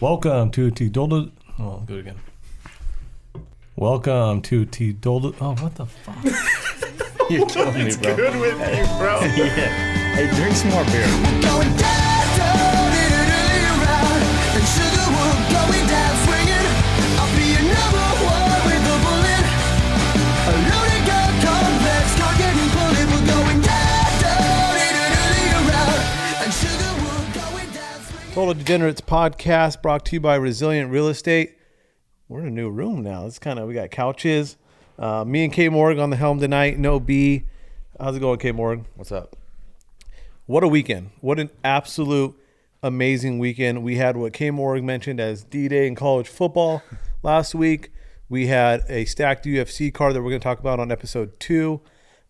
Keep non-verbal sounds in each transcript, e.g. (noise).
Welcome to Tidolda. Oh, I'll do it again. Welcome to Tidolda. Oh, what the fuck? You're killing me, bro. Good with you, bro. (laughs) Yeah. Hey, drink some more beer. Total Degenerates podcast brought to you by Resilient Real Estate. We're in a new room now. It's kind of, we got couches. Uh, me and K Morgan on the helm tonight. No B. How's it going, K Morgan? What's up? What a weekend. What an absolute amazing weekend. We had what K Morgan mentioned as D Day in college football (laughs) last week. We had a stacked UFC card that we're going to talk about on episode two.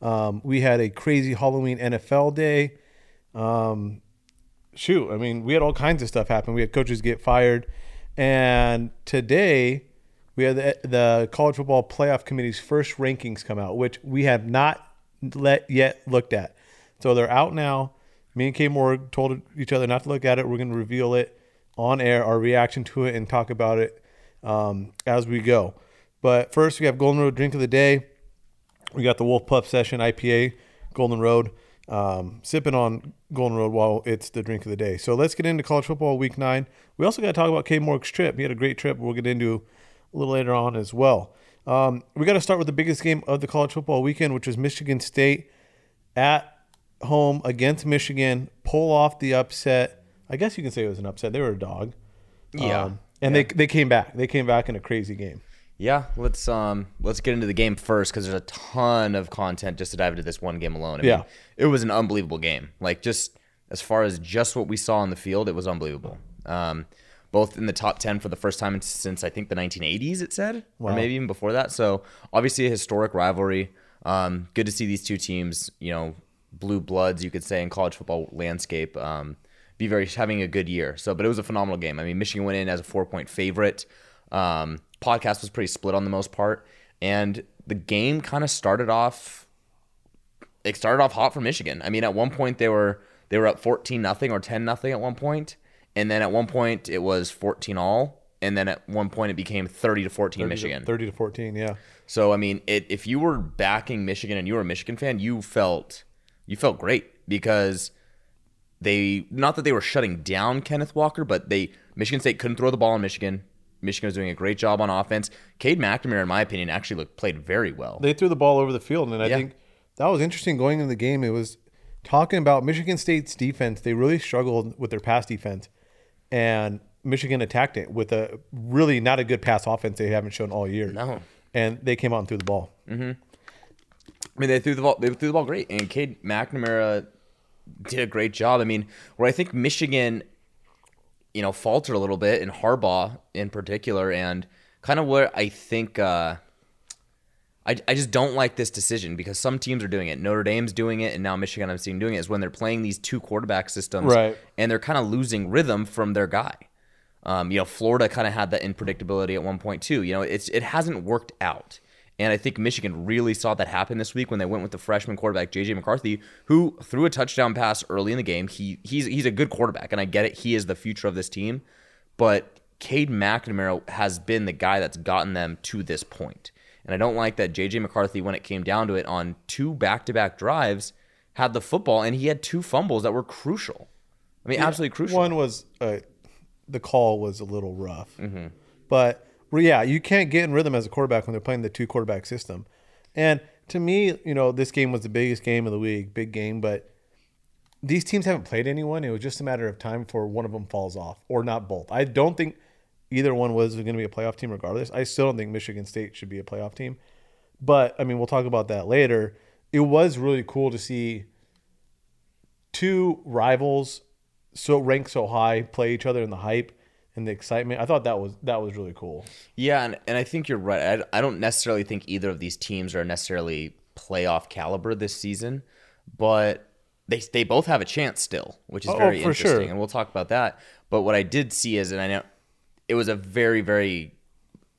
Um, we had a crazy Halloween NFL day. Um, shoot, I mean, we had all kinds of stuff happen. We had coaches get fired, and today we had the, the college football playoff committee's first rankings come out, which we have not let yet looked at. So they're out now. Me and K Moore told each other not to look at it. We're going to reveal it on air, our reaction to it, and talk about it um, as we go. But first, we have Golden Road drink of the day. We got the Wolf Pup Session IPA, Golden Road. Um, sipping on Golden Road while it's the drink of the day. So let's get into college football week nine. We also got to talk about K Morg's trip. He had a great trip. We'll get into a little later on as well. Um, we got to start with the biggest game of the college football weekend, which was Michigan State at home against Michigan, pull off the upset. I guess you can say it was an upset. They were a dog. Yeah. Um, and they, they came back. They came back in a crazy game. Yeah, let's um let's get into the game first because there's a ton of content just to dive into this one game alone. I Yeah. it was an unbelievable game. Like just as far as just what we saw on the field, it was unbelievable. Um, both in the top ten for the first time since I think the 1980s. It said, or maybe even before that. So obviously a historic rivalry. Um, good to see these two teams. You know, blue bloods, you could say, in college football landscape. Um, be very having a good year. So, but it was a phenomenal game. I mean, Michigan went in as a four point favorite. Um, podcast was pretty split on the most part, and the game kind of started off. It started off hot for Michigan. I mean, at one point they were they were up fourteen nothing or ten nothing at one point, and then at one point it was fourteen all, and then at one point it became thirty to fourteen Michigan. 30 to 14, yeah. So I mean, it, if you were backing Michigan and you were a Michigan fan, you felt you felt great because they not that they were shutting down Kenneth Walker, but they Michigan State couldn't throw the ball in Michigan. Michigan was doing a great job on offense. Cade McNamara, in my opinion, actually looked played very well. they threw the ball over the field, and I Yeah. think that was interesting going into the game. It was talking about Michigan State's defense. They really struggled with their pass defense, and Michigan attacked it with a really not a good pass offense they haven't shown all year. No. and they came out and threw the ball. I mean, they threw the ball. They threw the ball great, and Cade McNamara did a great job. I mean, where I think Michigan, you know, faltered a little bit, and Harbaugh in particular, and kind of where I think uh, I I just don't like this decision because some teams are doing it. Notre Dame's doing it, and now Michigan I'm seeing doing it is when they're playing these two quarterback systems, Right. And they're kind of losing rhythm from their guy. Um, you know, Florida kind of had that unpredictability at one point too. You know, it's it hasn't worked out, and I think Michigan really saw that happen this week when they went with the freshman quarterback JJ McCarthy, who threw a touchdown pass early in the game. He he's he's a good quarterback, and I get it. He is the future of this team, but Cade McNamara has been the guy that's gotten them to this point, and I don't like that JJ McCarthy when it came down to it on two back to back drives had the football and he had two fumbles that were crucial. I mean, absolutely crucial. One was uh, the call was a little rough, but well, yeah, you can't get in rhythm as a quarterback when they're playing the two quarterback system. And to me, you know, this game was the biggest game of the week, big game, but these teams haven't played anyone. It was just a matter of time before one of them falls off, or not both. I don't think either one was going to be a playoff team, regardless. I still don't think Michigan State should be a playoff team, but I mean, we'll talk about that later. It was really cool to see two rivals so ranked so high play each other in the hype and the excitement. I thought that was that was really cool. Yeah, and, and I think you're right. I, I don't necessarily think either of these teams are necessarily playoff caliber this season, but they they both have a chance still, which is oh, very for sure. interesting, and we'll talk about that. But what I did see is, and I know it was a very very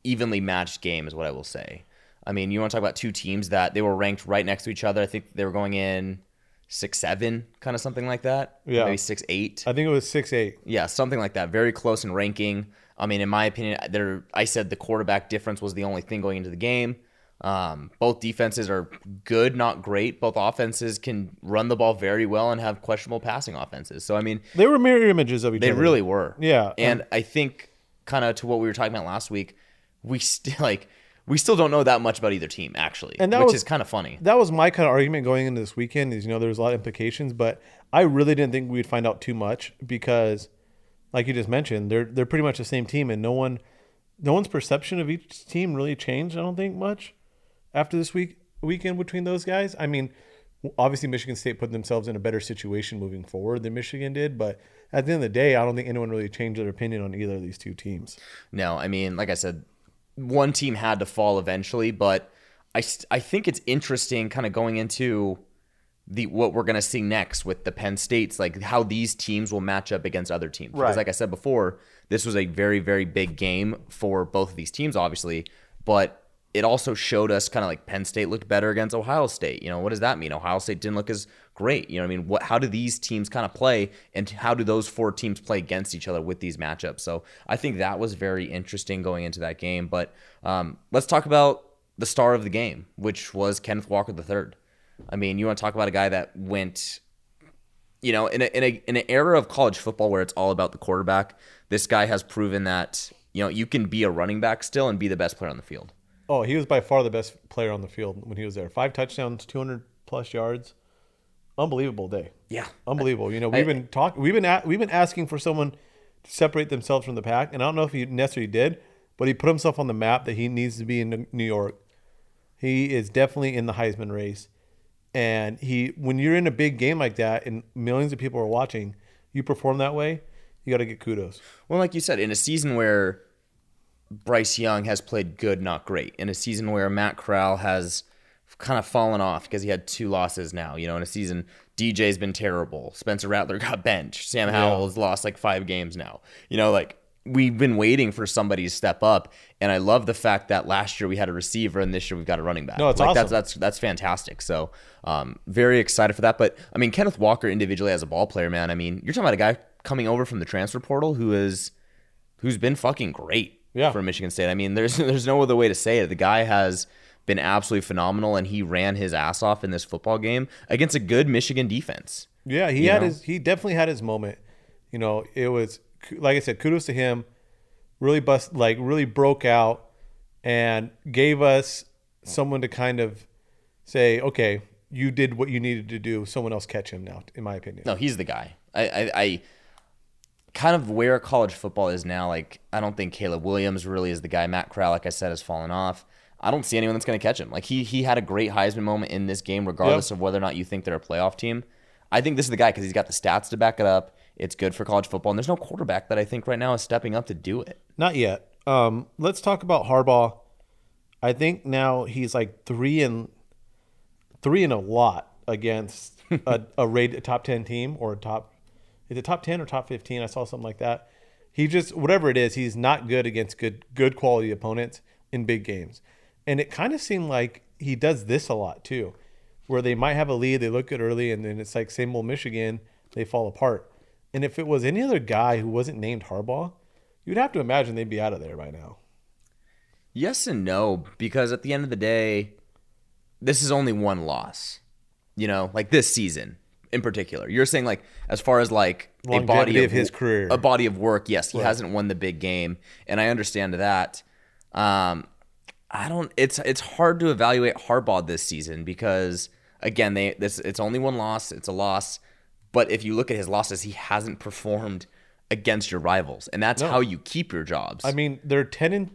evenly matched game, is what I will say. I mean, you want to talk about two teams that they were ranked right next to each other. I think they were going in six seven, kind of something like that. Yeah. maybe six eight. I think it was six eight. Yeah, something like that. Very close in ranking. I mean, in my opinion, there I said the quarterback difference was the only thing going into the game. Um, both defenses are good, not great. Both offenses can run the ball very well and have questionable passing offenses. So I mean, They were mirror images of each they other. really were. Yeah, And I think kind of to what we were talking about last week, we still (laughs) like we still don't know that much about either team actually, And that which was- is kind of funny. that was my kind of argument going into this weekend is you know there's a lot of implications but i really didn't think we'd find out too much because like you just mentioned they're they're pretty much the same team and no one no one's perception of each team really changed i don't think much after this week weekend between those guys i mean obviously michigan state put themselves in a better situation moving forward than michigan did but at the end of the day i don't think anyone really changed their opinion on either of these two teams No, I mean, like I said, one team had to fall eventually, but I, st- I think it's interesting kind of going into the what we're going to see next with the Penn States, like how these teams will match up against other teams. Because, Right. like I said before, this was a very, very big game for both of these teams, obviously, but it also showed us kind of like Penn State looked better against Ohio State. You know, what does that mean? Ohio State didn't look as great. You know what I mean? What how do these teams kind of play and how do those four teams play against each other with these matchups? So I think that was very interesting going into that game. But um, let's talk about the star of the game, which was Kenneth Walker III. I mean, you want to talk about a guy that went you know, in a, in a in an era of college football where it's all about the quarterback, this guy has proven that you know you can be a running back still and be the best player on the field. Oh, he was by far the best player on the field when he was there. Five touchdowns, two hundred plus yards, unbelievable day. Yeah. unbelievable. You know, we've been talking, we've been a- we've been asking for someone to separate themselves from the pack, and I don't know if he necessarily did, but he put himself on the map that he needs to be in New York. He is definitely in the Heisman race, and he when you're in a big game like that and millions of people are watching, you perform that way, you got to get kudos. Well, like you said, in a season where Bryce Young has played good, not great, in a season where Matt Corral has kind of fallen off because he had two losses now, you know, in a season DJ's been terrible. Spencer Rattler (laughs) got benched. Sam Howell has lost like five games now. You know, like we've been waiting for somebody to step up. And I love the fact that last year we had a receiver and this year we've got a running back. No, it's like, awesome. That's, that's that's fantastic. So um, very excited for that. But I mean, Kenneth Walker individually as a ball player, man. I mean, you're talking about a guy coming over from the transfer portal who is who's been fucking great Yeah. for Michigan State. I mean, there's (laughs) there's no other way to say it. The guy has been absolutely phenomenal, and he ran his ass off in this football game against a good Michigan defense. Yeah, he had know? his. He definitely had his moment. You know, it was like I said, kudos to him. Really bust, like really broke out and gave us someone to kind of say, okay, you did what you needed to do. Someone else catch him now, in my opinion. No, he's the guy. I, I, I kind of where college football is now. Like, I don't think Caleb Williams really is the guy. Matt Corral, like I said, has fallen off. I don't see anyone that's going to catch him. Like, he he had a great Heisman moment in this game, regardless of whether or not you think they're a playoff team. I think this is the guy because he's got the stats to back it up. It's good for college football, and there's no quarterback that I think right now is stepping up to do it. Not yet. Um, let's talk about Harbaugh. I think now he's like three and three and a lot against a, a rate a top ten team or a top is it top ten or top fifteen? I saw something like that. He just whatever it is, he's not good against good good quality opponents in big games. And it kind of seemed like he does this a lot too, where they might have a lead, they look good early, and then it's like same old Michigan, they fall apart. And if it was any other guy who wasn't named Harbaugh, you'd have to imagine they'd be out of there by now. Yes and no, because at the end of the day, this is only one loss. You know, like this season in particular. You're saying like as far as like a body Longevity of his career. a body of work. Yes, he hasn't won the big game, and I understand that. Um, I don't. It's it's hard to evaluate Harbaugh this season because again, they this it's only one loss. It's a loss, but if you look at his losses, he hasn't performed against your rivals, and that's how you keep your jobs. I mean, they're ten and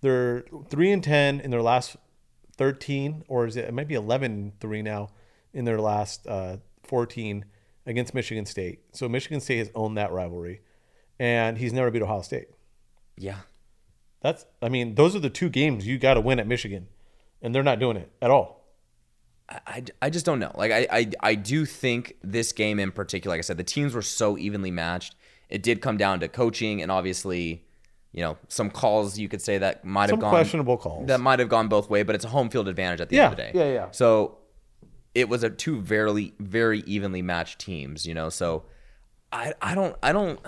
they're three and ten in their last thirteen, or is it? It might be eleven and three now in their last uh, fourteen against Michigan State. So Michigan State has owned that rivalry, and he's never beat Ohio State. yeah. That's I mean, those are the two games you got to win at Michigan, and they're not doing it at all. I, I just don't know. Like I, I I do think this game in particular, like I said, the teams were so evenly matched. It did come down to coaching and obviously, you know, some calls you could say that might have Some gone questionable calls. that might have gone both way, but it's a home field advantage at the end of the Yeah, day. yeah, yeah. So it was a two very very evenly matched teams, you know. So I I don't I don't.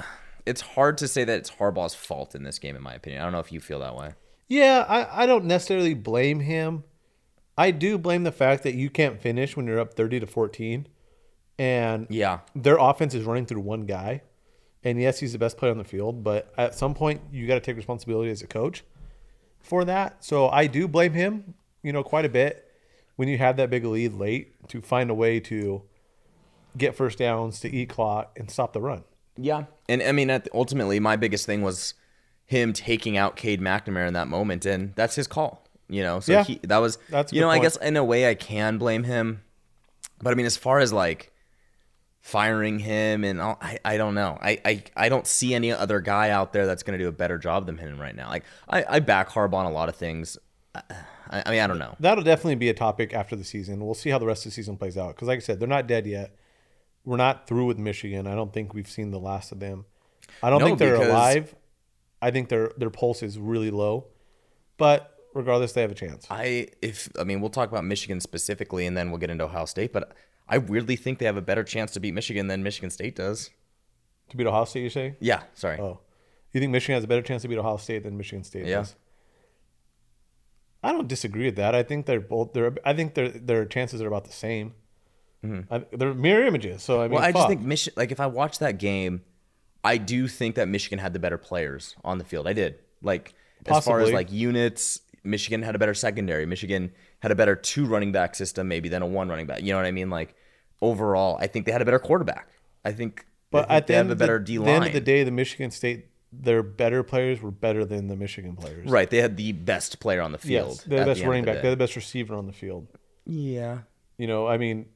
It's hard to say that it's Harbaugh's fault in this game, in my opinion. I don't know if you feel that way. Yeah, I, I don't necessarily blame him. I do blame the fact that you can't finish when you're up 30 to 14. And Yeah. their offense is running through one guy. And yes, he's the best player on the field, but at some point you got to take responsibility as a coach for that. So I do blame him, you know, quite a bit when you have that big lead late to find a way to get first downs to eat clock and stop the run. Yeah, and I mean, at the- ultimately, my biggest thing was him taking out Cade McNamara in that moment, and that's his call. You know, so Yeah. he, that was That's a you good know, I point. guess in a way I can blame him, but I mean, as far as like firing him and all, I, I don't know. I, I I don't see any other guy out there that's going to do a better job than him right now. Like I, I back Harbaugh on a lot of things. I, I mean, I don't know. That'll definitely be a topic after the season. We'll see how the rest of the season plays out. Because, like I said, they're not dead yet. We're not through with Michigan. I don't think we've seen the last of them. I don't No, think they're because- alive. I think their their pulse is really low. But regardless, they have a chance. I if I mean we'll talk about Michigan specifically, and then we'll get into Ohio State. But I weirdly think they have a better chance to beat Michigan than Michigan State does. To beat Ohio State, you say? Yeah, sorry. Oh, you think Michigan has a better chance to beat Ohio State than Michigan State? Yeah. does? I don't disagree with that. I think they're both. They're. I think their their chances are about the same. I, they're mirror images. So I mean, Mm-hmm. well, I just fuck. think Michigan. Like, if I watched that game, I do think that Michigan had the better players on the field. I did. Like, as far as Possibly. like units, Michigan had a better secondary. Michigan had a better two running back system, maybe than a one running back. You know what I mean? Like, overall, I think they had a better quarterback. I think. But I think at the they end, have a of the- better D the end of the line. day, the Michigan State, their better players were better than the Michigan players. Right, they had the best player on the field. Yes, they're at the best end of running the back. day. They're the best receiver on the field. Yeah, You know, I mean,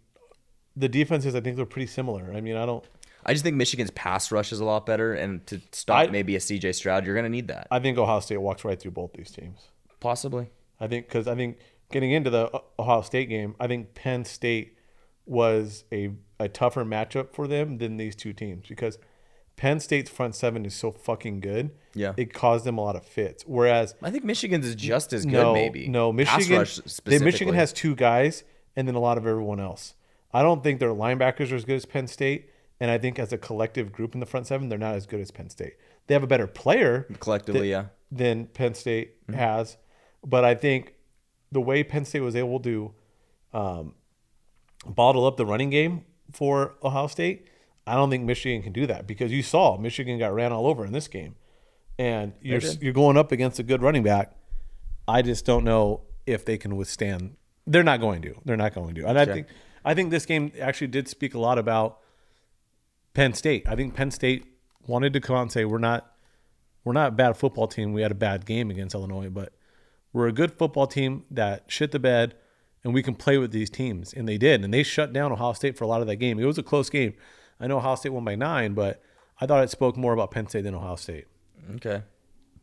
the defenses, I think they're pretty similar. I mean, I don't. I just think Michigan's pass rush is a lot better, and to stop I- maybe a CJ Stroud, you're going to need that I think Ohio State walks right through both these teams. possibly. I think because I think getting into the O- Ohio State game, I think Penn State was a, a tougher matchup for them than these two teams because Penn State's front seven is so fucking good. Yeah. it caused them a lot of fits. Whereas I think Michigan's is just as good, no, maybe. No, Pass Michigan. rush They, Michigan specifically. has two guys and then a lot of everyone else. I don't think their linebackers are as good as Penn State, and I think as a collective group in the front seven, they're not as good as Penn State. They have a better player collectively, yeah. than Penn State has, but I think the way Penn State was able to um, bottle up the running game for Ohio State, I don't think Michigan can do that because you saw Michigan got ran all over in this game, and you're did. you're going up against a good running back. I just don't know if they can withstand. They're not going to. They're not going to. And I think I think this game actually did speak a lot about Penn State. I think Penn State wanted to come out and say we're not we're not a bad football team. We had a bad game against Illinois, but we're a good football team that shit the bed and we can play with these teams. And they did. And they shut down Ohio State for a lot of that game. It was a close game. I know Ohio State won by nine, but I thought it spoke more about Penn State than Ohio State. Okay.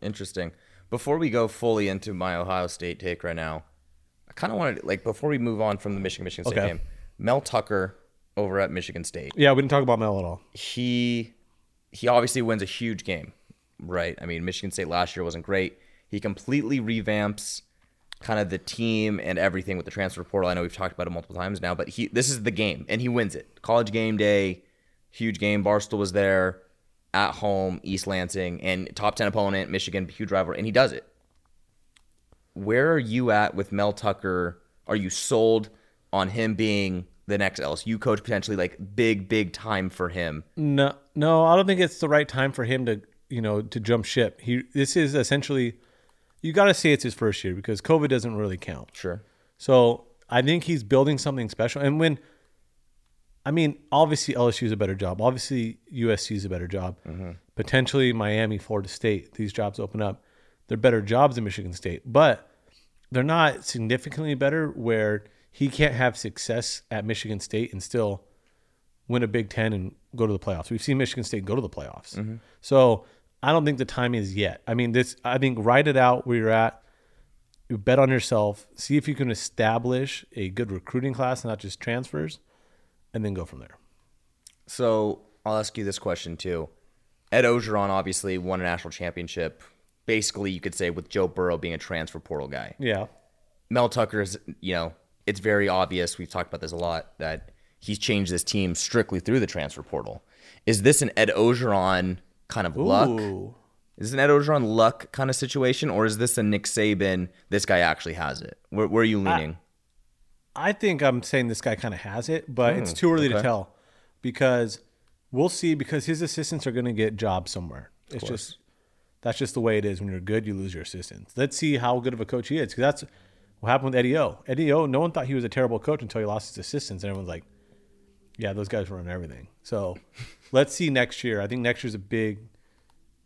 Interesting. Before we go fully into my Ohio State take right now, I kind of wanted like before we move on from the Michigan Michigan State Okay. game, Mel Tucker over at Michigan State. Yeah, we didn't talk about Mel at all. He he obviously wins a huge game, right? I mean, Michigan State last year wasn't great. He completely revamps kind of the team and everything with the transfer portal. I know we've talked about it multiple times now, but he this is the game and he wins it. College game day, huge game. Barstool was there at home, East Lansing, and top ten opponent, Michigan, huge rival, and he does it. Where are you at with Mel Tucker? Are you sold on him being the next LSU coach potentially like big, big time for him? No, no, I don't think it's the right time for him to, you know, to jump ship. He, this is essentially, you got to say it's his first year because COVID doesn't really count. Sure. So I think he's building something special. And when, I mean, obviously LSU is a better job. Obviously USC is a better job. Potentially Miami, Florida State. These jobs open up. They're better jobs than Michigan State, but they're not significantly better. Where he can't have success at Michigan State and still win a Big Ten and go to the playoffs. We've seen Michigan State go to the playoffs. So I don't think the time is yet. I mean, this. I think ride it out where you're at you bet on yourself, see if you can establish a good recruiting class, not just transfers, and then go from there. So I'll ask you this question too. Ed Ogeron obviously won a national championship. Basically, you could say with Joe Burrow being a transfer portal guy. Yeah. Mel Tucker's, you know, it's very obvious. We've talked about this a lot that he's changed this team strictly through the transfer portal. Is this an Ed Ogeron kind of luck? Ooh. Is this an Ed Ogeron luck kind of situation, or is this a Nick Saban? This guy actually has it. Where, where are you leaning? I think I'm saying this guy kind of has it, but it's too early to okay. tell because we'll see because his assistants are going to get jobs somewhere. It's just that's just the way it is. When you're good, you lose your assistants. Let's see how good of a coach he is because that's what happened with Eddie O. Eddie O. No one thought he was a terrible coach until he lost his assistants, and everyone's like, "Yeah, those guys run everything." So let's see next year. I think next year's a big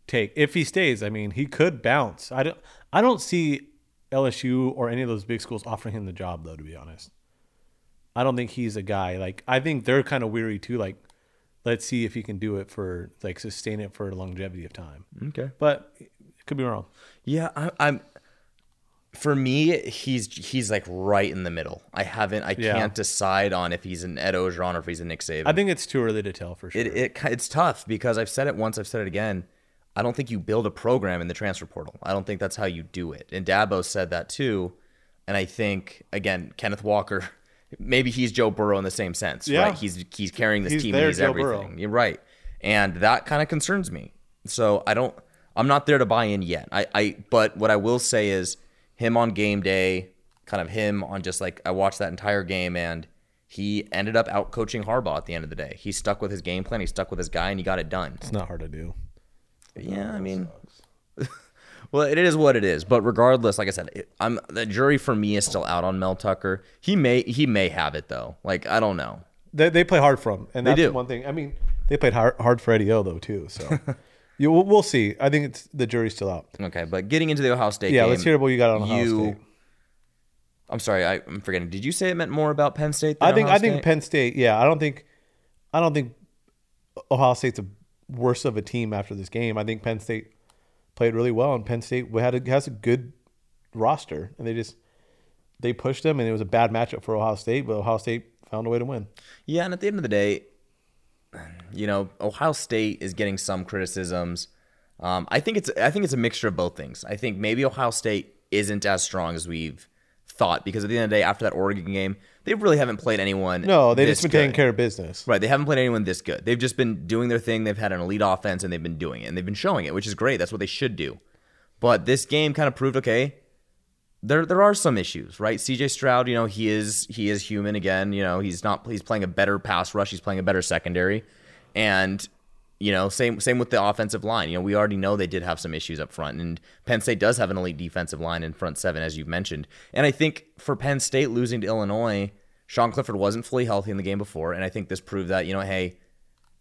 take if he stays. I mean, he could bounce. I don't. I don't see LSU or any of those big schools offering him the job though. To be honest, I don't think he's a guy. Like I think they're kind of weary too. Like let's see if he can do it for like sustain it for longevity of time. okay. But it could be wrong. Yeah, I, I'm. For me, he's he's like right in the middle. I haven't. I Yeah. can't decide on if he's an Ed Ogeron or if he's a Nick Saban. I think it's too early to tell for sure. it, it ki- it's tough because I've said it once, I've said it again. I don't think you build a program in the transfer portal. I don't think that's how you do it. And Dabo said that too. And I think again, Kenneth Walker, (laughs) maybe he's Joe Burrow in the same sense, Yeah. right? He's he's carrying this He's team. their And he's Joe everything. Burrow. You're right, and that kind of concerns me. So I don't. I'm not there to buy in yet. I, I. But what I will say is him on game day, kind of him on just like I watched that entire game, and he ended up out coaching Harbaugh at the end of the day. He stuck with his game plan. He stuck with his guy, and he got it done. it's not hard to do. Yeah, I mean, (laughs) well, it is what it is. But regardless, like I said, it, I'm the jury for me is still out on Mel Tucker. He may he may have it though. Like I don't know. They, they play hard for him, and that's do. one thing. I mean, they played hard, hard for Eddie O though too. (laughs) So you, we'll, we'll see. I think it's the jury's still out. Okay, but getting into the Ohio State. Yeah, game, let's hear what you got on Ohio State. I'm sorry, I, I'm forgetting. Did you say it meant more about Penn State? Than I think Ohio I think State? Penn State. Yeah, I don't think I don't think Ohio State's a worse of a team after this game. I think Penn State played really well, and Penn State had a, has a good roster, and they just they pushed them, and it was a bad matchup for Ohio State, but Ohio State found a way to win. Yeah, and at the end of the day, you know, Ohio State is getting some criticisms. Um, I think it's I think it's a mixture of both things. I think maybe Ohio State isn't as strong as we've thought because at the end of the day, after that Oregon game, they really haven't played anyone. No, they this just been good. taking care of business. Right. They haven't played anyone this good. They've just been doing their thing. They've had an elite offense and they've been doing it and they've been showing it, which is great. That's what they should do. But this game kind of proved okay. There, there are some issues, right? CJ Stroud, you know, he is he is human again. You know, he's not he's playing a better pass rush. He's playing a better secondary, and you know, same same with the offensive line. You know, we already know they did have some issues up front, and Penn State does have an elite defensive line in front seven, as you've mentioned. And I think for Penn State losing to Illinois, Sean Clifford wasn't fully healthy in the game before, and I think this proved that. You know, hey,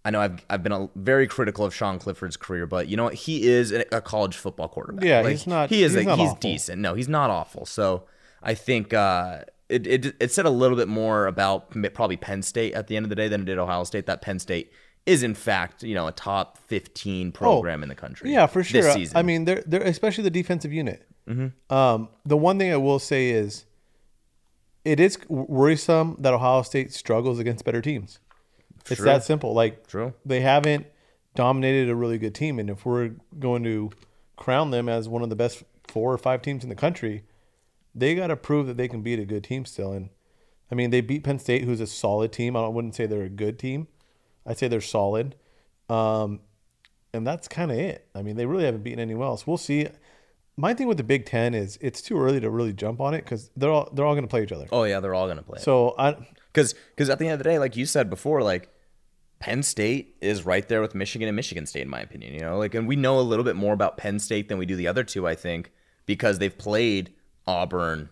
I know I've I've been a, very critical of Sean Clifford's career, but you know what? He is a, a college football quarterback. Yeah, he's not- He is. he's a, not he's awful. decent. No, he's not awful. So I think uh, it, it it said a little bit more about m- probably Penn State at the end of the day than it did Ohio State. That Penn State is in fact you know a top fifteen program in the country. Oh, Yeah, for sure. This season. Mm-hmm. I mean, they're they're especially the defensive unit. Um, the one thing I will say is, it is worrisome that Ohio State struggles against better teams. It's True. that simple. Like, True. they haven't dominated a really good team, and if we're going to crown them as one of the best four or five teams in the country, they got to prove that they can beat a good team still. And I mean, they beat Penn State, who's a solid team. I don't- wouldn't say they're a good team. I'd say they're solid. Um, and that's kind of it. I mean, they really haven't beaten anyone else. We'll see. My thing with the Big Ten is it's too early to really jump on it because they're all they're all going to play each other. oh yeah, they're all gonna play. So I because because at the end of the day, like you said before, like Penn State is right there with Michigan and Michigan State, in my opinion. You know, like and we know a little bit more about Penn State than we do the other two, I think, because they've played Auburn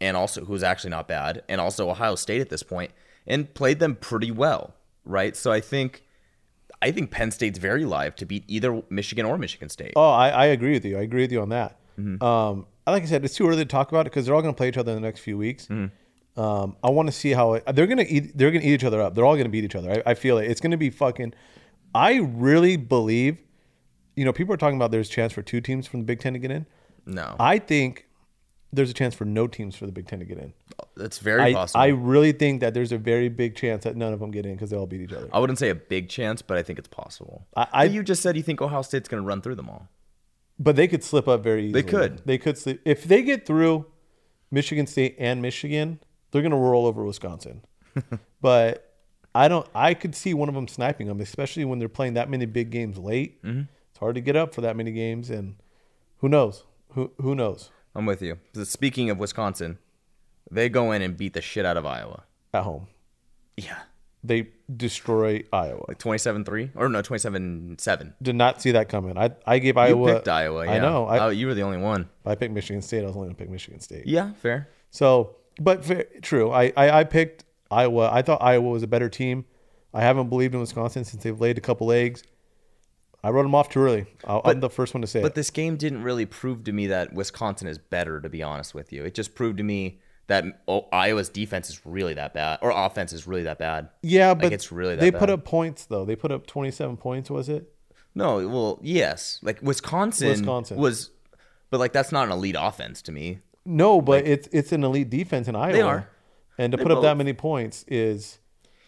and also who's actually not bad, and also Ohio State at this point, and played them pretty well, right? So I think I think Penn State's very live to beat either Michigan or Michigan State. Oh, I, I agree with you. I agree with you on that. Um, like I said, it's too early to talk about it because they're all going to play each other in the next few weeks. Um, I want to see how it, they're going to eat. They're going to eat each other up. They're all going to beat each other. I, I feel it. It's going to be fucking. I really believe. You know, people are talking about there's a chance for two teams from the Big Ten to get in. No, I think there's a chance for no teams for the Big Ten to get in. that's very I, possible. I I, really think that there's a very big chance that none of them get in because they all beat each other. wouldn't say a big chance, but I think it's possible. I- I- But you just said you think Ohio State's going to run through them all. But they could slip up very easily. could. They could slip if they get through Michigan State and Michigan. they're going to roll over (laughs) Wisconsin. but I don't. I could see one of them sniping them, especially when they're playing that many big games late. Mm-hmm. It's hard to get up for that many games, and who knows? Who who knows I'm with you. Speaking of Wisconsin, they go in and beat the shit out of Iowa. at home? Yeah. They destroy Iowa. Like 27 3? Or no, 27 7. Did not see that coming. I I gave You Iowa. picked Iowa. Yeah. I know. I, oh, you were the only one. I picked Michigan State. I was only going to pick Michigan State. Yeah, fair. So, but fair, true. I, I I picked Iowa. I thought Iowa was a better team. I haven't believed in Wisconsin since they've laid a couple eggs. I wrote them off too early. I'll, I'm the first one to say But it. this game didn't really prove to me that Wisconsin is better, to be honest with you. It just proved to me that oh, Iowa's defense is really that bad, or offense is really that bad. yeah, like but it's really that they bad. put up points though. They put up 27 points. Was it? No, well, yes. Like Wisconsin, Wisconsin. was, but like that's not an elite offense to me. No, but it's it's an elite defense in Iowa. are. And to They put up that both- many points is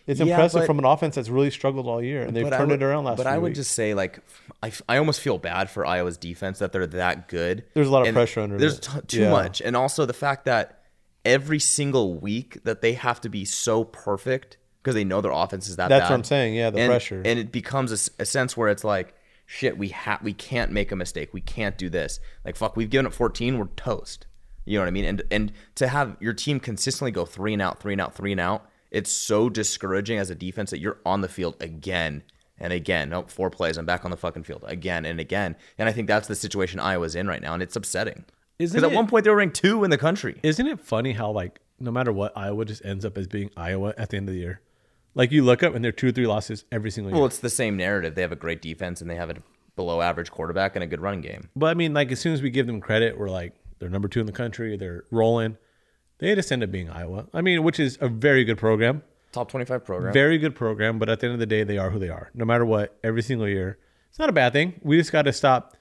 it's Yeah, impressive but- from an offense that's really struggled all year, and they've But I turned would- it around last. But few I would weeks. just say like I, f- I almost feel bad for Iowa's defense that they're that good. There's a lot of And pressure under There's it. t- too Yeah. much, and also the fact that every single week that they have to be so perfect because they know their offense is that. That's bad. what I'm saying, yeah, the and, pressure. and it becomes a s- a, sense where it's like. Shit, we ha- we can't make a mistake. We can't do this. Like fuck, we've given up 14. We're toast. You know what I mean? And and to have your team consistently go three and out, three and out, three and out, it's so discouraging as a defense that you're on the field again and again. Nope, four plays. I'm back on the fucking field again and again. And I think that's the situation Iowa's in right now, and it's upsetting. Because Isn't at it- one point they were ranked two in the country. Isn't it funny how like no matter what Iowa just ends up as being Iowa at the end of the year? Like you look up and they're two or three losses every single year. Well, it's the same narrative. They have a great defense and they have a below average quarterback and a good running game. but I mean, like as soon as we give them credit, we're like they're number two in the country. They're rolling. They just end up being Iowa. I mean, which is a very good program, Top 25 program. very good program. But at the end of the day, they are who they are. No matter what, every single year, it's not a bad thing. We just got to stop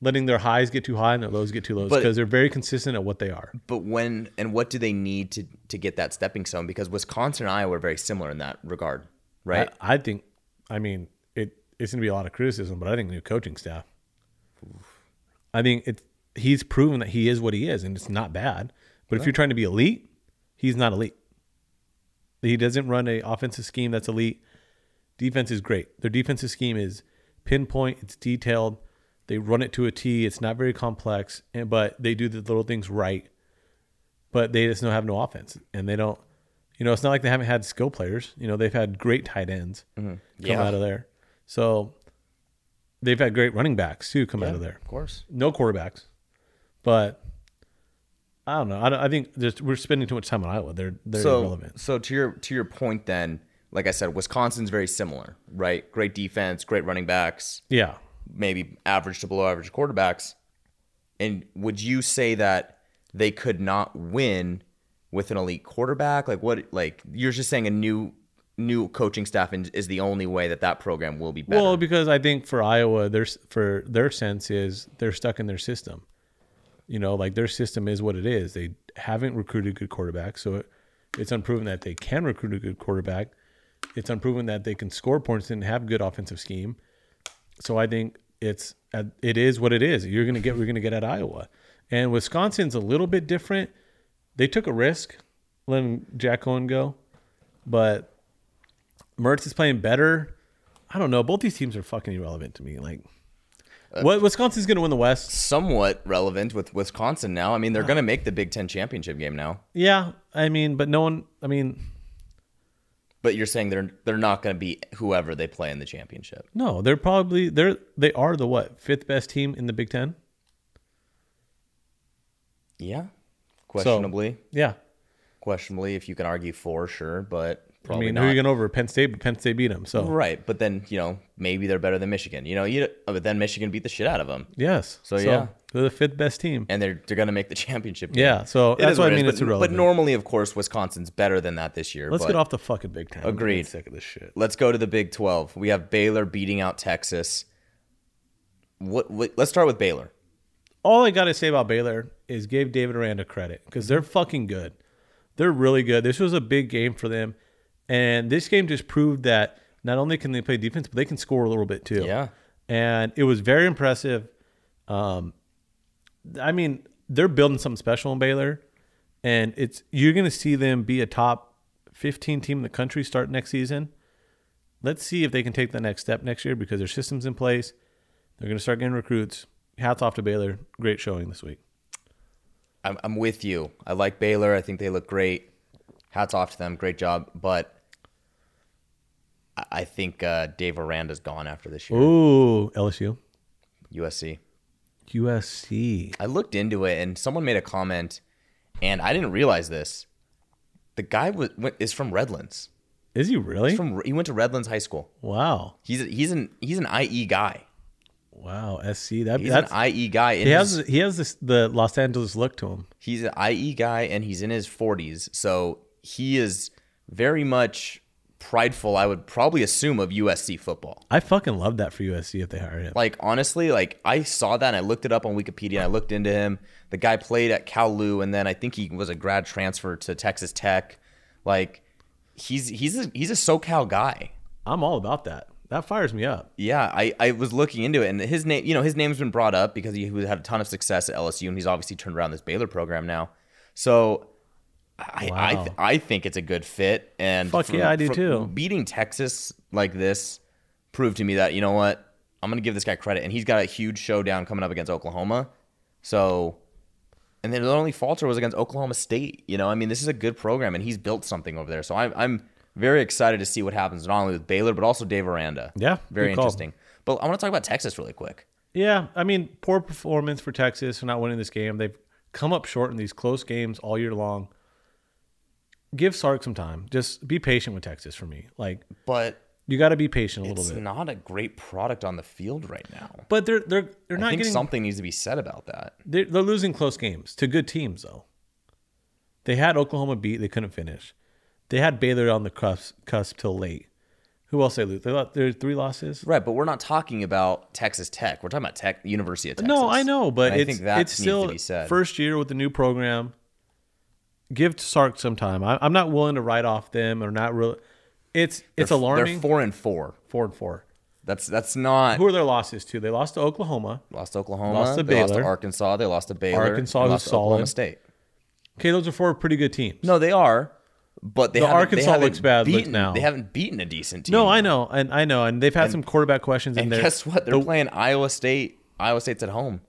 letting their highs get too high and their lows get too low But- because they're very consistent at what they are. but when and what do they need to to get that stepping stone? Because Wisconsin and Iowa are very similar in that regard, right? I, I think, I mean, it it's going to be a lot of criticism, but I think new coaching staff. I think it's he's proven that he is what he is, and it's not bad. But if you're trying to be elite, he's not elite. He doesn't run a offensive scheme that's elite. Defense is great. Their defensive scheme is pinpoint. It's detailed. They run it to a T. It's not very complex, and but they do the little things right. But they just don't have no offense, and they don't. You know, it's not like they haven't had skill players. You know, they've had great tight ends come Mm-hmm. Yeah. out of there. So they've had great running backs too come out of there. of course. No quarterbacks, but I don't know. I, don't, I think just we're spending too much time on Iowa. They're they're so, irrelevant. So to your to your point then, like I said, Wisconsin's very similar, right? Great defense, great running backs, Yeah, maybe average to below average quarterbacks. And would you say that they could not win with an elite quarterback? Like what like you're just saying a new new coaching staff in- is the only way that that program will be better. Well, because I think for Iowa, their for their sense is they're stuck in their system. You know, like their system is what it is. They haven't recruited good quarterbacks, so it, it's unproven that they can recruit a good quarterback. It's unproven that they can score points and have good offensive scheme. So I think it's uh, it is what it is. You're gonna get we're gonna get at Iowa, and Wisconsin's a little bit different. They took a risk letting Jack Cohen go, but Mertz is playing better. I don't know. Both these teams are fucking irrelevant to me. Like, what Wisconsin's going to win the West? somewhat relevant with Wisconsin now. I mean, they're going to make the Big 10 championship game now. Yeah, I mean, but no one. I mean, But you're saying they're they're not going to be whoever they play in the championship. no, they're probably they're they are the what fifth best team in the Big Ten. Yeah. Questionably. Yeah, questionably if you can argue for sure, but I probably mean, not. who are you going to over Penn State? But Penn State beat them. So right, but then, you know, maybe they're better than Michigan. You know, you oh, but then Michigan beat the shit out of them. yes. So, yeah. they're the fifth best team. And they're they're going to make the (laughs) championship game. Yeah, so It that's is what I it is, mean, but- it's irrelevant. But normally, of course, Wisconsin's better than that this year. Let's but get off the fucking Big Ten. I'm getting Agreed. Sick of this shit. Let's go to the Big 12. We have Baylor beating out Texas. What, what let's start with Baylor. all I gotta say about Baylor is give David Aranda credit because they're fucking good. They're really good. This was a big game for them, and this game just proved that not only can they play defense, but they can score a little bit too. Yeah. and it was very impressive. Um, I mean, they're building something special in Baylor, and it's you're going to see them be a top 15 team in the country start next season. Let's see if they can take the next step next year because their system's in place. They're going to start getting recruits. Hats off to Baylor. Great showing this week. I'm, I'm with you. I like Baylor. I think they look great. Hats off to them. Great job. But I- I think uh, Dave Aranda's gone after this year. Ooh, LSU. USC. USC. I looked into it, and someone made a comment, and I didn't realize this. The guy was went, is from Redlands. Is he really? He's from he went to Redlands High School. wow. He's he's an he's an IE guy. Wow. SC. That, He's that's an IE guy. In he his- has he has this, the Los Angeles look to him. he's an IE guy and he's in his 40s. So he is very much prideful, I would probably assume, of USC football. I fucking love that for USC if they hire him. Like, honestly, like I saw that and I looked it up on Wikipedia and I looked into him. The guy played at Cal Lu and then I think he was a grad transfer to Texas Tech. Like, he's he's a, he's a SoCal guy. I'm all about that. That fires me up. Yeah, I, I was looking into it, and his name, you know, his name's been brought up because he had a ton of success at LSU, and he's obviously turned around this Baylor program now. So, I I, Wow. th- I think it's a good fit, and Fuck yeah, I do too. Beating Texas like this proved to me that you know what, I'm gonna give this guy credit, and he's got a huge showdown coming up against Oklahoma. So, and then the only falter was against Oklahoma State. You know, I mean, this is a good program, and he's built something over there. So I'm I'm very excited to see what happens not only with Baylor but also Dave Aranda. Yeah, very good call. interesting. But I want to talk about Texas really quick. Yeah, I mean, poor performance for Texas for not winning this game. They've come up short in these close games all year long. Give Sark some time. Just be patient with Texas for me. Like But you got to be patient a it's little bit. not a great product on the field right now. but they're they're they're I not think getting something needs to be said about that. they're, they're losing close games to good teams though. They had Oklahoma beat. They couldn't finish. They had Baylor on the cusp cusp till late. Who else they lose? They lost, there's three losses. Right, but we're not talking about Texas Tech. We're talking about Tech University of Texas. No, I know, but And I it's, think that it's needs still to be said. first year with the new program. Give Sark some time. I, I'm not willing to write off them or not really. It's it's They're- alarming. They're four and four. four and four. That's that's not Who are their losses to? They lost to Oklahoma. lost to Oklahoma. Lost to they lost to Baylor. Arkansas. They lost to Baylor. Arkansas they was lost to Oklahoma solid. State. Okay, those are four pretty good teams. No, they are, but they The haven't, Arkansas they haven't looks bad, looks Beaten, now. They haven't beaten a decent team. No, I know, and I know, and they've had some quarterback questions. And, And they're- guess what? They're the- playing Iowa State. Iowa State's at home.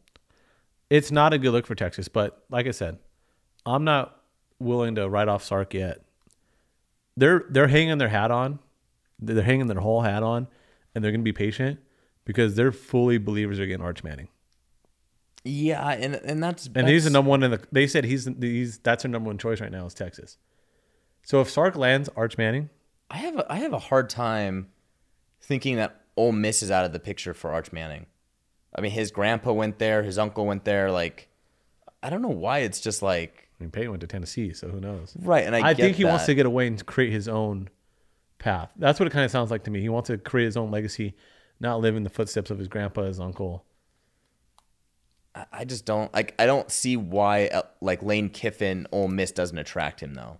It's not a good look for Texas, but like I said, I'm not willing to write off Sark yet. They're they're hanging their hat on, they're hanging their whole hat on, and they're going to be patient because they're fully believers they're getting Arch Manning, Yeah, and and that's and he's the number one in the. They said he's he's that's their number one choice right now is Texas. So if Sark lands Arch Manning, I have a, I have a hard time thinking that Ole Miss is out of the picture for Arch Manning. I mean, his grandpa went there, his uncle went there. Like, I don't know why it's just like I mean Peyton went to Tennessee, so who knows? right. And I, I get think he wants that. to get away and create his own path. That's what it kind of sounds like to me. He wants to create his own legacy, not live in the footsteps of his grandpa, his uncle. I- I just don't like. I don't see why uh, like Lane Kiffin Ole Miss doesn't attract him though.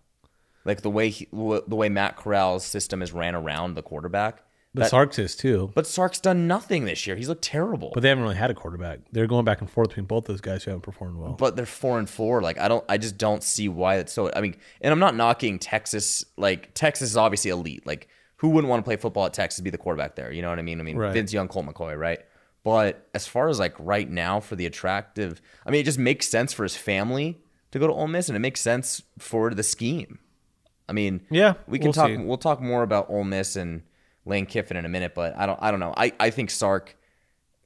Like the way he, w- the way Matt Corral's system is ran around the quarterback. The That- Sarks is too, but Sark's done nothing this year. He's looked terrible. but they haven't really had a quarterback. They're going back and forth between both those guys who haven't performed well. but they're four and four. Like I don't, I just don't see why it's so. I mean, and I'm not knocking Texas. Like Texas is obviously elite. Like who wouldn't want to play football at Texas? Be the quarterback there. You know what I mean? I mean, Right. Vince Young, Colt McCoy, right? But as far as like right now for the attractive, I mean, it just makes sense for his family to go to Ole Miss, and it makes sense for the scheme. I mean, Yeah, we can we'll talk. see. We'll talk more about Ole Miss and Lane Kiffin in a minute, but I don't. I don't know. I I think Sark.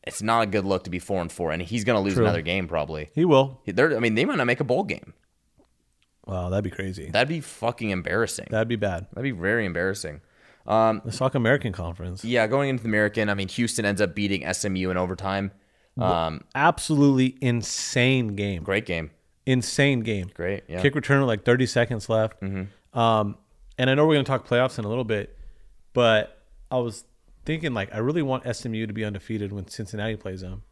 It's not a good look to be four and four, and he's going to lose another game probably. he will. They're, I mean, they might not make a bowl game. Wow, that'd be crazy. That'd be fucking embarrassing. That'd be bad. That'd be very embarrassing. The Sock American Conference Yeah, going into the American, I mean, Houston ends up beating SMU in overtime. Um, absolutely insane game. great game. Insane game. Great, yeah. Kick return with like 30 seconds left. Um, and I know we're going to talk playoffs in a little bit, but I was thinking like I really want SMU to be undefeated when Cincinnati plays them.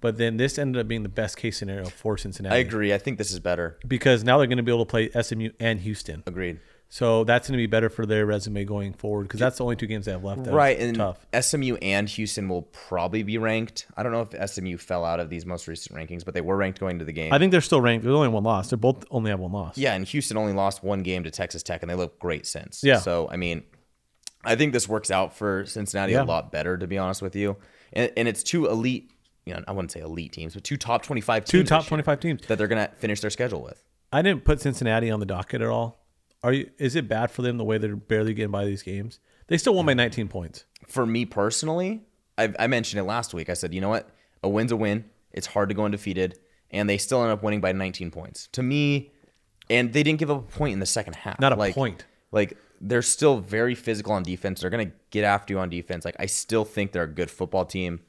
But then this ended up being the best case scenario for Cincinnati I agree. I think this is better. because now they're going to be able to play SMU and Houston. Agreed. So that's going to be better for their resume going forward because that's the only two games they have left. that are right and tough. SMU and Houston will probably be ranked. I don't know if SMU fell out of these most recent rankings, but they were ranked going to the game. I think they're still ranked. There's only one loss. They both only have one loss. yeah, and Houston only lost one game to Texas Tech, and they look great since. Yeah. So I mean, I think this works out for Cincinnati Yeah. a lot better, to be honest with you. And, and it's two elite, you know, I wouldn't say elite teams, but two top twenty-five teams Two top this year 25 teams. that they're gonna finish their schedule with. I didn't put Cincinnati on the docket at all. Are you? Is it bad for them the way they're barely getting by these games? They still won by 19 points. for me personally, I, I mentioned it last week. I said, you know what? A win's a win. It's hard to go undefeated. And they still end up winning by 19 points. To me, and they didn't give up a point in the second half. Not a like, point. Like, they're still very physical on defense. They're going to get after you on defense. Like, I still think they're a good football team.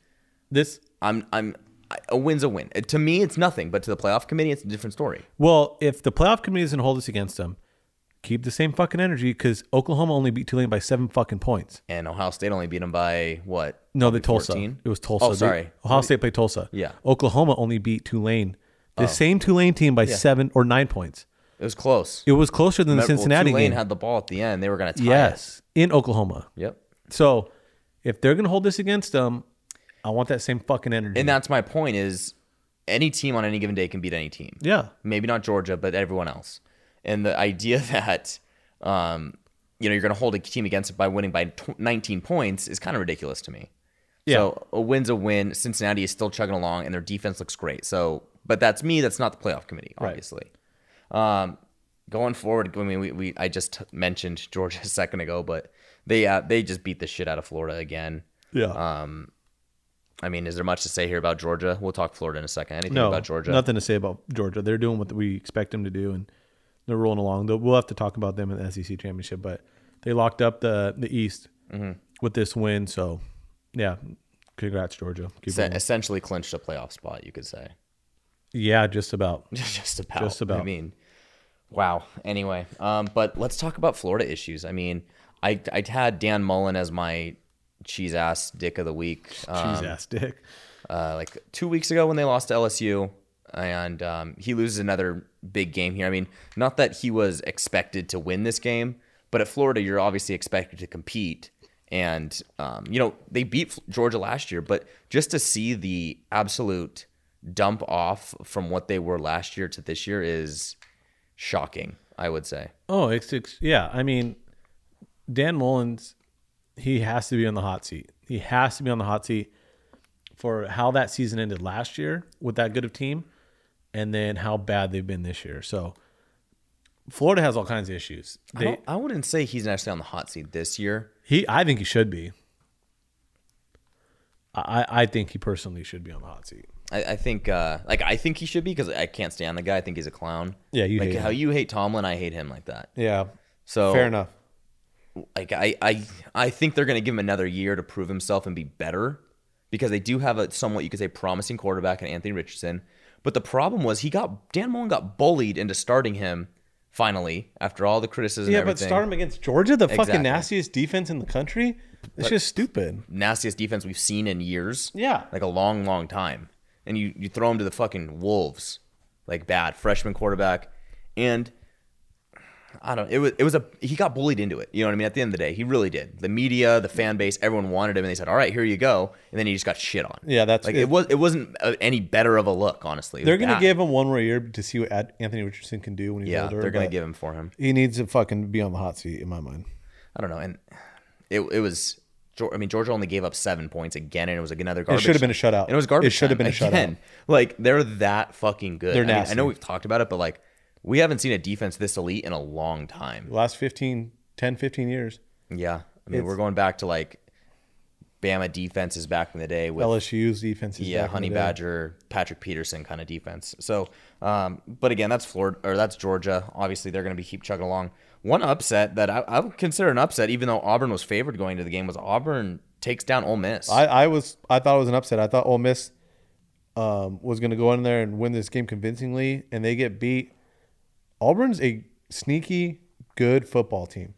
This I'm, I'm, I- a win's a win. Uh, To me, it's nothing, but to the playoff committee, it's a different story. well, if the playoff committee doesn't hold this against them, keep the same fucking energy because Oklahoma only beat Tulane by seven fucking points. And Ohio State only beat them by what? No, the Tulsa. 14? It was Tulsa. Oh, They- sorry. Ohio State played Tulsa. Yeah. Oh. Oklahoma only beat Tulane, the same Tulane team by seven or nine points. It was close. It was closer than the Remember- well, Cincinnati Tulane game. had the ball at the end. They were going to tie it. yes, in Oklahoma. Yep. So if they're gonna hold this against them, I want that same fucking energy. And that's my point is any team on any given day can beat any team. yeah, Maybe not Georgia, but everyone else. And the idea (laughs) that um, you know, you're going to hold a team against it by winning by tw 19 points is kind of ridiculous to me. So, a win's a win. Cincinnati is still chugging along and their defense looks great. So, but that's me, that's not the playoff committee, obviously. Um, going forward, I mean, we, we I just mentioned Georgia (laughs) a second ago, but they uh, they just beat the shit out of Florida again. yeah. Um, I mean, is there much to say here about Georgia? We'll talk Florida in a second. Anything no, about Georgia? nothing to say about Georgia. They're doing what we expect them to do, and they're rolling along. Though we'll have to talk about them in the SEC championship, but they locked up the the East Mm-hmm. with this win. So, yeah, congrats Georgia. Keep Se- rolling. e-, essentially clinched a playoff spot, you could say. (laughs) yeah, just about. Just about. Just about. I mean, wow. Anyway, um, but let's talk about Florida issues. I mean, I I had Dan Mullen as my cheese ass dick of the week. Um, Cheese ass dick. uh, like two weeks ago when they lost to LSU, and um, he loses another big game here. I mean, not that he was expected to win this game, but at Florida, you're obviously expected to compete. And um, you know they beat F- Georgia last year, but just to see the absolute dump off from what they were last year to this year is shocking. I would say. Oh, it's, it's yeah. I mean, Dan Mullins, he has to be on the hot seat. He has to be on the hot seat for how that season ended last year with that good of team, and then how bad they've been this year. So, Florida has all kinds of issues. I, They, don't- I wouldn't say he's actually on the hot seat this year. he, I think he should be. I, I- I think he personally should be on the hot seat. I, I think uh, like I think he should be because I can't stand the guy. I think he's a clown. Yeah, you like hate how you hate Tomlin, I hate him like that. Yeah. So Fair enough. Like I, I I think they're gonna give him another year to prove himself and be better because they do have a somewhat you could say promising quarterback in Anthony Richardson. But the problem was he got Dan Mullen got bullied into starting him finally after all the criticism. Yeah, and but everything. start him against Georgia, the Exactly. fucking nastiest defense in the country. It's just stupid. nastiest defense we've seen in years. Yeah. Like a long, long time. And you, you throw him to the fucking Wolves. Like bad. Freshman quarterback. And I don't it was it was a he got bullied into it. You know what I mean? At the end of the day, he really did. The media, the fan base, everyone wanted him and they said, All right, here you go. And then he just got shit on. Yeah, that's- like it, it- was it wasn't uh, any better of a look, honestly. It They're was going to bad. give him one more year to see what Ad- Anthony Richardson can do when he's Yeah, older. they're gonna but give him for him. He needs to fucking be on the hot seat in my mind. I don't know. And it it was Geor- I mean, Georgia only gave up seven points again, and it was like another garbage. should have been a time. shutout. And it was garbage. It should have time been a shutout. again. Like they're that fucking good. They're I mean, I nasty. know we've talked about it, but like we haven't seen a defense this elite in a long time. The last 15, 10, 15 years, Yeah, I mean, we're going back to like Bama defenses back in the day with LSU's defense is yeah, back in Honey the day. Badger, Patrick Peterson kind of defense. So, um, but again, that's Florida or that's Georgia. Obviously, they're going to be keep chugging along. One upset that I, I would consider an upset, even though Auburn was favored going to the game, was Auburn takes down Ole Miss. I, I was I thought it was an upset. I thought Ole Miss um, was going to go in there and win this game convincingly, and they get beat. Auburn's a sneaky good football team,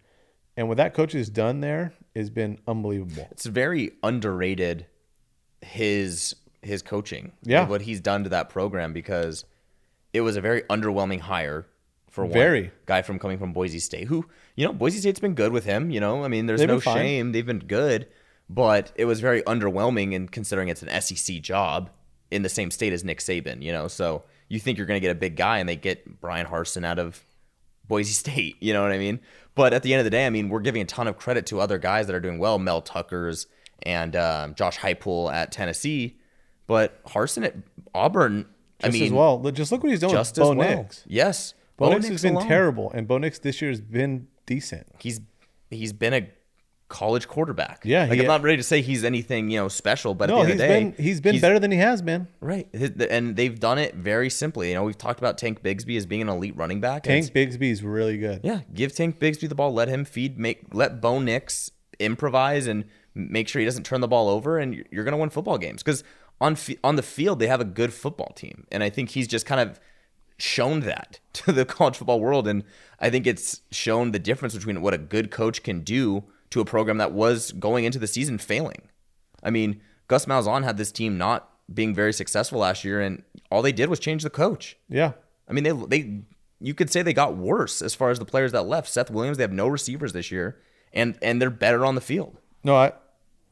and what that coach has done there has been unbelievable. it's very underrated his his coaching Yeah. what he's done to that program because it was a very underwhelming hire for one Very. guy from coming from Boise State, who you know Boise State's been good with him. You know, I mean, there's They've been no fine. shame; they've been good, but it was very underwhelming. And considering it's an SEC job in the same state as Nick Saban, you know, so you think you're going to get a big guy, and they get Brian Harson out of Boise (laughs) State. You know what I mean? But at the end of the day, I mean, we're giving a ton of credit to other guys that are doing well, Mel Tucker's and um, Josh Heupel at Tennessee, but Harson at Auburn. I Just mean, as well. Look- Just look what he's doing just with Bo as well. Nix. Yes, Bo Nix has been alone. terrible, and Bo Nix this year has been decent. He's he's been a college quarterback. Yeah, like he- I'm not ready to say he's anything you know special, but No, at the end he's of the day, been he's been better than he has been. Right, His- the- and they've done it very simply. You know, we've talked about Tank Bigsby as being an elite running back. and Tank Bigsby's really good. yeah, give Tank Bigsby the ball, let him feed, make let Bo Nix improvise and make sure he doesn't turn the ball over, and you're, you're going to win football games because on f- on the field they have a good football team, and I think he's just kind of shown that (laughs) to the college football world, and I think it's shown the difference between what a good coach can do to a program that was going into the season failing. I mean, Gus Malzahn had this team not being very successful last year, and all they did was change the coach. Yeah. I mean, they they you could say they got worse as far as the players that left. Seth Williams, they have no receivers this year, and and they're better on the field. No, I,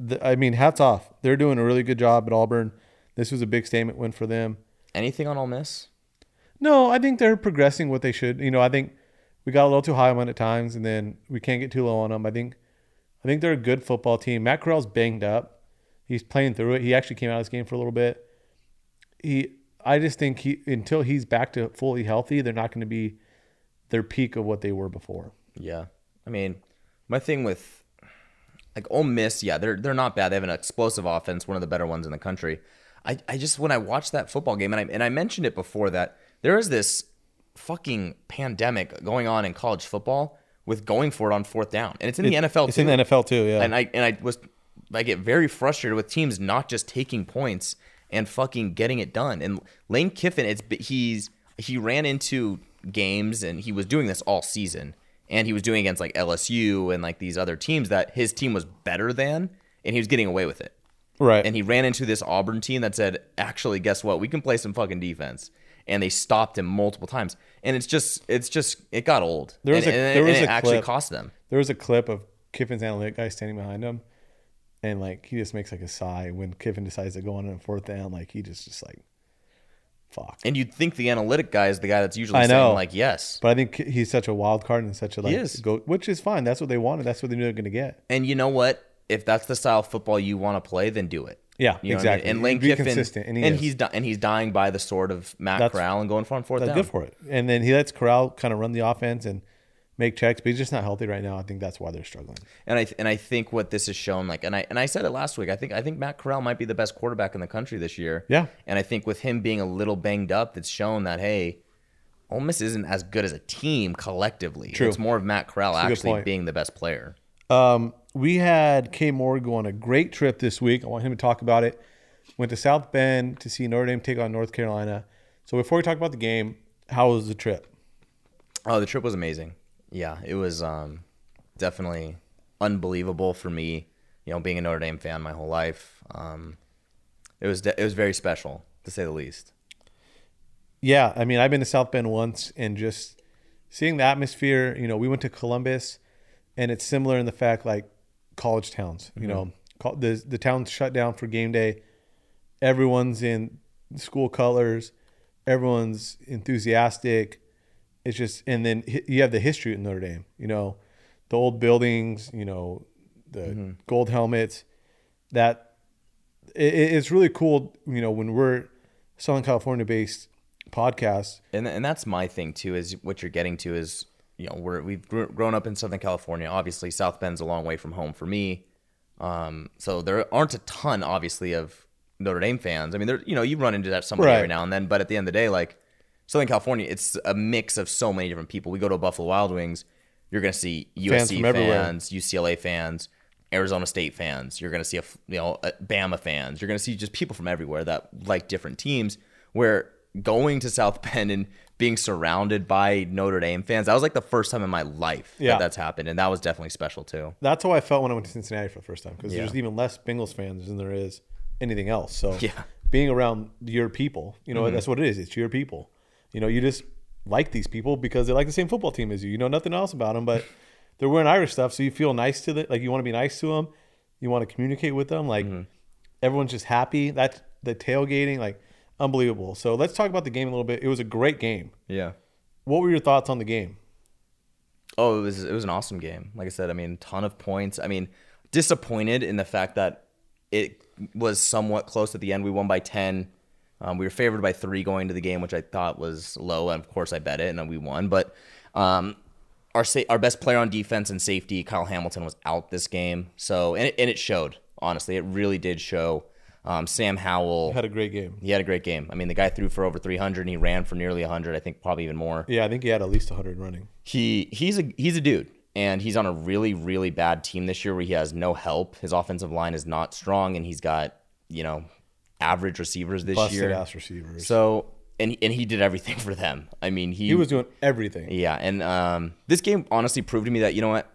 th- I mean, hats off. They're doing a really good job at Auburn. This was a big statement win for them. Anything on Ole Miss? No, I think they're progressing what they should. You know, I think we got a little too high on it at times, and then we can't get too low on them. I think, I think they're a good football team. Matt Corral's banged up. He's playing through it. He actually came out of this game for a little bit. He, I just think he until he's back to fully healthy, they're not going to be their peak of what they were before. Yeah, I mean, my thing with like Ole Miss, yeah, they're they're not bad. They have an explosive offense, one of the better ones in the country. I, I just when I watched that football game, and I and I mentioned it before that there is this fucking pandemic going on in college football with going for it on fourth down, and it's in the NFL. It's too. in the NFL too. Yeah, and I and I was I get very frustrated with teams not just taking points and fucking getting it done. And Lane Kiffin, it's he's he ran into games and he was doing this all season, and he was doing against like LSU and like these other teams that his team was better than, and he was getting away with it. right. And he ran into this Auburn team that said, "Actually, guess what? We can play some fucking defense." And they stopped him multiple times. And it's just, it's just, it got old. There was and, a- and- there was and it a actually clip. cost them. there was a clip of Kiffin's analytic guy standing behind him, and like he just makes like a sigh when Kiffin decides to go on a fourth down. Like he just just like, fuck. And you'd think the analytic guy is the guy that's usually I know. saying like yes. But I think he's such a wild card and such a like is. go, which is fine. That's what they wanted. That's what they knew they're gonna get. And you know what? If that's the style of football you want to play, then do it. Yeah, You know what exactly. And Lane Be Kiffin, consistent, and and, he is. he's di- and he's dying by the sword of Matt That's- Corral and going for it on fourth That's down. good for it. And then he lets Corral kind of run the offense and make checks, but he's just not healthy right now. I think that's why they're struggling. And I th- and I think what this has shown, like, and I and I said it last week. I think I think Matt Corral might be the best quarterback in the country this year. Yeah. And I think with him being a little banged up, it's shown that hey, Ole Miss isn't as good as a team collectively. True. It's more of Matt Corral a good actually point. being the best player. Um, we had Kay Moore go on a great trip this week. I want him to talk about it. Went to South Bend to see Notre Dame take on North Carolina. So before we talk about the game, how was the trip? Oh, the trip was amazing. Yeah, it was um, definitely unbelievable for me. You know, being a Notre Dame fan my whole life, um, it was de- it was very special to say the least. Yeah, I mean, I've been to South Bend once and just seeing the atmosphere. You know, we went to Columbus, and it's similar in the fact like college towns. You know, col- the the town's shut down for game day. Everyone's in school colors. Everyone's enthusiastic. It's just, and then hi- you have the history in Notre Dame. You know, the old buildings. You know, the gold helmets. That it, it- it's really cool. You know, when we're Southern California based podcasts, and and that's my thing too is what you're getting to is you know we're we've gr- grown up in Southern California. Obviously, South Bend's a long way from home for me. Um, so there aren't a ton, obviously, of Notre Dame fans. I mean, there you know you run into that somebody Right. every now and then, but at the end of the day, like Southern California, it's a mix of so many different people. We go to Buffalo Wild Wings, you're gonna see USC from everywhere. fans, UCLA fans, Arizona State fans. You're gonna see a f- you know a Bama fans. You're gonna see just people from everywhere that like different teams. Where going to South (laughs) Bend and being surrounded by Notre Dame fans, that was like the first time in my life Yeah. that that's happened, and that was definitely special too. that's how I felt when I went to Cincinnati for the first time because Yeah. there's even less Bengals fans than there is anything else. So Yeah. Mm-hmm. being around your people, you know, that's what it is. It's your people. You know, you just like these people because they like the same football team as you. You know nothing else about them, but (laughs) they're wearing Irish stuff, so you feel nice to them. Like you want to be nice to them, you want to communicate with them. Like Mm-hmm. everyone's just happy. That's the tailgating, like unbelievable. So let's talk about the game a little bit. It was a great game. Yeah. What were your thoughts on the game? Oh, it was it was an awesome game. Like I said, I mean, ton of points. I mean, disappointed in the fact that it was somewhat close at the end. We won by ten. Um, we were favored by three going to the game, which I thought was low, and of course I bet it, and then we won. But um, our sa- our best player on defense and safety, Kyle Hamilton, was out this game. So and it, and it showed. Honestly, it really did show. Um, Sam Howell Had a great game. he had a great game. I mean, the guy threw for over 300 and he ran for nearly 100. I think probably even more Yeah, I think he had at least 100 running. he he's a he's a dude and he's on a really really bad team this year where he has no help his offensive line is not strong and he's got you know average receivers this Busted year ass receivers. so and and he did everything (laughs) for them i mean he, he was doing everything. yeah and um this game honestly proved to me that you know what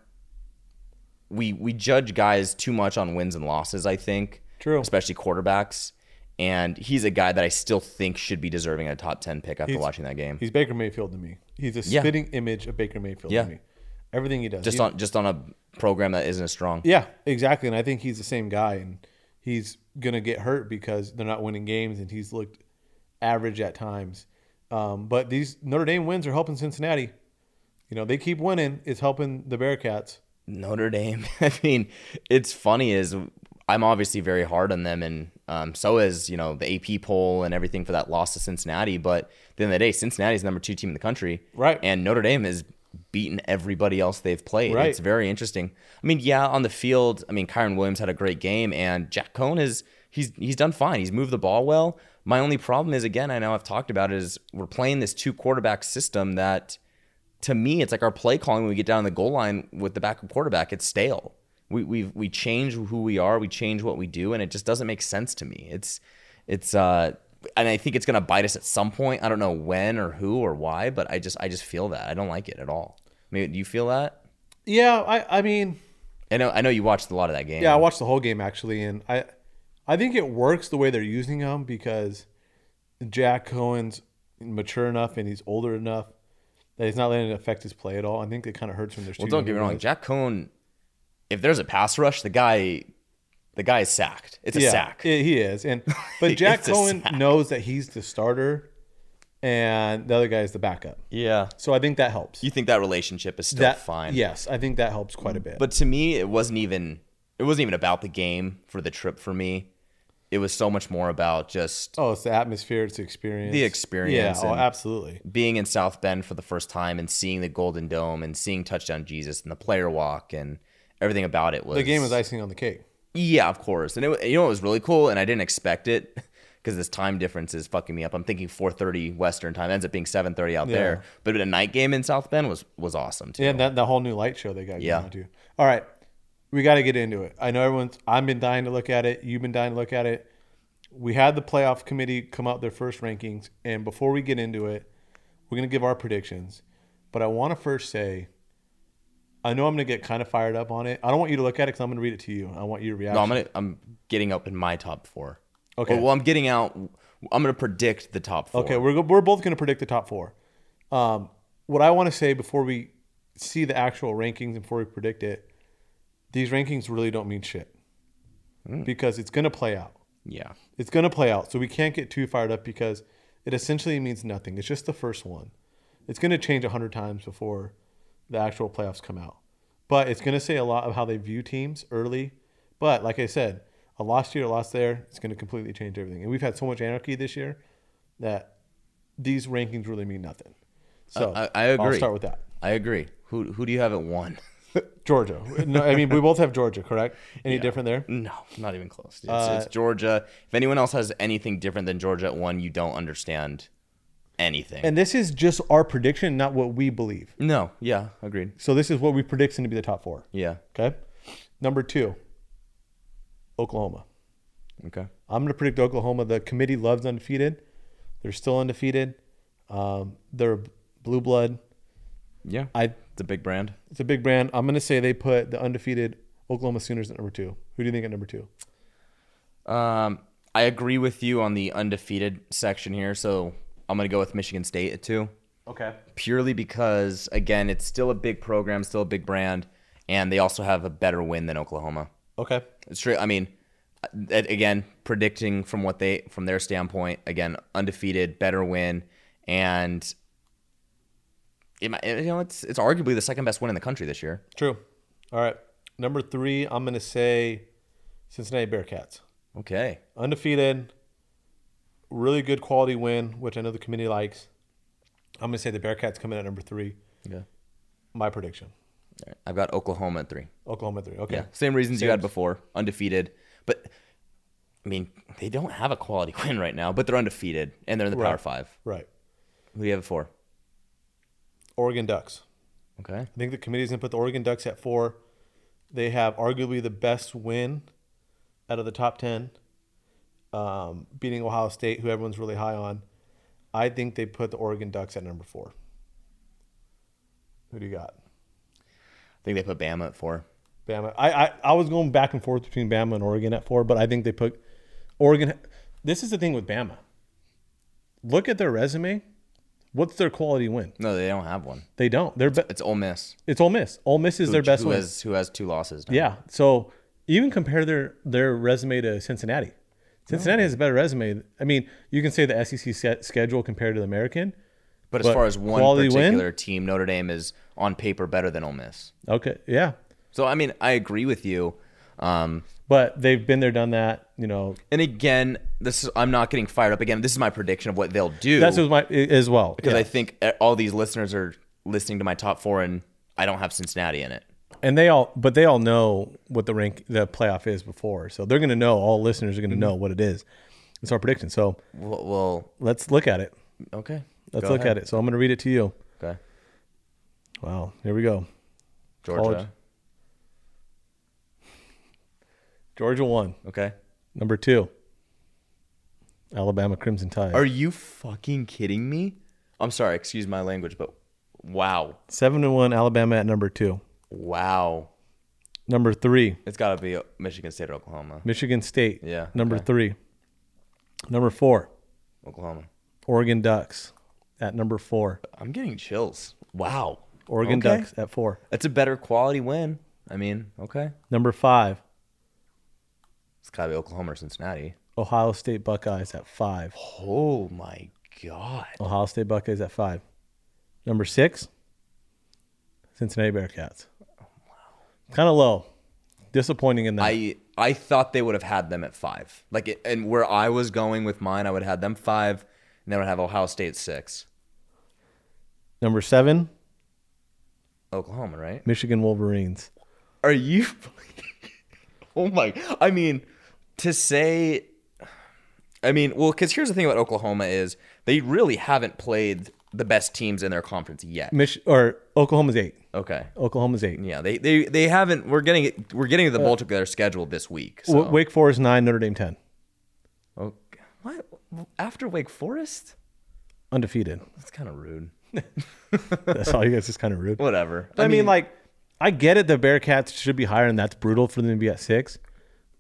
we we judge guys too much on wins and losses i think True. especially quarterbacks and he's a guy that i still think should be deserving a top 10 pick after watching that game He's Baker Mayfield to me. He's a Yeah. spitting image of Baker Mayfield Yeah. to me. Everything he does. just He- on just on a program that isn't as strong Yeah, exactly. And I think he's the same guy, and he's gonna get hurt because they're not winning games, and he's looked average at times. Um, but these Notre Dame wins are helping Cincinnati. You know, they keep winning. It's helping the Bearcats. Notre Dame. (laughs) I mean, it's funny is I'm obviously very hard on them, and um, so is you know the AP poll and everything for that loss to Cincinnati. But at the end of the day, Cincinnati's the number two team in the country, Right. And Notre Dame has beaten everybody else they've played. Right. It's very interesting. I mean, yeah, on the field, I mean, Kyron Williams had a great game, and Jack Cohn is he's he's done fine. He's moved the ball well. My only problem is again, I know I've talked about it, is we're playing this two quarterback system that to me, it's like our play calling when we get down on the goal line with the backup quarterback. It's stale. We we we change who we are, we change what we do, and it just doesn't make sense to me. It's it's uh, and I think it's gonna bite us at some point. I don't know when or who or why, but I just I just feel that I don't like it at all. I mean, do you feel that? Yeah, I, I mean, I know I know you watched a lot of that game. Yeah, I watched the whole game actually, and I, I think it works the way they're using him because Jack Cohen's mature enough and he's older enough that he's not letting it affect his play at all. I think it kind of hurts when there's. Well, two don't get me young wrong. guys. Jack Cohn, if there's a pass rush, the guy, the guy is sacked. It's a yeah, sack. yeah, he (laughs) is, and but Jack It's a Cohen sack. knows that he's the starter, and the other guy is the backup. yeah. So I think that helps. You think that relationship is still that fine? Yes, I think that helps quite a bit. But to me, it wasn't even it wasn't even about the game for the trip for me. It was so much more about just oh, it's the atmosphere, it's the experience, The experience Yeah, oh, and- absolutely. being in South Bend for the first time and seeing the Golden Dome and seeing Touchdown Jesus and the player walk and everything about it was The game was icing on the cake. yeah, of course. And it, wa- you know what was really cool, and I didn't expect it (laughs) because this time difference is fucking me up. I'm thinking 4:30 Western time ends up being 7:30 out there, but a night game in South Bend was was awesome too. Yeah, and that the whole new light show they got Yeah. going on too. All right, we got to get into it. I know everyone's. I've been dying to look at it. You've been dying to look at it. We had the playoff committee come out their first rankings, and before we get into it, we're gonna give our predictions. But I want to first say, I know I'm gonna get kind of fired up on it. I don't want you to look at it because I'm gonna read it to you. I want you to react. No, I'm gonna I'm getting up in my top four. Okay. Well, I'm getting out. I'm gonna predict the top four. Okay, we're, go- we're both going to predict the top four. Um, what I want to say before we see the actual rankings and before we predict it, these rankings really don't mean shit because it's going to play out. Yeah. It's going to play out. So we can't get too fired up because it essentially means nothing. It's just the first one. It's going to change 100 times before the actual playoffs come out. But it's going to say a lot of how they view teams early. But like I said, a loss here, a loss there, it's going to completely change everything. And we've had so much anarchy this year that these rankings really mean nothing. So I- I I'll agree. start with that. I agree. Who who do you have at one? (laughs) Georgia. No, I mean, we both have Georgia, correct? Any different there? No, not even close. It's, Uh, it's Georgia. If anyone else has anything different than Georgia at one, you don't understand anything. And this is just our prediction, not what we believe. no, yeah, agreed. So this is what we predict to be the top four. Yeah. Okay. Number two, Oklahoma. Okay. I'm going to predict Oklahoma. The committee loves undefeated. They're still undefeated. Um, they're blue blood. Yeah. I it's a big brand. it's a big brand. I'm going to say they put the undefeated Oklahoma Sooners at number two. Who do you think at number two? Um, I agree with you on the undefeated section here, so I'm gonna go with Michigan State at two. Okay. purely because again it's still a big program still a big brand and they also have a better win than oklahoma Okay. it's true i mean that, again predicting from what they from their standpoint again undefeated better win and it, might- you know it's it's arguably the second best win in the country this year True. All right. Number three, I'm gonna say Cincinnati Bearcats. okay Undefeated. Really good quality win, which I know the committee likes. I'm gonna say the Bearcats come in at number three. yeah My prediction. i've got oklahoma at three Oklahoma three. Okay. Yeah, same reasons you had before, undefeated. But I mean, they don't have a quality (laughs) win right now, but they're undefeated and they're in the Power Right. Five. Right. Who do you have it for? Oregon Ducks. Okay, I think the committee's gonna put the Oregon Ducks at four. They have arguably the best win out of the top ten, um, beating Ohio State, who everyone's really high on. I think they put the Oregon Ducks at number four. Who do you got? I think they put Bama at four. Bama. I, I I was going back and forth between Bama and Oregon at four, but I think they put Oregon. This is the thing with Bama. Look at their resume. What's their quality win? No, they don't have one. They don't. They're be- It's Ole Miss. it's Ole Miss. Ole Miss is their best who win. has who has two losses. Now. Yeah. So even compare their their resume to Cincinnati. Cincinnati has a better resume. I mean, you can say the SEC set schedule compared to the American. but as but far as one quality win? particular team, Notre Dame is on paper better than Ole Miss. Okay. Yeah. So I mean, I agree with you. Um, But they've been there, done that. You know, and again, this is, I'm not getting fired up again. This is my prediction of what they'll do. that's what my as well. because Yeah. I think eh, all these listeners are listening to my top four, and I don't have Cincinnati in it. and they all, but they all know what the rank the playoff is before, so they're going to know. All listeners are going to know what it is. It's our prediction. So Well, well let's look at it. okay. Let's look at it. So I'm going to read it to you. it. Okay. Wow. Here we go. Georgia. College. Georgia one, Okay. number two. Alabama Crimson Tide. Are you fucking kidding me? I'm sorry. Excuse my language, but wow, Seven and one, Alabama at number two. wow. Number three, It's got to be Michigan State or Oklahoma. Michigan State. Yeah, Number three. Number four, Oklahoma. Oregon Ducks at number four. I'm getting chills. Wow. Oregon Okay. Ducks at four. That's a better quality win. I mean, okay. Number five, It's got to be Oklahoma or Cincinnati. Ohio State Buckeyes at five. Oh my god. Ohio State Buckeyes at five. Number six, Cincinnati Bearcats. Kind of low. Disappointing in that. I I thought they would have had them at five. Like, it, and where I was going with mine, I would have had them five, and then I would have Ohio State at six. Number seven, Oklahoma, right? Michigan Wolverines. Are you? (laughs) oh my! I mean, to say, I mean, well, because here's the thing about Oklahoma is they really haven't played the best teams in their conference yet. Mich- or Oklahoma's eight. Okay. Oklahoma's eight. Yeah, they they they haven't. We're getting we're getting to the bulk of their schedule this week. So. W- Wake Forest nine, Notre Dame ten. Oh, what after Wake Forest? (laughs) Undefeated. That's kind of rude. (laughs) That's all you guys is kind of rude. Whatever. I, mean, like, I get it. The Bearcats should be higher, and that's brutal for them to be at six.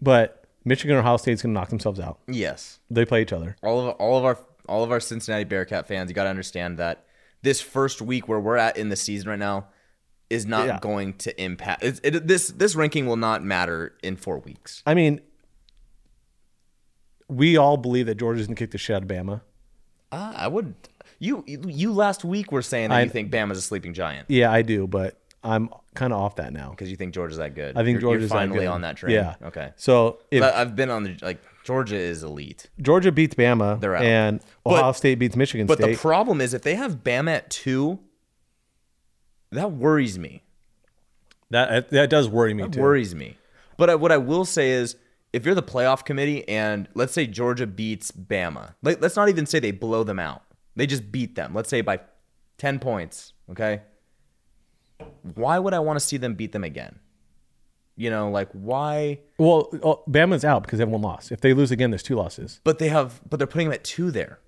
But Michigan or Ohio State's going to knock themselves out. yes. They play each other. all of all of our all of our Cincinnati Bearcat fans, you got to understand that this first week where we're at in the season right now is not Yeah. going to impact it, it, this this ranking will not matter in 4 weeks. I mean, we all believe that Georgia's going to kick the shit out of Bama. Uh, I would you you last week were saying that I- you think Bama's a sleeping giant Yeah, I do, but I'm kind of off that now. because you think Georgia's that good. I think you're, Georgia's you're finally good. on that train. Yeah. Okay. So if But I've been on the like Georgia is elite. Georgia beats Bama They're out. and But- Ohio State beats Michigan But State, the problem is if they have Bama at 2 that worries me. that that does worry me It too. worries me. But I, what I will say is, if you're the playoff committee, and let's say Georgia beats Bama, like, let's not even say they blow them out. They just beat them. Let's say by ten points. Okay. Why would I want to see them beat them again? You know, like why? Well, oh, Bama's out because they have one loss. If they lose again, there's two losses. But they have, but they're putting them at two there.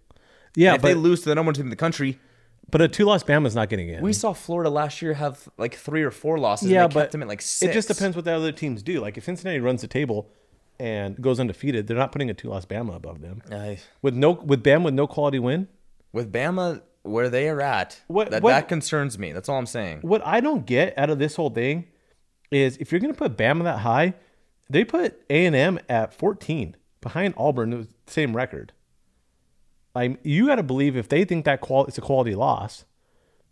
Yeah, if they but, lose to the number one team in the country, but a two loss Bama's not getting in. we saw Florida last year have like three or four losses. Mm. yeah, and they but kept them at like six. it just depends what the other teams do. Like if Cincinnati runs the table and goes undefeated, they're not putting a two loss Bama above them. I- With no with Bama with no quality win, with Bama where they are at. What- that, what- that concerns me. That's all I'm saying. what I don't get out of this whole thing is if you're going to put Bama that high, they put A and M at 14 behind Auburn, the same record. Like you got to believe if they think that qual it's a quality loss,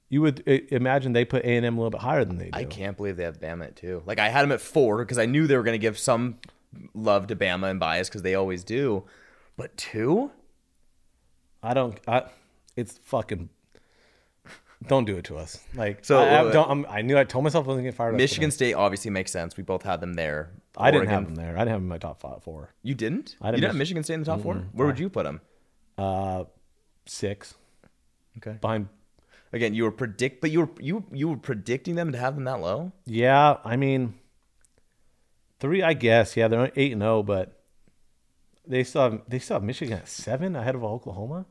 you would i- imagine they put A and M a little bit higher than they do. I can't believe they have Bama at two. Like I had them at four because I knew they were going to give some love to Bama and bias because they always do. But two? I don't. I, it's fucking. Don't do it to us. Like So, so, I, I uh, don't. I'm, I knew I told myself I wasn't getting fired. up Michigan tonight. State obviously makes sense. We both had them there. I didn't Oregon- have them there. I didn't have them in my top five, four, You didn't? Mm-hmm. I didn't you didn't have Mich- Michigan State in the top four? Where would you put them? uh, six Okay. behind. Again, you were predict, but you were you you were predicting them to have them that low. Yeah, I mean, three. I guess. Yeah, they're eight and zero, but they still have, they still have Michigan at seven ahead of Oklahoma.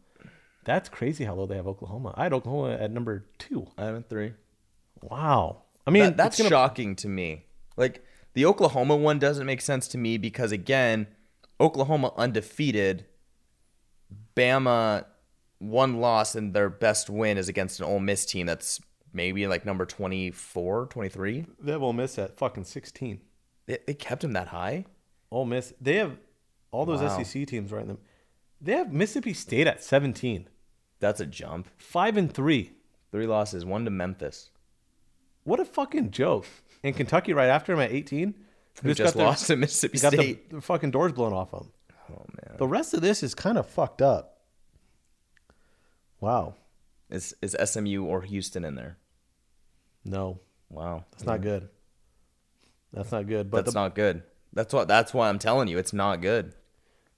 That's crazy how low they have Oklahoma. I had Oklahoma at number two. I have at three. Wow. I mean, That- that's it's gonna- shocking to me. Like the Oklahoma one doesn't make sense to me because again, Oklahoma undefeated, Bama one loss and their best win is against an Ole Miss team that's maybe like number 24, 23. they have Ole Miss at fucking sixteen. They, they kept him that high. Ole Miss. They have all those Wow. SEC teams right in them. They have Mississippi State at 17, That's a jump. five and three. Three losses, one to Memphis. What a fucking joke! And Kentucky right after them at 18. Who just, lost to Mississippi Their, got the, State. the fucking doors blown off them. oh man. The rest of this is kind of fucked up. Wow. Is is SMU or Houston in there? No, Wow. that's not good. That's not good. But That's the, not good. That's what that's why I'm telling you. It's not good.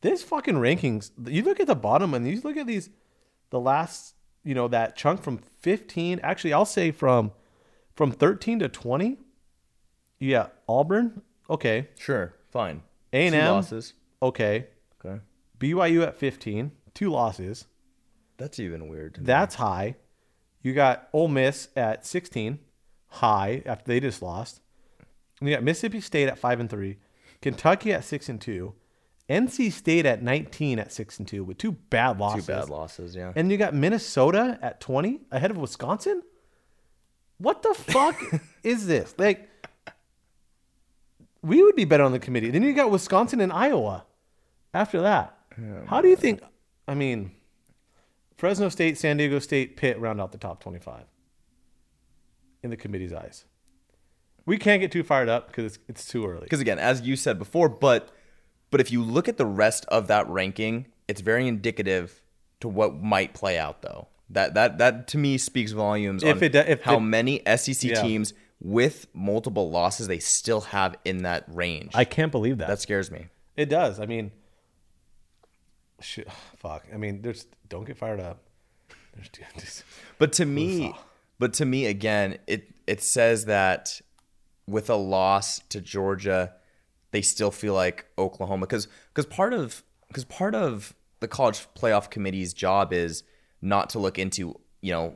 this fucking rankings. You look at the bottom and you look at these. The last, you know, that chunk from 15. Actually, I'll say from from 13 to 20. Yeah, Auburn. Okay, Sure. Fine. A&M. Two losses. okay. Okay. BYU at 15, two losses. That's even weird. That's high. You got Ole Miss at 16, high after they just lost. And you got Mississippi State at five and three, Kentucky at six and two, NC State at 19 at six and two with two bad Two losses. bad losses, yeah. And you got Minnesota at 20 ahead of Wisconsin. What the (laughs) fuck is this? Like, we would be better on the committee. Then you got Wisconsin and Iowa after that. How do you think? I mean, Fresno State, San Diego State, Pitt round out the top 25 in the committee's eyes. We can't get too fired up because it's, it's too early. Because again, as you said before, but but if you look at the rest of that ranking, it's very indicative to what might play out though. That that that to me speaks volumes If on it do- if how it- many SEC Yeah. teams with multiple losses they still have in that range. I can't believe that. that scares me. It does. I mean, shit, (sighs) fuck. I mean, there's don't get fired up. There's (laughs) just, But to me, but to me again, it it says that with a loss to Georgia, they still feel like Oklahoma because because part of because part of the college playoff committee's job is not to look into you know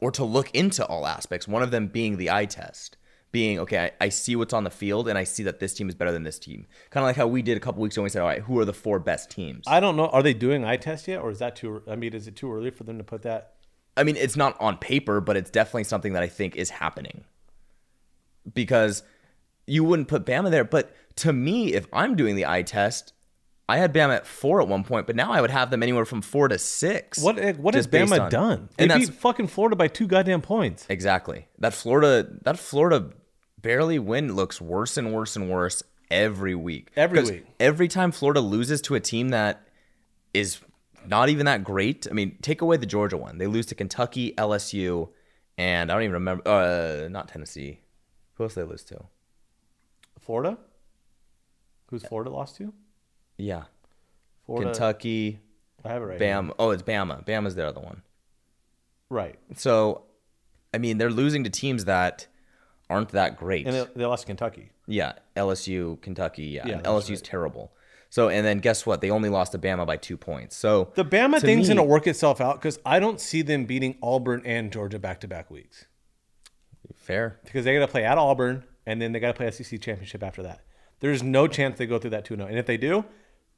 or to look into all aspects. One of them being the eye test, being okay, I, I see what's on the field and I see that this team is better than this team. Kind of like how we did a couple weeks ago. and We said, all right, who are the four best teams? I don't know. Are they doing eye test yet, or is that too? I mean, is it too early for them to put that? I mean, it's not on paper, but it's definitely something that I think is happening. Because you wouldn't put Bama there, but to me, if I'm doing the eye test, I had Bama at four at one point, but now I would have them anywhere from four to six. What eh, what has just based Bama on- done? They And that's beat fucking Florida by two goddamn points. exactly that Florida. That Florida barely win looks worse and worse and worse every week. Every 'Cause week. every time Florida loses to a team that is not even that great. I mean, take away the Georgia one. They lose to Kentucky, LSU, and I don't even remember. Uh, not Tennessee. Who else they lose to? Florida. Who's Florida lost to? Yeah, Florida. Kentucky, I have it right. here. Bam. Oh, it's Bama. Bama's the other one. Right. So, I mean, they're losing to teams that aren't that great. And they, they lost to Kentucky. yeah, LSU, Kentucky. Yeah, Yeah, and that's LSU's terrible. So, and then guess what? They only lost to Bama by two points. So The Bama to thing's me- gonna work itself out because I don't see them beating Auburn and Georgia back to back weeks. fair. because they got to play at Auburn and then they got to play SEC championship after that. There's no chance they go through that 2 0. And if they do,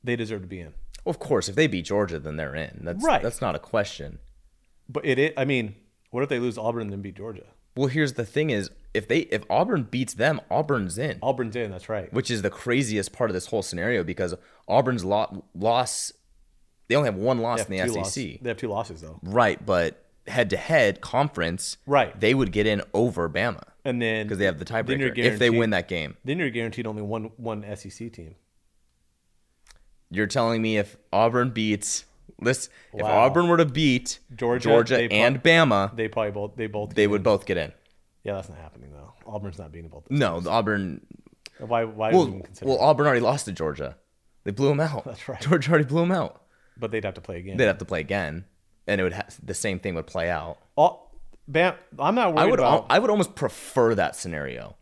they deserve to be in. Of course, if they beat Georgia, then they're in. That's Right. That's not a question. But it, it I mean, what if they lose Auburn and then beat Georgia? Well, here's the thing: is if they if Auburn beats them, Auburn's in, Auburn's in. That's right. which is the craziest part of this whole scenario because Auburn's lo- loss, they only have one loss They in have the E two SEC, loss- They have two losses though, right? But head to head conference, Right. They would get in over Bama and then because they have the then you're tiebreaker if they guaranteed- win that game. Then you're guaranteed only one one SEC team. You're telling me if Auburn beats this, if Wow. Auburn were to beat Georgia, they pro- and Bama, They probably both they both they would both get in. yeah that's not happening though. Auburn's not beating both. No, the Auburn. Why why would you Well, even consider? well, Auburn already lost to Georgia. They blew them out. That's right. Georgia already blew them out. but they'd have to play again. They'd have to play again, and it would ha- the same thing would play out. All, Bam, I'm not worried I would about al- I would almost prefer that scenario.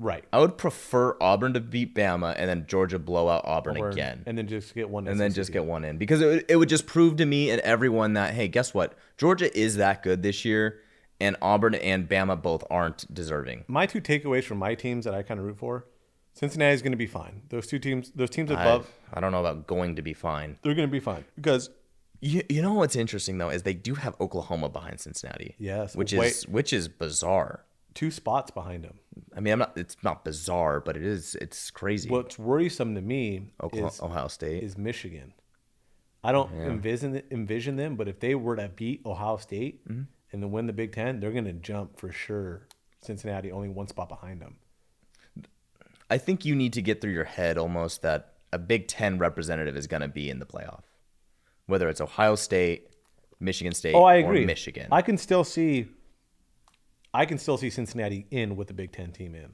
right I would prefer Auburn to beat Bama and then Georgia blow out Auburn Or- again, and, and then just get one E then SEC just team. get one in because it would, it would just prove to me and everyone that hey, guess what? Georgia is that good this year, and Auburn and Bama both aren't deserving. my two takeaways from my teams that I kind of root for. Cincinnati is going to be fine. Those two teams, those teams I- above, I don't know about going to be fine. they're going to be fine because You, you know what's interesting though is they do have Oklahoma behind Cincinnati. Yes, which wait. is which is bizarre. two spots behind them. I mean, I'm not. It's not bizarre, but it is. It's crazy. What's worrisome to me Oklahoma, is Ohio State. is Michigan. I don't envision envision them, but if they were to beat Ohio State Mm-hmm. and then win the Big Ten, they're going to jump for sure. Cincinnati only one spot behind them. I think you need to get through your head almost that a Big Ten representative is going to be in the playoff, whether it's Ohio State, Michigan State, Oh, I agree. or Michigan. I can still see. I can still see Cincinnati in with the Big Ten team in.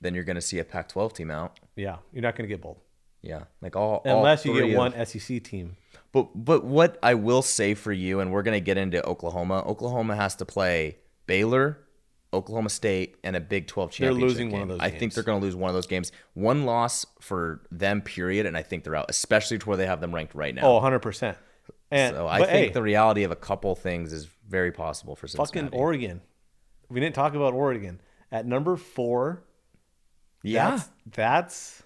then you're going to see a Pac-12 team out. Yeah, you're not going to get both Yeah, like all all unless you three get of- one SEC team. But but what I will say for you, and we're going to get into Oklahoma. Oklahoma has to play Baylor, Oklahoma State, and a Big Twelve They're championship. losing one of game. those I games. think they're going to lose one of those games. One loss for them, period, and I think they're out. Especially to where they have them ranked right now. Oh, 100 percent. And so I but, think hey, the reality of a couple things is very possible for Cincinnati. fucking Oregon. We didn't talk about Oregon at number four. yeah, that's, that's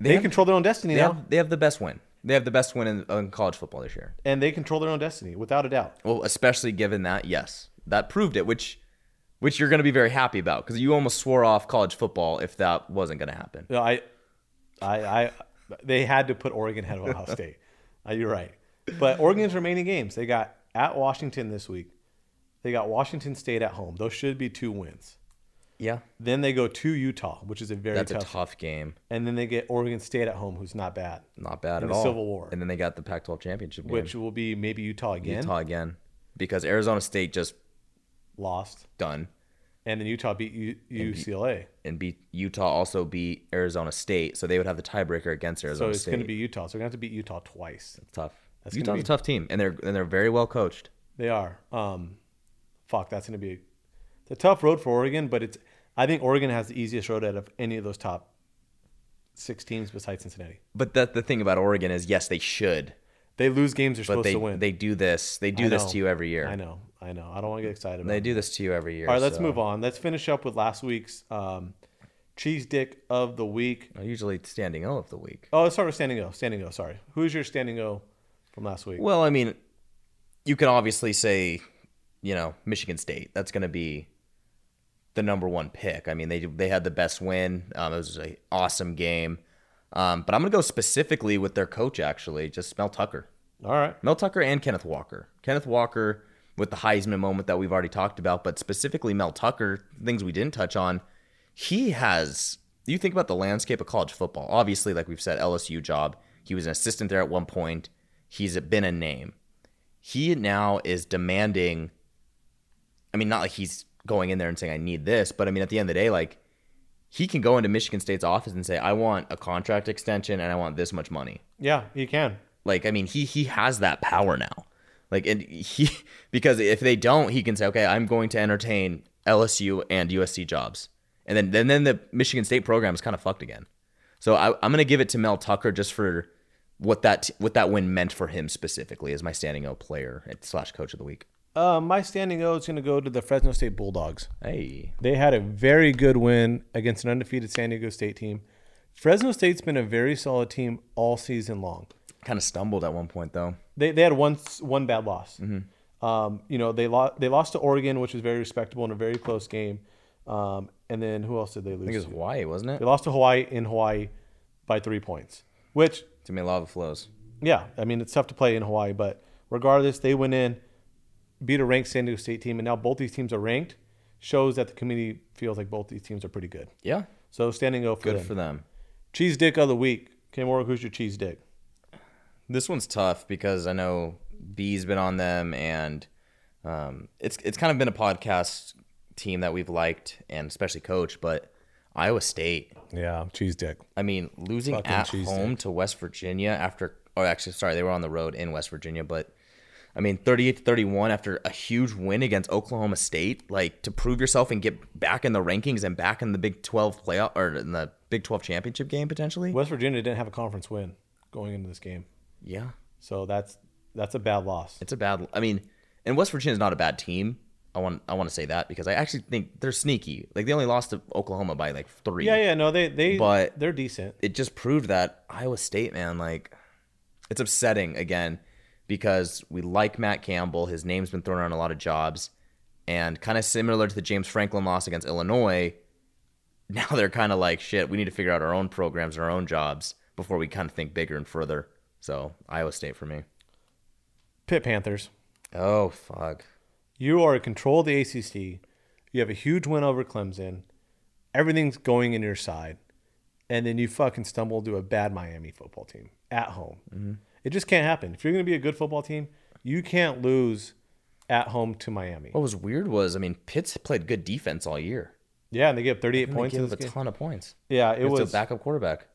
they, they have, control their own destiny they, now, have, they have the best win. They have the best win in, in college football this year. and they control their own destiny without a doubt. Well, especially given that, yes, that proved it, which which you're going to be very happy about because you almost swore off college football if that wasn't going to happen. No, I, I, I, they had to put Oregon ahead of (laughs) Ohio State. Uh, you're right. But Oregon's remaining games, they got at Washington this week. They got Washington State at home. Those should be two wins. Yeah, Then they go to Utah, which is a very that's a tough, tough game. and then they get Oregon State at home, who's not bad, Not bad In at the all. Civil War. and then they got the Pac-12 championship game. which will be maybe Utah again, Utah again because Arizona State just lost, done and then Utah beat U- UCLA. and beat Utah. Also beat Arizona State, so they would have the tiebreaker against Arizona So it's State. going to be Utah. So we're going to have to beat Utah twice. tough. That's gonna Utah's be- a tough team, and they're and they're very well coached. They are. Um, fuck, that's going to be a, it's a tough road for Oregon, but it's. I think Oregon has the easiest road out of any of those top six teams besides Cincinnati. But that the thing about Oregon is, yes, they should, They lose games they're but supposed they to win. they do this. They do I this know. to you every year. I know. I know. I don't want to get excited about. They it. do this to you every year. All right, let's so- move on. Let's finish up with last week's um, cheese dick of the week. I usually standing O of the week. Oh, let's start with standing O. Standing O. Sorry, who's your standing O from last week? Well, I mean, you can obviously say, you know, Michigan State. That's going to be the number one pick. I mean, they they had the best win. Um, it was an awesome game. Um, but I'm going to go specifically with their coach, actually, just Mel Tucker. All right. Mel Tucker and Kenneth Walker. Kenneth Walker with the Heisman moment that we've already talked about, but specifically Mel Tucker, things we didn't touch on. He has, you think about the landscape of college football. Obviously, like we've said, LSU job. He was an assistant there at one point. He's been a name. He now is demanding, I mean, not like he's going in there and saying, I need this, but I mean, at the end of the day, like, he can go into Michigan State's office and say, I want a contract extension and I want this much money. Yeah, you can. Like, I mean, he he has that power now. Like, and he (laughs) because if they don't, he can say, okay, I'm going to entertain LSU and USC jobs, and then then then the Michigan State program is kind of fucked again. So I, I'm gonna give it to Mel Tucker just for what that what that win meant for him specifically as my standing O player and slash coach of the week. Uh, my standing O is going to go to the Fresno State Bulldogs. Hey, They had a very good win against an undefeated San Diego State team. Fresno State's been a very solid team all season long. kind of stumbled at one point though. They, they had one one bad loss. Mm-hmm. Um, you know, they lost they lost to Oregon, which was very respectable in a very close game. Um, and then who else did they lose? I think it was to? Hawaii, wasn't it? They lost to Hawaii in Hawaii by three points, which To me, lava flows. yeah, I mean it's tough to play in Hawaii, but regardless, they went in, beat a ranked San Diego State team, and now both these teams are ranked. Shows that the community feels like both these teams are pretty good. Yeah, So standing O for good them. for them. Cheese dick of the week. Kimura, who's your cheese dick? This one's tough because I know B's been on them, and um, it's it's kind of been a podcast team that we've liked, and especially coach. But Iowa State, Yeah, cheese dick. I mean, losing Fucking at cheese home to West Virginia after, or actually, sorry, they were on the road in West Virginia, but I mean, 38 to 31 after a huge win against Oklahoma State, like to prove yourself and get back in the rankings and back in the Big 12 playoff or in the Big 12 championship game potentially. West Virginia didn't have a conference win going into this game, Yeah. so that's that's a bad loss. It's a bad, I mean, and West Virginia's not a bad team. I want, I want to say that because I actually think they're sneaky. Like they only lost to Oklahoma by like three. Yeah, yeah, no, they they But- they're decent. it just proved that Iowa State, man, like it's upsetting again because we like Matt Campbell. His name's been thrown around a lot of jobs. And kind of similar to the James Franklin loss against Illinois, (laughs) now they're kind of like, shit, we need to figure out our own programs and our own jobs before we kind of think bigger and further. So, Iowa State for me. Pitt Panthers. Oh, fuck. You are in control of the ACC. You have a huge win over Clemson. Everything's going in your side, and then you fucking stumble to a bad Miami football team at home. Mm-hmm. It just can't happen. If you're going to be a good football team, you can't lose at home to Miami. What was weird was, I mean, Pitt's played good defense all year. Yeah, and they give 38 And points they in gave this up a game. ton of points. Yeah, it It's was a backup quarterback.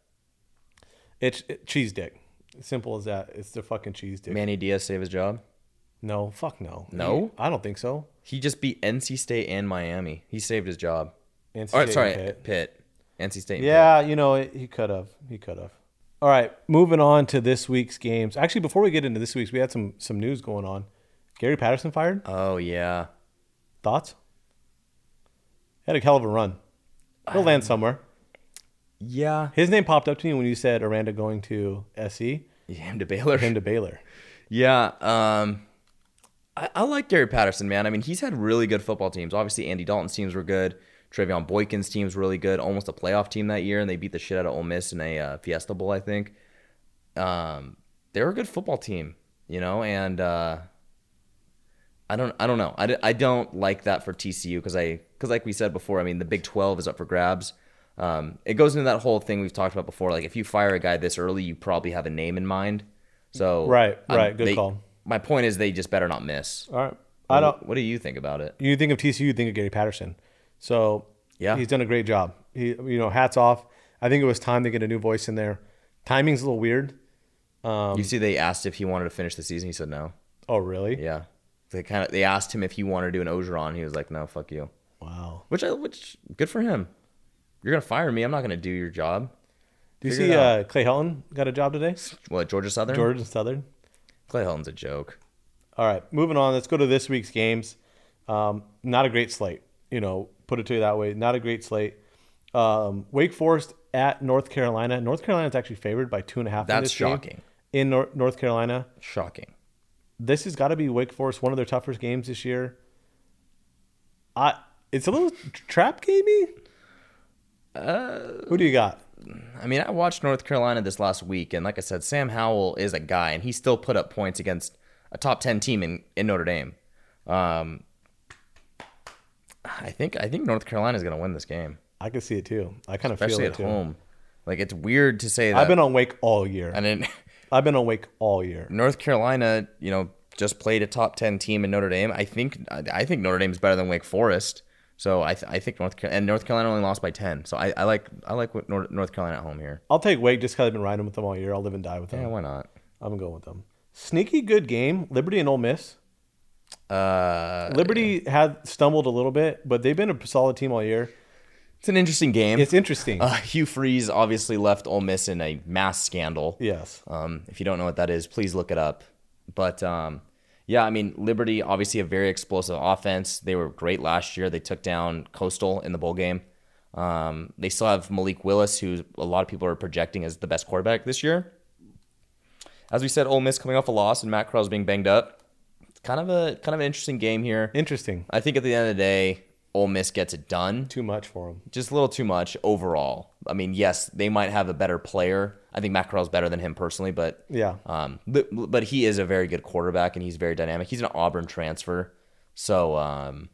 It's it, cheese dick. Simple as that. It's the fucking cheese dick. Manny Diaz saved his job. No, fuck no. No? I don't think so. He just beat NC State and Miami. He saved his job. NC All right, State sorry, and Pitt. Pitt. NC State. and Yeah, you know, it, he could have. He could have. All right, moving on to this week's games. Actually, before we get into this week's, we had some some news going on. Gary Patterson fired. Pitt. Oh yeah. Thoughts? Had a hell of a run. He'll land somewhere. Yeah. (laughs) His name popped up to me when you said Aranda going to SE, Him to Baylor. him to Baylor. Yeah. Um, I, I like Gary Patterson, man. I mean, he's had really good football teams. Obviously, Andy Dalton's teams were good. Travion Boykin's team's really good. Almost a playoff team that year, and they beat the shit out of Ole Miss in a uh, Fiesta Bowl, I think. Um, they were a good football team, you know, and uh, I don't, I don't know. I, d- I don't like that for TCU because I, because like we said before, I mean, the Big Twelve is up for grabs. Um, it goes into that whole thing we've talked about before. Like, if you fire a guy this early, you probably have a name in mind. So Right, right, good they- call. My point is, they just better not miss. All right. I don't What do you think about it? you think of TCU, you think of Gary Patterson. So Yeah. he's done a great job. He, you know, hats off. I think it was time to get a new voice in there. Timing's a little weird. Um, you see, they asked if he wanted to finish the season. He said no. oh, really? Yeah, they kind of they asked him if he wanted to do an Ogeron. He was like, no, fuck you. Wow. Which I, which good for him. You're gonna fire me. I'm not gonna do your job. Do you Figure see it out. uh, Clay Helton got a job today? What Georgia Southern? Jordan Southern. Clay Helton's a joke. All right, moving on. Let's go to this week's games. Um, not a great slate, you know. Put it to you that way. Not a great slate. Um, Wake Forest at North Carolina. North Carolina is actually favored by two and a half. in That's this game shocking. in Nor- North Carolina. Shocking. this has got to be Wake Forest one of their toughest games this year. I it's a little trap gamey. Uh, Who do you got? I mean, I watched North Carolina this last week, and like I said, Sam Howell is a guy, and he still put up points against a top ten team in, in Notre Dame. Um, I think I think North Carolina's gonna win this game, I can see it too. I kind of feel especially it at too. home. Like it's weird to say that. I've been on Wake all year. I mean, I've been on Wake all year. (laughs) North Carolina, you know, just played a top ten team in Notre Dame. I think I I think Notre Dame's better than Wake Forest. So I, th- I think North Carolina and North Carolina only lost by ten. So I, I like I like what Nor- North Carolina at home here. I'll take Wake just because I've been riding with them all year. I'll live and die with them. Yeah, why not? I'm going with them. Sneaky good game. Liberty and Ole Miss. Uh, Liberty had stumbled a little bit, but they've been a solid team all year. it's an interesting game. It's interesting. Uh, Hugh Freeze obviously left Ole Miss in a mass scandal. yes. Um, if you don't know what that is, please look it up. But um, yeah, I mean, Liberty, obviously a very explosive offense. They were great last year. They took down Coastal in the bowl game. Um, they still have Malik Willis, who a lot of people are projecting as the best quarterback this year. As we said, Ole Miss coming off a loss and Matt Corral's being banged up. kind of a kind of an interesting game here. Interesting. I think at the end of the day, Ole Miss gets it done. Too much for him. Just a little too much overall. I mean, yes, they might have a better player. I think Matt Corral's better than him personally, but Yeah. um, but, but he is a very good quarterback and he's very dynamic. He's an Auburn transfer, so um,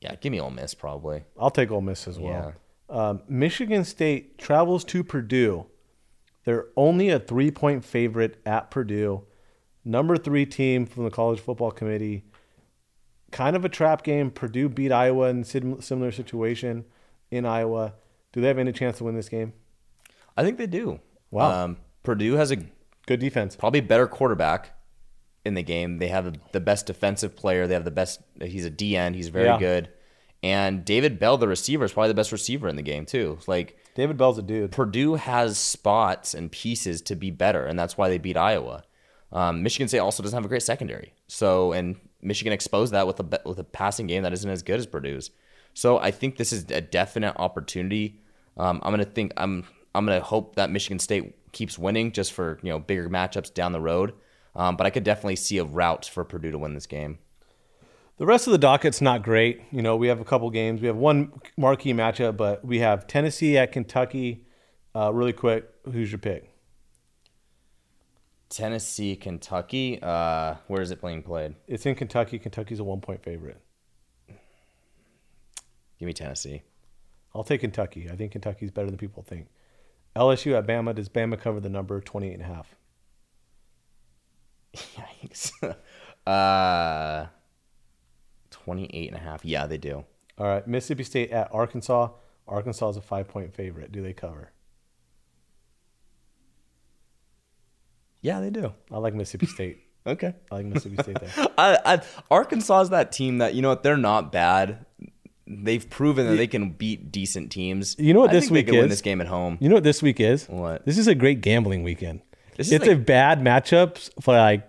yeah, give me Ole Miss probably. I'll take Ole Miss as well. Um, Michigan State travels to Purdue. They're only a three point favorite at Purdue. Number three team from the College Football Committee. Kind of a trap game. Purdue beat Iowa in sim- similar situation in Iowa. Do they have any chance to win this game? I think they do. Wow. um, Purdue has a Good defense. probably better quarterback in the game. They have the best defensive player. They have the best. He's a DN. He's very Yeah. good. And David Bell, the receiver, is probably the best receiver in the game too. Like David Bell's a dude. Purdue has spots and pieces to be better, and that's why they beat Iowa. Um, Michigan State also doesn't have a great secondary. So, and Michigan exposed that with a be- with a passing game that isn't as good as Purdue's. So, I think this is a definite opportunity. Um, I'm gonna think I'm I'm gonna hope that Michigan State keeps winning just for you know bigger matchups down the road. Um, but I could definitely see a route for Purdue to win this game. The rest of the docket's not great. You know, we have a couple games. We have one marquee matchup, but we have Tennessee at Kentucky. Uh, really quick, who's your pick? Tennessee, Kentucky. Uh, where is it being played? It's in Kentucky. Kentucky's a one point favorite. Give me Tennessee. I'll take Kentucky. I think Kentucky's better than people think. LSU at Bama. Does Bama cover the number 28 and a half? Yikes. (laughs) uh, 28 and a half. Yeah, they do. All right. Mississippi State at Arkansas. Arkansas is a five point favorite. Do they cover? Yeah, they do. I like Mississippi State. Okay. I like Mississippi State there. I, I, Arkansas is that team that, you know what, they're not bad. They've proven that they can beat decent teams. You know what I this think week they could win is? this game at home. (laughs) You know what this week is? What? This is a great gambling weekend. This is it's like- a bad matchups for like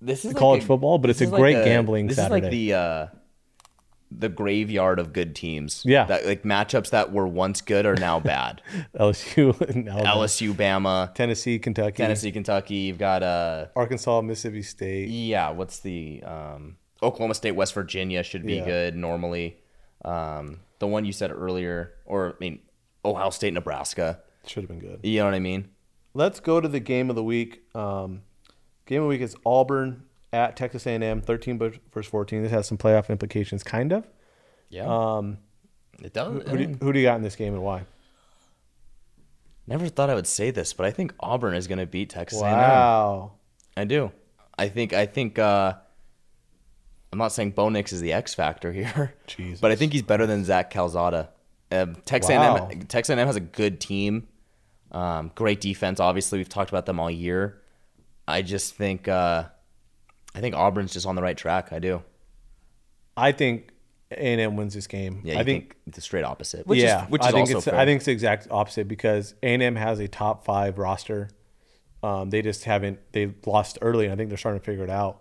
This is college football, but this it's a is great gambling This is like Saturday. the uh, the graveyard of good teams. Yeah. that like matchups that were once good are now (laughs) bad. LSU and Alabama, LSU, Bama, Tennessee, Kentucky, Tennessee, Kentucky. You've got uh, Arkansas, Mississippi State. Yeah, what's the um, Oklahoma State West Virginia should be Yeah. good normally. Um, the one you said earlier, or I mean, Ohio State Nebraska. Should have been good. You know what I mean? Let's go to the game of the week. Um, game of the week is Auburn at Texas A&M, 13 bu- versus 14. This has some playoff implications, kind of. Yeah. Um, it does. Who do, you, who do you got in this game and why? Never thought I would say this, but I think Auburn is going to beat Texas A&M. Wow. I do. I think. I think. Uh, I'm not saying Bo Nix is the X factor here, (laughs) Jesus. but I think he's better than Zach Calzada. Um, Texas Wow. A&M. Texas A&M has a good team, um, great defense. Obviously, we've talked about them all year. I just think. Uh, I think Auburn's just on the right track. I do. I think A&M wins this game. Yeah, you I think, the straight opposite. Which yeah, is, which I is think also it's fair. I think it's the exact opposite because A&M has a top 5 roster. Um, they just haven't they've lost early and I think they're starting to figure it out.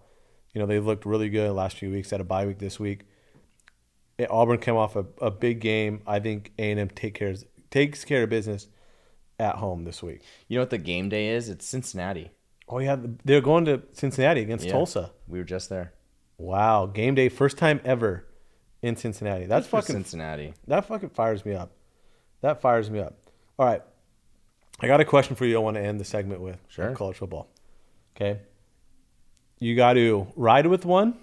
You know, they've looked really good the last few weeks at a bye week this week. Yeah, Auburn came off a, a big game. I think A and M take care takes care of business at home this week. you know what the game day is? It's Cincinnati. Oh yeah, they're going to Cincinnati against Yeah. Tulsa. We were just there. Wow, game day, first time ever in Cincinnati. That's Good for fucking Cincinnati. that fucking fires me up. That fires me up. All right, I got a question for you. I want to end the segment with Sure. of college football. Okay, you got to ride with one.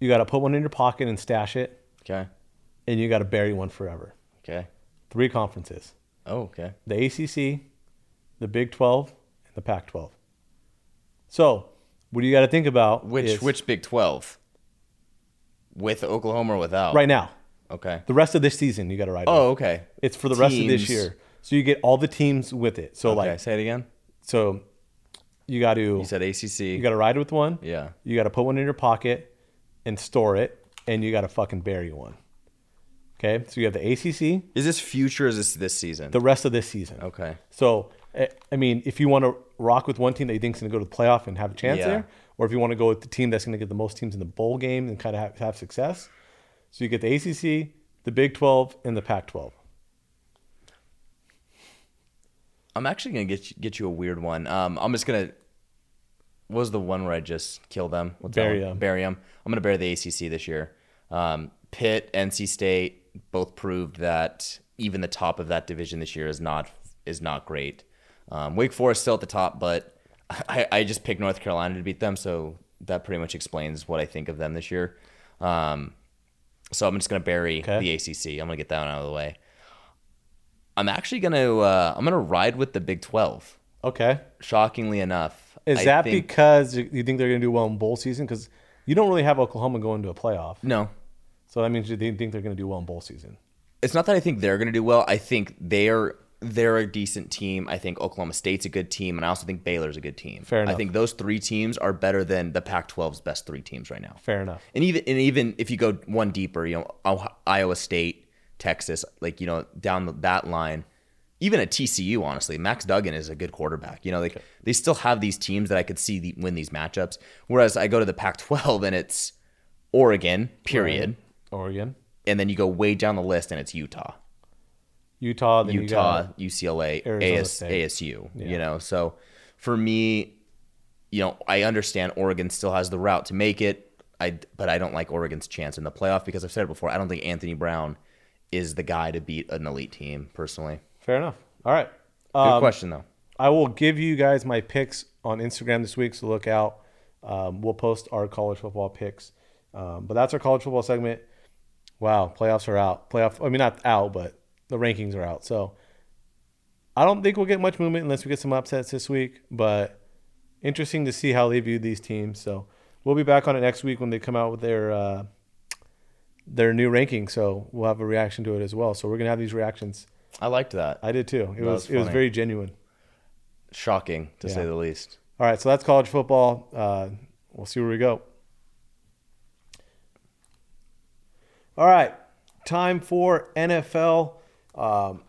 You got to put one in your pocket and stash it, Okay. and you got to bury one forever. Okay. Three conferences. Oh, okay. the ACC, the Big 12, and the Pac 12. So, what do you got to think about? Which is- which Big Twelve? With Oklahoma or without? right now, Okay. the rest of this season, you got to write. Oh, off. okay. it's for the rest of this Teams. year. So you get all the teams with it. So Okay. like, say it again. so you got to You said ACC. you got to ride with one. Yeah. You got to put one in your pocket and store it, and you got to fucking bury one. Okay, so you have the ACC, is this future? Or is this this season? the rest of this season. okay. So, I I mean, if you want to rock with one team that you think is going to go to the playoff and have a chance Yeah. there, or if you want to go with the team that's going to get the most teams in the bowl game and kind of have, have success, so you get the ACC, the Big 12, and the Pac 12. I'm actually gonna get you, get you a weird one. Um, I'm just gonna what was the one where I just kill them? What's Bury that one? 'em. Bury 'em. I'm gonna bury the ACC this year. Um, Pitt, NC State both proved that even the top of that division this year is not is not great. Um, Wake Forest still at the top, but (laughs) I, I just picked North Carolina to beat them, so that pretty much explains what I think of them this year. Um, so I'm just gonna bury the ACC. I'm gonna get that one out of the way. I'm actually gonna uh, I'm gonna ride with the Big Twelve. Okay. Shockingly enough, Is I that think- because you you think they're going to do well in bowl season? Because you don't really have Oklahoma going to a playoff, no? so that means you didn't think they're going to do well in bowl season. It's not that I think they're gonna do well. I think they're they're a decent team. I think Oklahoma State's a good team, and I also think Baylor's a good team. Fair I enough. think those three teams are better than the Pac-12's best three teams right now. Fair enough. And even and even if you go one deeper, you know Ohio- Iowa State, Texas, like you know down the, that line, even at TCU, honestly, Max Duggan is a good quarterback. You know, like they still have these teams that I could see the, win these matchups. Whereas I go to the Pac-12 and it's Oregon, period, Oregon, and then you go way down the list and it's Utah, Utah, then You Utah, got, UCLA, Arizona AS, State. ASU. You know, so for me, you know, I understand Oregon still has the route to make it. I but I don't like Oregon's chance in the playoff because I've said it before. I don't think Anthony Brown is the guy to beat an elite team personally. fair enough. All right. Good Um, question though. I will give you guys my picks on Instagram this week, so look out. Um, we'll post our college football picks. Um, but that's our college football segment. Wow, playoffs are out. Playoff, I mean, not out, but the rankings are out. So I don't think we'll get much movement unless we get some upsets this week. But interesting to see how they view these teams. So we'll be back on it next week when they come out with their uh, their new ranking. So we'll have a reaction to it as well. So we're gonna have these reactions. I liked that. I did too. It was was it was funny. very genuine. Shocking to say Yeah. the least. All right, so that's college football. Uh, we'll see where we go. All right, time for NFL. Um,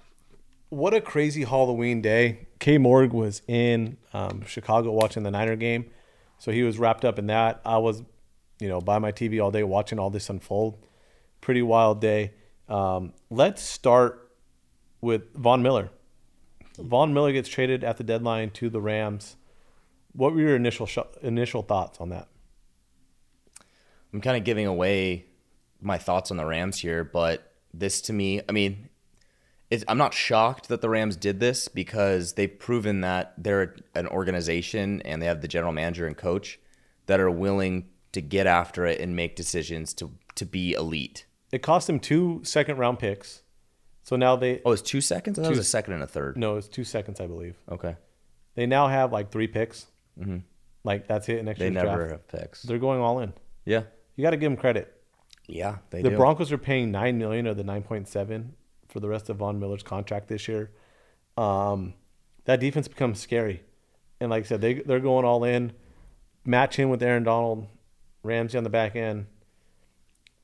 what a crazy Halloween day. K Morg was in um, Chicago watching the Niner game. So he was wrapped up in that. I was, you know, by my TV all day watching all this unfold. Pretty wild day. Um, let's start with Von Miller. Von Miller gets traded at the deadline to the Rams. What were your initial sh- initial thoughts on that? I'm kind of giving away my thoughts on the Rams here, but this to me, I mean, it's, I'm not shocked that the Rams did this because they've proven that they're an organization and they have the general manager and coach that are willing to get after it and make decisions to to be elite. It cost him two second round picks. So now they Oh, it's two seconds. I thought it was a second and a third. no, it's two seconds, I believe. Okay, They now have like three picks. Mm-hmm. Like that's it. Next they year's never draft. have picks. They're going all in. Yeah, You got to give them credit. yeah, they The do. Broncos are paying nine million of the nine point seven for the rest of Von Miller's contract this year. Um, that defense becomes scary, and like I said, they they're going all in. Match him with Aaron Donald, Ramsey on the back end.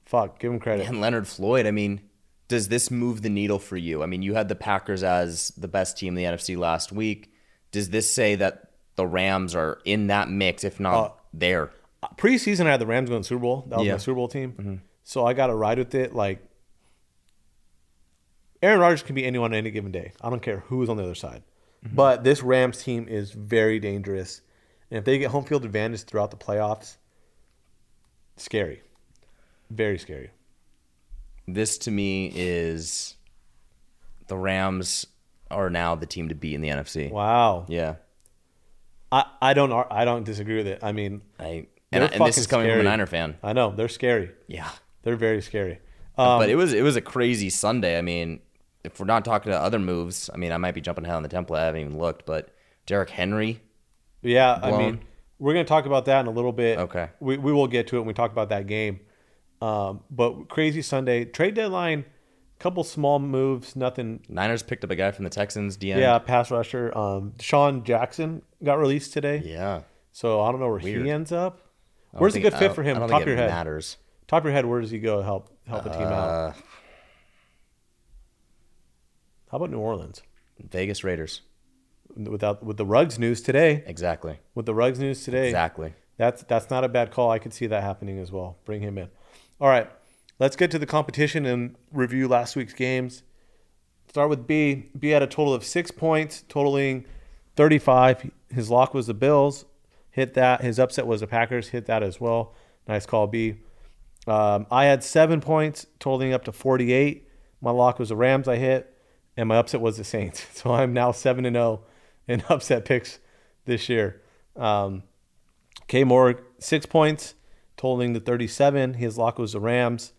Fuck, give him credit. and Leonard Floyd, I mean, does this move the needle for you? I mean, you had the Packers as the best team in the NFC last week. Does this say that the Rams are in that mix, if not there? preseason I had the Rams going to the Super Bowl. That was Yeah. Mm-hmm. my Super Bowl team. So I got to ride with it. Like Aaron Rodgers can be anyone on any given day. I don't care who's on the other side. Mm-hmm. But this Rams team is very dangerous, and if they get home field advantage throughout the playoffs, scary, very scary. This to me is the Rams are now the team to beat in the NFC. Wow. Yeah, I, I don't ar- I don't disagree with it. I mean, I and, they're I- and this fucking is coming from scary. a Niner fan. I know they're scary. Yeah, They're very scary. but it was it was a crazy Sunday. I mean, if we're not talking to other moves, I mean, I might be jumping ahead on the template. I haven't even looked, but Derek Henry Yeah, I mean, blown. we're going to talk about that in a little bit. Okay. We, we will get to it when we talk about that game. Um, but crazy Sunday trade deadline, couple small moves, nothing. Niners picked up a guy from the Texans. DN. Yeah, pass rusher. Um, Sean Jackson got released today, Yeah. so I don't know where Weird. he ends up. I don't Where's a think- good I fit don't- for him? I don't Top think of your it head. Matters. Top of your head, where does he go to help help the team out? Uh, How about New Orleans? Vegas Raiders. Without with the Rugs news today, Exactly. with the Rugs news today, Exactly. That's that's not a bad call. I could see that happening as well. Bring him in. All right, let's get to the competition and review last week's games. Start with B. B had a total of six points, totaling 35. His lock was the Bills. hit that. His upset was the Packers, hit that as well. Nice call, B. Um, I had seven points, totaling up to 48. My lock was the Rams, I hit, and my upset was the Saints. (laughs) So I'm now 7 and 0 in upset picks this year. Um, K Moore, six points, totaling to 37. His lock was the Rams.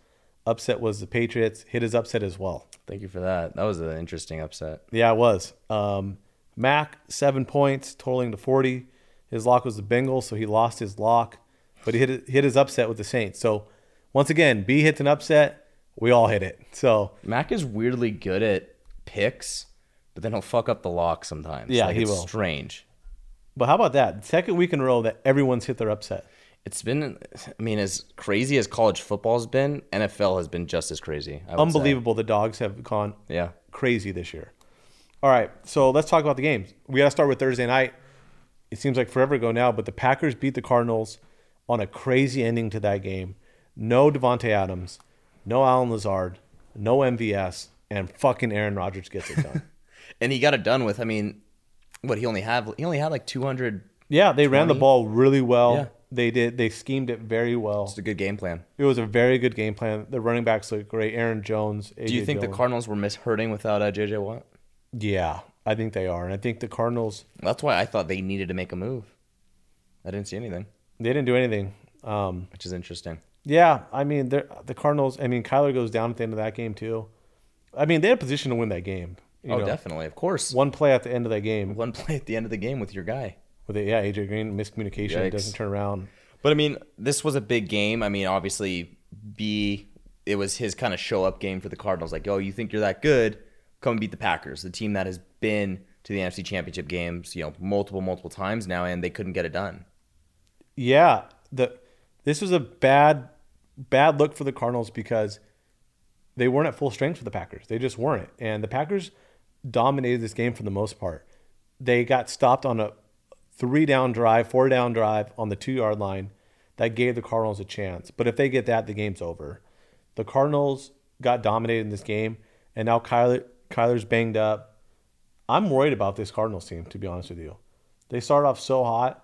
Upset was the Patriots. Hit his upset as well. Thank you for that. That was an interesting upset. Yeah, it was. Um, Mac, seven points, totaling to 40. His lock was the Bengals, so he lost his lock, but he hit, hit his upset with the Saints. So once again, B hits an upset. We all hit it. So Mac is weirdly good at picks, but then he'll fuck up the lock sometimes. Yeah, Like, he it's will. Strange. But how about that? Second week in a row that everyone's hit their upset. It's been, I mean, as crazy as college football's been, NFL has been just as crazy. I would say. Unbelievable. The dogs have gone Yeah. crazy this year. All right, so let's talk about the games. We got to start with Thursday night. It seems like forever ago now, but the Packers beat the Cardinals on a crazy ending to that game. No Devonte Adams, no Alan Lazard, no MVS, and fucking Aaron Rodgers gets it done. And he got it done with. I mean, what he only had, he only had like 200. (laughs) yeah, they ran the 20. ball really well. Yeah. They did. They schemed it very well. It's a good game plan. It was a very good game plan. The running backs look great. Aaron Jones. Do you think the Cardinals were mishurting without uh, JJ Watt? Yeah, I think they are, and I think the Cardinals. That's why I thought they needed to make a move. I didn't see anything, They didn't do anything. Um, which is interesting. Yeah, I mean they're- the Cardinals. I mean Kyler goes down at the end of that game too. I mean they had a position to win that game. You oh, know. definitely. Of course. One, One play at the end of that game (laughs) play at the end of the game with your guy. with it, yeah AJ Green miscommunication Yikes. doesn't turn around. But I mean, this was a big game. I mean, obviously, B, it was his kind of show up game for the Cardinals. Like, oh, you think you're that good? Come and beat the Packers, the team that has been to the NFC Championship games, you know, multiple, multiple times now, and they couldn't get it done. Yeah, the this was a bad bad look for the Cardinals because they weren't at full strength for the Packers. They just weren't, and the Packers dominated this game for the most part. They got stopped on a three down drive, four down drive on the two yard line that gave the Cardinals a chance. But if they get that, the game's over. The Cardinals got dominated in this game, and now Kyler Kyler's banged up. I'm worried about this Cardinals team, to be honest with you. They start off so hot.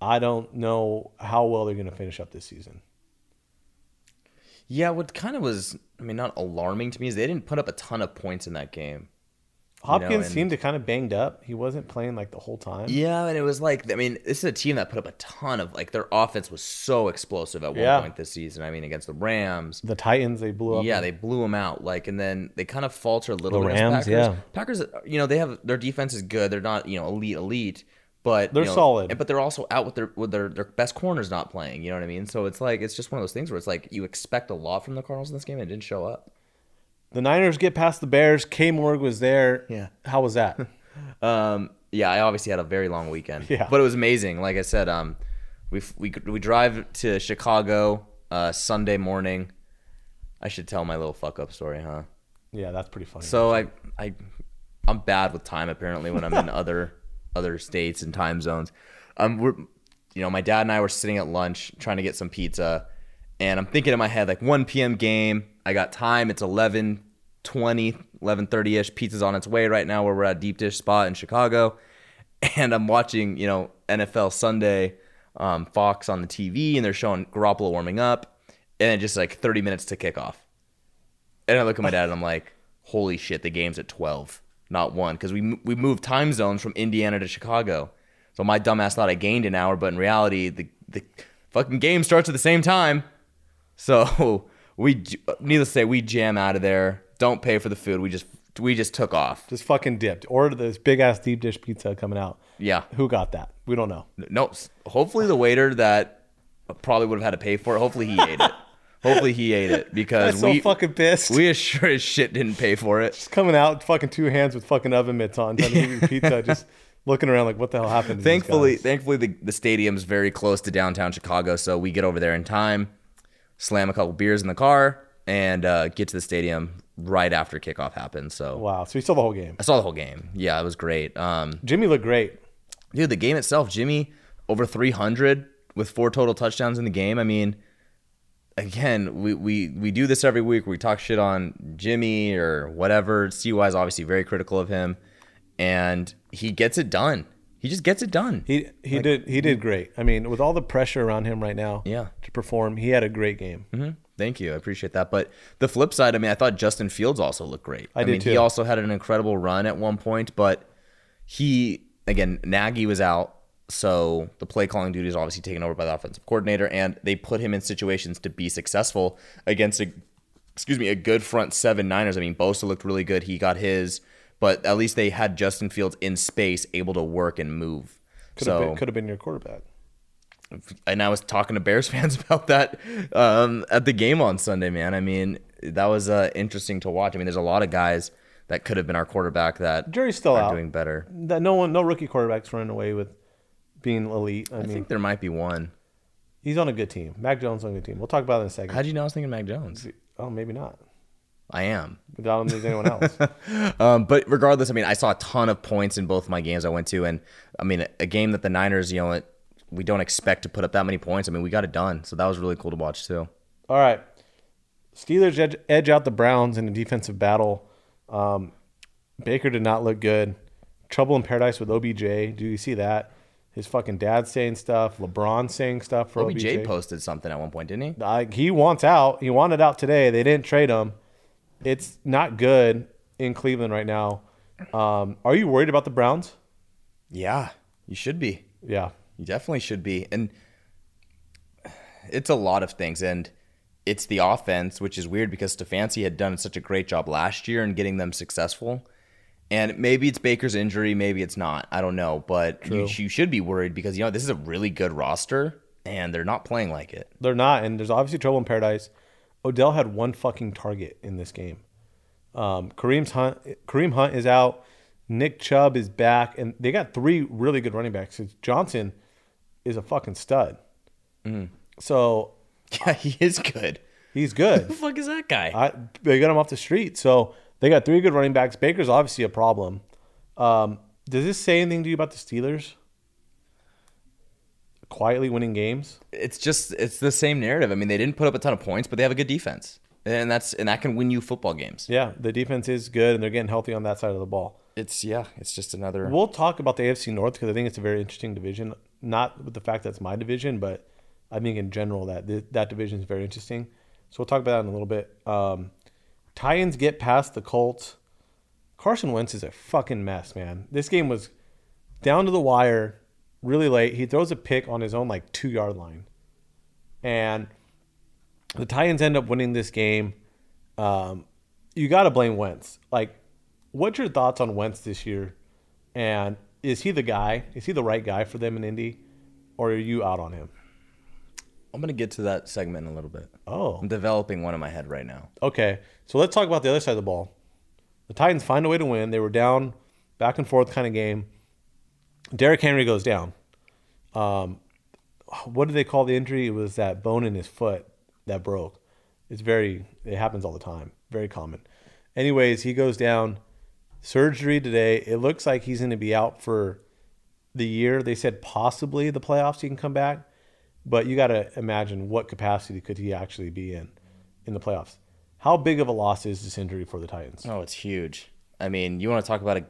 I don't know how well they're going to finish up this season. Yeah, what kind of was, I mean, not alarming to me is they didn't put up a ton of points in that game. Hopkins and- seemed to kind of banged up. He wasn't playing like the whole time. Yeah, and it was like, I mean, this is a team that put up a ton of, like, their offense was so explosive at one Yeah. point this season. I mean, against the Rams, The Titans they blew up. Yeah, they blew him out. Like, and then they kind of falter a little. The bit against Rams, Packers. yeah. Packers, you know, they have their defense is good. They're not, you know, elite, elite, but They're you know, solid. But they're also out with their with their their best corners not playing. You know what I mean? So it's like it's just one of those things where it's like you expect a lot from the Cardinals in this game and it didn't show up. the Niners get past the Bears. K Morg was there. Yeah. How (laughs) was that? Um, yeah, I obviously had a very long weekend. Yeah. but it was amazing. Like I said, um, we we we drive to Chicago uh, Sunday morning. I should tell my little fuck up story, huh? yeah, that's pretty funny. So I I I'm bad with time apparently when I'm in other other states and time zones. Um we're you know, my dad and I were sitting at lunch trying to get some pizza and I'm thinking in my head like 1 p.m. game, I got time, it's 11 20, 11.30ish, pizza's on its way right now where we're at Deep Dish Spot in Chicago. (laughs) And I'm watching, you know, NFL Sunday, um, Fox on the TV, and they're showing Garoppolo warming up, and then just like 30 minutes to kickoff. And I look at my dad and I'm like, holy shit, the game's at 12, not 1. Because we, we moved time zones from Indiana to Chicago. So my dumbass thought I gained an hour, but in reality, the, the fucking game starts at the same time. So (laughs) we, j- needless to say, we jam out of there. Don't pay for the food. We just we just took off. just fucking dipped. Ordered this big ass deep dish pizza coming out. Yeah. Who got that? We don't know. No, s- hopefully the waiter that probably would have had to pay for it. Hopefully he ate (laughs) it. Hopefully he ate it because That's we so fucking pissed. we as sure as shit didn't pay for it. just coming out, fucking two hands with fucking oven mitts on, trying to (laughs) give you pizza. Just looking around like, what the hell happened? to these thankfully, guys? thankfully the, the stadium's very close to downtown Chicago, so we get over there in time, slam a couple beers in the car, and uh, get to the stadium right after kickoff happens. So Wow. So you saw the whole game. I saw the whole game. Yeah, it was great. Um, Jimmy looked great. dude, the game itself, Jimmy over 300 with four total touchdowns in the game. I mean, again, we we we do this every week. We talk shit on Jimmy or whatever. CY is obviously very critical of him, and he gets it done. He just gets it done. He he did he did great. I mean, with all the pressure around him right now, Yeah. to perform, he had a great game. Thank you. I appreciate that. But the flip side, I mean, I thought Justin Fields also looked great. I did mean, too. he also had an incredible run at one point, but he again, Nagy was out, so the play calling duty is obviously taken over by the offensive coordinator and they put him in situations to be successful against a excuse me, a good front seven Niners. I mean, Bosa looked really good. He got his, but at least they had Justin Fields in space able to work and move. Could so have been, could have been your quarterback. and I was talking to Bears (laughs) fans about that um, at the game on Sunday, man. I mean, that was uh, interesting to watch. I mean, there's a lot of guys that could have been our quarterback that Jury's still are out. doing better. That no one, no rookie quarterbacks running away with being elite. I, I mean, think there might be one. he's on a good team. Mac Jones on a good team. We'll talk about it in a second. How do you know I was thinking Mac Jones? oh, maybe not. I am. Without him, there's anyone else. Um, but regardless, I mean, I saw a ton of points in both my games I went to, and I mean, a game that the Niners, you know, it, we don't expect to put up that many points. I mean, we got it done, so that was really cool to watch too. All right. Steelers edge, edge out the Browns in a defensive battle. Um, Baker did not look good. Trouble in paradise with OBJ. Do you see that? His fucking dad saying stuff. LeBron saying stuff for OBJ. OBJ posted something at one point, didn't he? I, he wants out. He wanted out today. They didn't trade him. It's not good in Cleveland right now. Um, are you worried about the Browns? Yeah, you should be. Yeah. You definitely should be. And it's a lot of things. And it's the offense, which is weird because Stefanski had done such a great job last year in getting them successful. And maybe it's Baker's injury, maybe it's not. I don't know. But you, you should be worried because, you know, this is a really good roster and they're not playing like it. (laughs) They're not, and there's obviously trouble in paradise. Odell had one fucking target in this game. Um, Kareem's Hunt, Kareem Hunt is out. Nick Chubb is back, and they got three really good running backs. Johnson is a fucking stud, so Yeah, he is good. he's good. Who the fuck is that guy? I, they got him off the street, so they got three good running backs. Baker's obviously a problem. Um, does this say anything to you about the Steelers quietly winning games? it's just it's the same narrative. I mean, they didn't put up a ton of points, but they have a good defense. And that's and that can win you football games. Yeah, the defense is good, and they're getting healthy on that side of the ball. It's yeah, it's just another We'll talk about the AFC North because I think it's a very interesting division. Not with the fact that it's my division, but I think in general that th- that division is very interesting. So we'll talk about that in a little bit. Um, Titans get past the Colts. Carson Wentz is a fucking mess, man. This game was down to the wire, really late. He throws a pick on his own like two yard line, and the Titans end up winning this game. Um, you got to blame Wentz. Like, what's your thoughts on Wentz this year? And is he the guy? Is he the right guy for them in Indy, or are you out on him? I'm gonna get to that segment in a little bit. Oh, I'm developing one in my head right now. okay. So let's talk about the other side of the ball. The Titans find a way to win. They were down, back and forth kind of game. Derrick Henry goes down. Um, what do they call the injury? It was that bone in his foot that broke. It's very, it happens all the time, very common. Anyways, he goes down. Surgery today. It looks like he's going to be out for the year. They said possibly the playoffs he can come back, but you got to imagine what capacity could he actually be in in the playoffs. How big of a loss is this injury for the Titans? Oh, it's huge. I mean, you want to talk about a.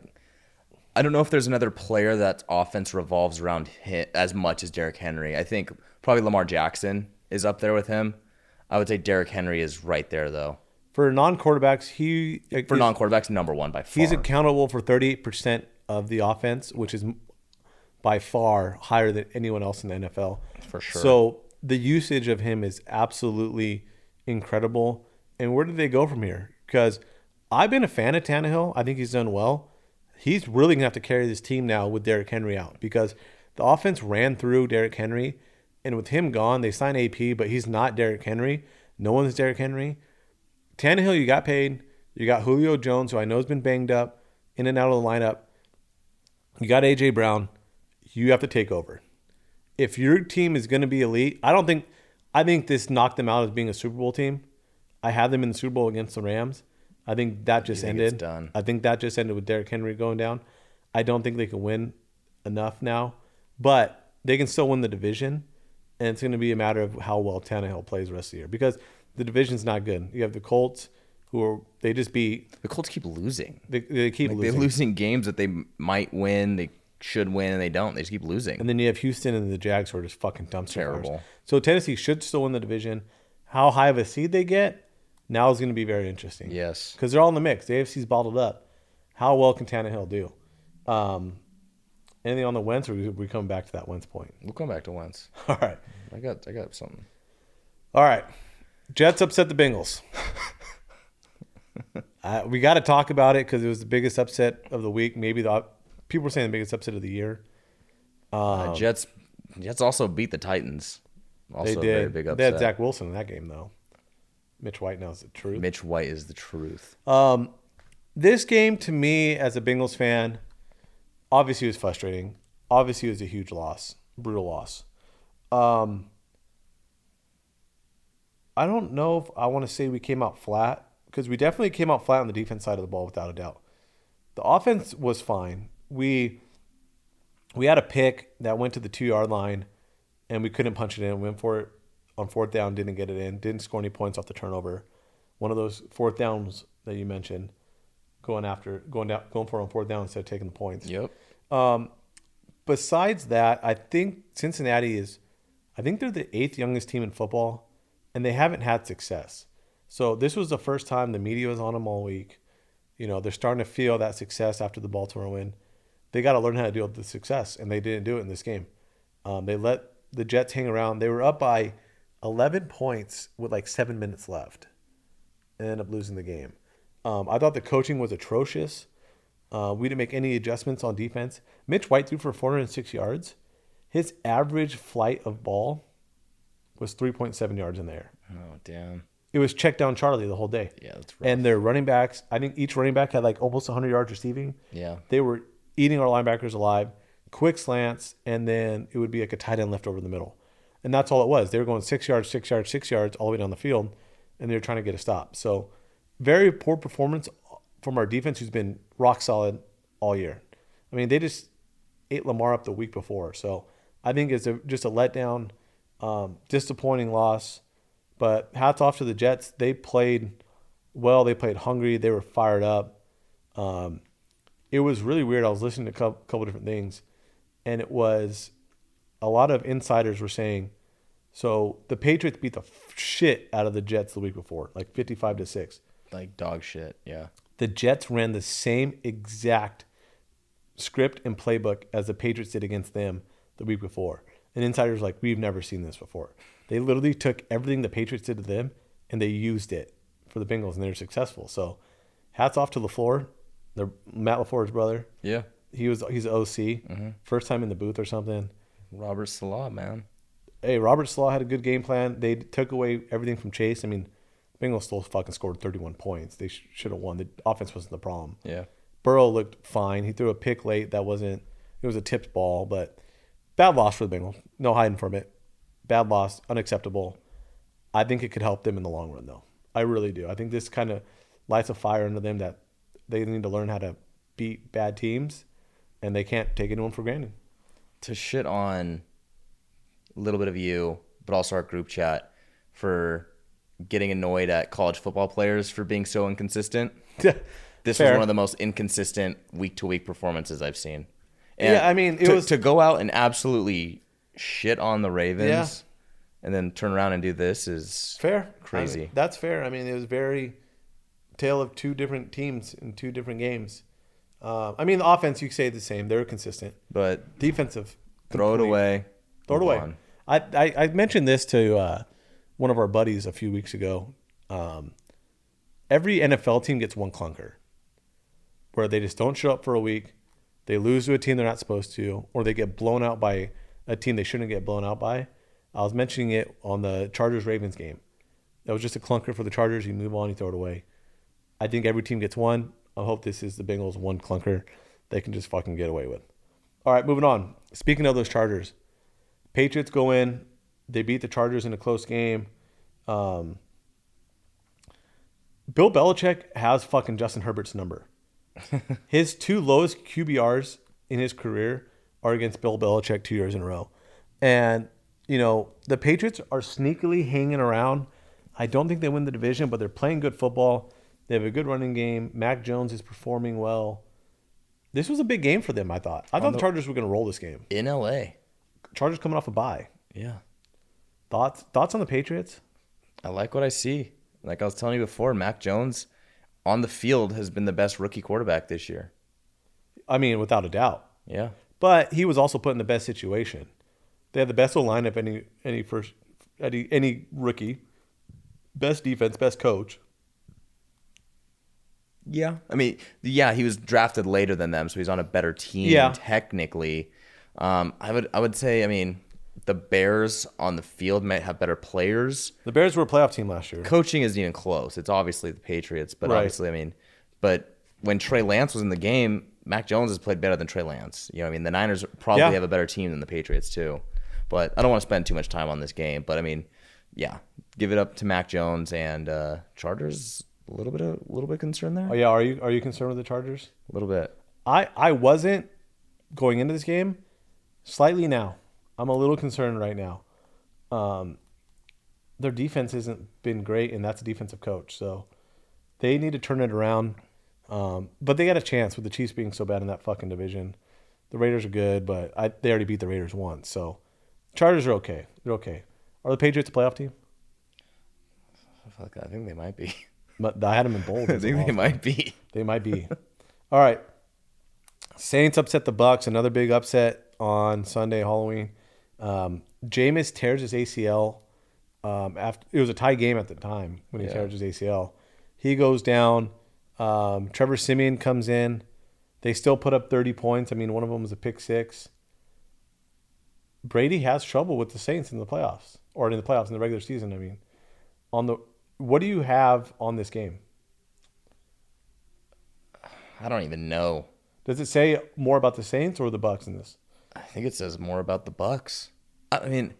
I don't know if there's another player that offense revolves around hit as much as Derrick Henry. I think probably Lamar Jackson is up there with him. I would say Derrick Henry is right there though. For non-quarterbacks, he For is- non-quarterbacks, number one by far. He's accountable for 38% of the offense, which is by far higher than anyone else in the NFL. For sure. So the usage of him is absolutely incredible. And where do they go from here? Because I've been a fan of Tannehill. I think he's done well. He's really going to have to carry this team now with Derrick Henry out because the offense ran through Derrick Henry. And with him gone, they signed AP, but he's not Derrick Henry. No one's Derrick Henry. Tannehill, you got paid. You got Julio Jones, who I know has been banged up, in and out of the lineup. You got AJ Brown. You have to take over. If your team is going to be elite, I don't think. I think this knocked them out as being a Super Bowl team. I had them in the Super Bowl against the Rams. I think that just think ended. it's done? I think that just ended with Derrick Henry going down. I don't think they can win enough now, but they can still win the division. And it's going to be a matter of how well Tannehill plays the rest of the year because the division's not good. You have the Colts, who are they just beat. the Colts keep losing. They, they keep Like, losing. They're losing games that they m- might win. They should win and they don't. They just keep losing. And then you have Houston and the Jags who are just fucking dumpster Terrible. fires. So Tennessee should still win the division. How high of a seed they get now is going to be very interesting. Yes. because they're all in the mix. The AFC's bottled up. How well can Tannehill do? Um, anything on the Wentz, or we- we come back to that Wentz point? (laughs) We'll come back to Wentz. All right, I got I got something. all right. Jets upset (laughs) the Bengals. uh, we got to talk about it because it was the biggest upset of the week. Maybe the people were saying the biggest upset of the year. Uh, Jets Jets also beat the Titans. Also They a did. very big They had upset. Zach Wilson in that game though. Mitch White knows the truth. Mitch White is the truth. Um, this game to me as a Bengals fan, obviously was frustrating. Obviously, it was a huge loss, brutal loss. Um, I don't know if I want to say we came out flat because we definitely came out flat on the defense side of the ball without a doubt. The offense was fine. We we had a pick that went to the two yard line, and we couldn't punch it in. Went for it on fourth down, didn't get it in. Didn't score any points off the turnover. One of those fourth downs that you mentioned, going after going down, going for it on fourth down instead of taking the points Yep. besides that, I think Cincinnati is, I think they're the eighth youngest team in football, and they haven't had success. So this was the first time the media was on them all week. You know, they're starting to feel that success after the Baltimore win. They got to learn how to deal with the success, and they didn't do it in this game. Um, they let the Jets hang around. They were up by 11 points with like seven minutes left and end up losing the game. Um, I thought the coaching was atrocious. Uh, we didn't make any adjustments on defense. Mitch White threw for 406 yards. His average flight of ball was 3.7 yards in the air. Oh damn. It was check down Charlie the whole day. Yeah, that's rough. And their running backs, I think each running back had like almost 100 yards receiving. Yeah. They were eating our linebackers alive, quick slants, and then it would be like a tight end left over in the middle. And that's all it was. They were going six yards, six yards, six yards all the way down the field, and they were trying to get a stop. So, very poor performance from our defense, who's been rock solid all year. I mean, they just ate Lamar up the week before. So, I think it's a, just a letdown, um, disappointing loss. But hats off to the Jets. They played well. They played hungry. They were fired up. Um, it was really weird. I was listening to a couple, couple different things, and it was a lot of insiders were saying, so the Patriots beat the f- shit out of the Jets the week before, like fifty-five to six. Like dog shit. Yeah. The Jets ran the same exact script and playbook as the Patriots did against them the week before. And insiders were like, we've never seen this before. They literally took everything the Patriots did to them and they used it for the Bengals, and they were successful. So, hats off to Lafleur, the Matt Lafleur's brother Yeah. he was he's OC, first time in the booth or something. Robert Salah, man. Hey, Robert Slaw had a good game plan. They took away everything from Chase. I mean, Bengals still fucking scored 31 points. They sh- should have won. The offense wasn't the problem. Yeah. Burrow looked fine. He threw a pick late. That wasn't. It was a tipped ball, but bad loss for the Bengals. No hiding from it. Bad loss, unacceptable. I think it could help them in the long run, though. I really do. I think this kind of lights a fire under them that they need to learn how to beat bad teams, and they can't take anyone for granted. (laughs) to shit on a little bit of you, but also our group chat for getting annoyed at college football players for being so inconsistent. this Fair. was one of the most inconsistent week to week performances I've seen. Yeah, I mean, it to, was- to go out and absolutely shit on the Ravens Yeah. and then turn around and do this is Fair. Crazy. I mean, that's fair. I mean, it was very tale of two different teams in two different games. Uh, I mean, the offense you say the same; they're consistent. But Defensive, throw it complete. away. Throw it move away. on. I, I I mentioned this to uh, one of our buddies a few weeks ago. Um, every NFL team gets one clunker, where they just don't show up for a week, they lose to a team they're not supposed to, or they get blown out by a team they shouldn't get blown out by. I was mentioning it on the Chargers Ravens game. That was just a clunker for the Chargers. You move on, you throw it away. I think every team gets one. I hope this is the Bengals one clunker they can just fucking get away with. All right, moving on. Speaking of those Chargers, Patriots go in. They beat the Chargers in a close game. Um, Bill Belichick has fucking Justin Herbert's number. his two lowest QBRs in his career are against Bill Belichick two years in a row. And, you know, the Patriots are sneakily hanging around. I don't think they win the division, but they're playing good football. They have a good running game. Mac Jones is performing well. This was a big game for them. I thought. I thought the Chargers were going to roll this game. in LA. Chargers coming off a bye. Yeah. Thoughts? Thoughts on the Patriots? I like what I see. Like I was telling you before, Mac Jones on the field has been the best rookie quarterback this year. I mean, without a doubt. Yeah. But he was also put in the best situation. They had the best line of any any first any any rookie, best defense, best coach. Yeah. I mean, yeah, he was drafted later than them, so he's on a better team Yeah. technically. Um, I would I would say, I mean, the Bears on the field might have better players. The Bears were a playoff team last year. Coaching isn't even close. It's obviously the Patriots, but Right. obviously, I mean, but when Trey Lance was in the game, Mac Jones has played better than Trey Lance. You know, what I mean, the Niners probably Yeah. have a better team than the Patriots too. But I don't want to spend too much time on this game. But I mean, yeah, give it up to Mac Jones and uh, Chargers. A little bit, of, a little bit concerned there. Oh yeah, are you are you concerned with the Chargers? A little bit. I I wasn't going into this game. Slightly now, I'm a little concerned right now. Um, their defense hasn't been great, and that's a defensive coach, so they need to turn it around. Um, but they got a chance with the Chiefs being so bad in that fucking division. The Raiders are good, but I, they already beat the Raiders once, so Chargers are okay. They're okay. Are the Patriots a playoff team? Fuck, I think they might be. (laughs) But I had them in bold. I think (laughs) they might be. They might be. (laughs) All right. Saints upset the Bucks. Another big upset on Sunday, Halloween. Um, Jameis tears his ACL. Um, after it was a tie game at the time when he tears his ACL, he goes down. Um, Trevor Simeon comes in. They still put up 30 points. I mean, one of them was a pick six. Brady has trouble with the Saints in the playoffs, or in the playoffs in the regular season. I mean, on the what do you have on this game? I don't even know. Does it say more about the Saints or the Bucks in this? I think it says more about the Bucks. I mean,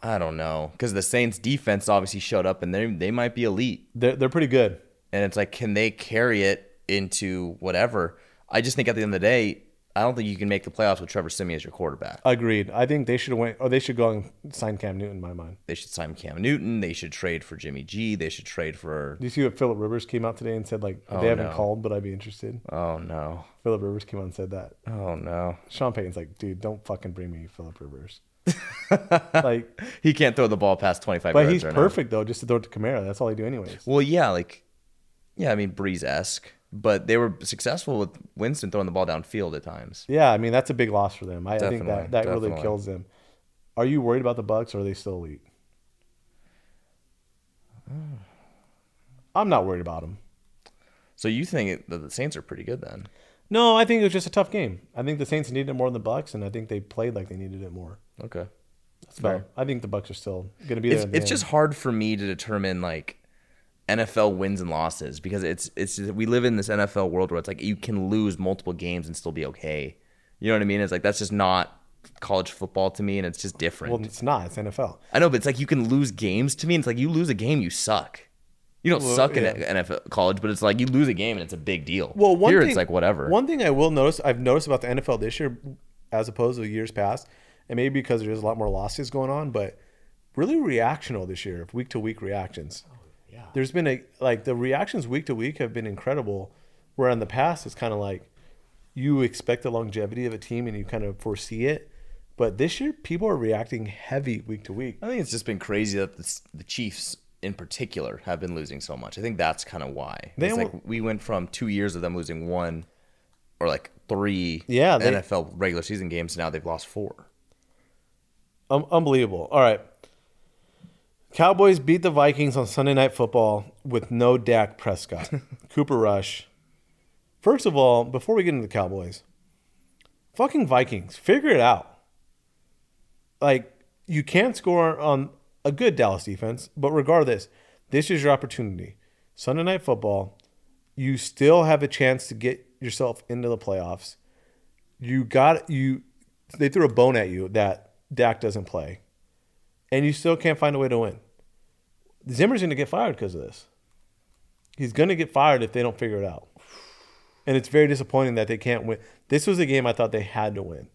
I don't know because the Saints' defense obviously showed up, and they they might be elite. They're, they're pretty good. And it's like, can they carry it into whatever? I just think at the end of the day, I don't think you can make the playoffs with Trevor Simeon as your quarterback. Agreed. I think they should have went, or they should go and sign Cam Newton. In my mind. They should sign Cam Newton. They should trade for Jimmy G. They should trade for. Do you see what Philip Rivers came out today and said? Like they haven't called, but I'd be interested. Oh no! Philip Rivers came out and said that. Oh no! Sean Payton's like, dude, don't fucking bring me (laughs) Philip Rivers. like, He can't throw the ball past twenty five. but he's perfect though. Just to throw it to Kamara. That's all he do anyways. Well, yeah, like, yeah, I mean, Breeze esque, but they were successful with Winston throwing the ball downfield at times. Yeah, I mean that's a big loss for them. I, I think Definitely, that that really definitely. kills them. Are you worried about the Bucks? or Are they (sighs) still elite? I'm not worried about them. So you think that the Saints are pretty good then? No, I think it was just a tough game. I think the Saints needed it more than the Bucks, and I think they played like they needed it more. Okay. So I think the Bucks are still going to be there. It's, in the it's end. just hard for me to determine like NFL wins and losses because it's it's we live in this NFL world where it's like you can lose multiple games and still be okay. You know what I mean? It's like that's just not college football to me, and it's just different. well, it's not. It's NFL. I know, but it's like you can lose games to me, and it's like you lose a game, you suck. You don't suck in NFL college, but it's like you lose a game, and it's a big deal. Well, one here thing, it's like whatever. One thing I will notice, I've noticed about the NFL this year, as opposed to years past, and maybe because there's a lot more losses going on, but really reactional this year, week to week reactions. yeah. There's been a like the reactions week to week have been incredible, where in the past it's kind of like you expect the longevity of a team and you kind of foresee it, but this year people are reacting heavy week to week. I think it's just been crazy that the, the Chiefs in particular have been losing so much. I think that's kind of why. They it's almo- like we went from two years of them losing one or like three Yeah, they- NFL regular season games, to now they've lost four. Um, unbelievable. All right. Cowboys beat the Vikings on Sunday Night Football with no Dak Prescott, Cooper Rush. First of all, before we get into the Cowboys, fucking Vikings, figure it out. Like, you can't score on a good Dallas defense, but regardless, this is your opportunity. Sunday Night Football, you still have a chance to get yourself into the playoffs you got you they threw a bone at you that Dak doesn't play and you still can't find a way to win. Zimmer's going to get fired because of this. He's going to get fired if they don't figure it out. And it's very disappointing that they can't win. This was a game I thought they had to win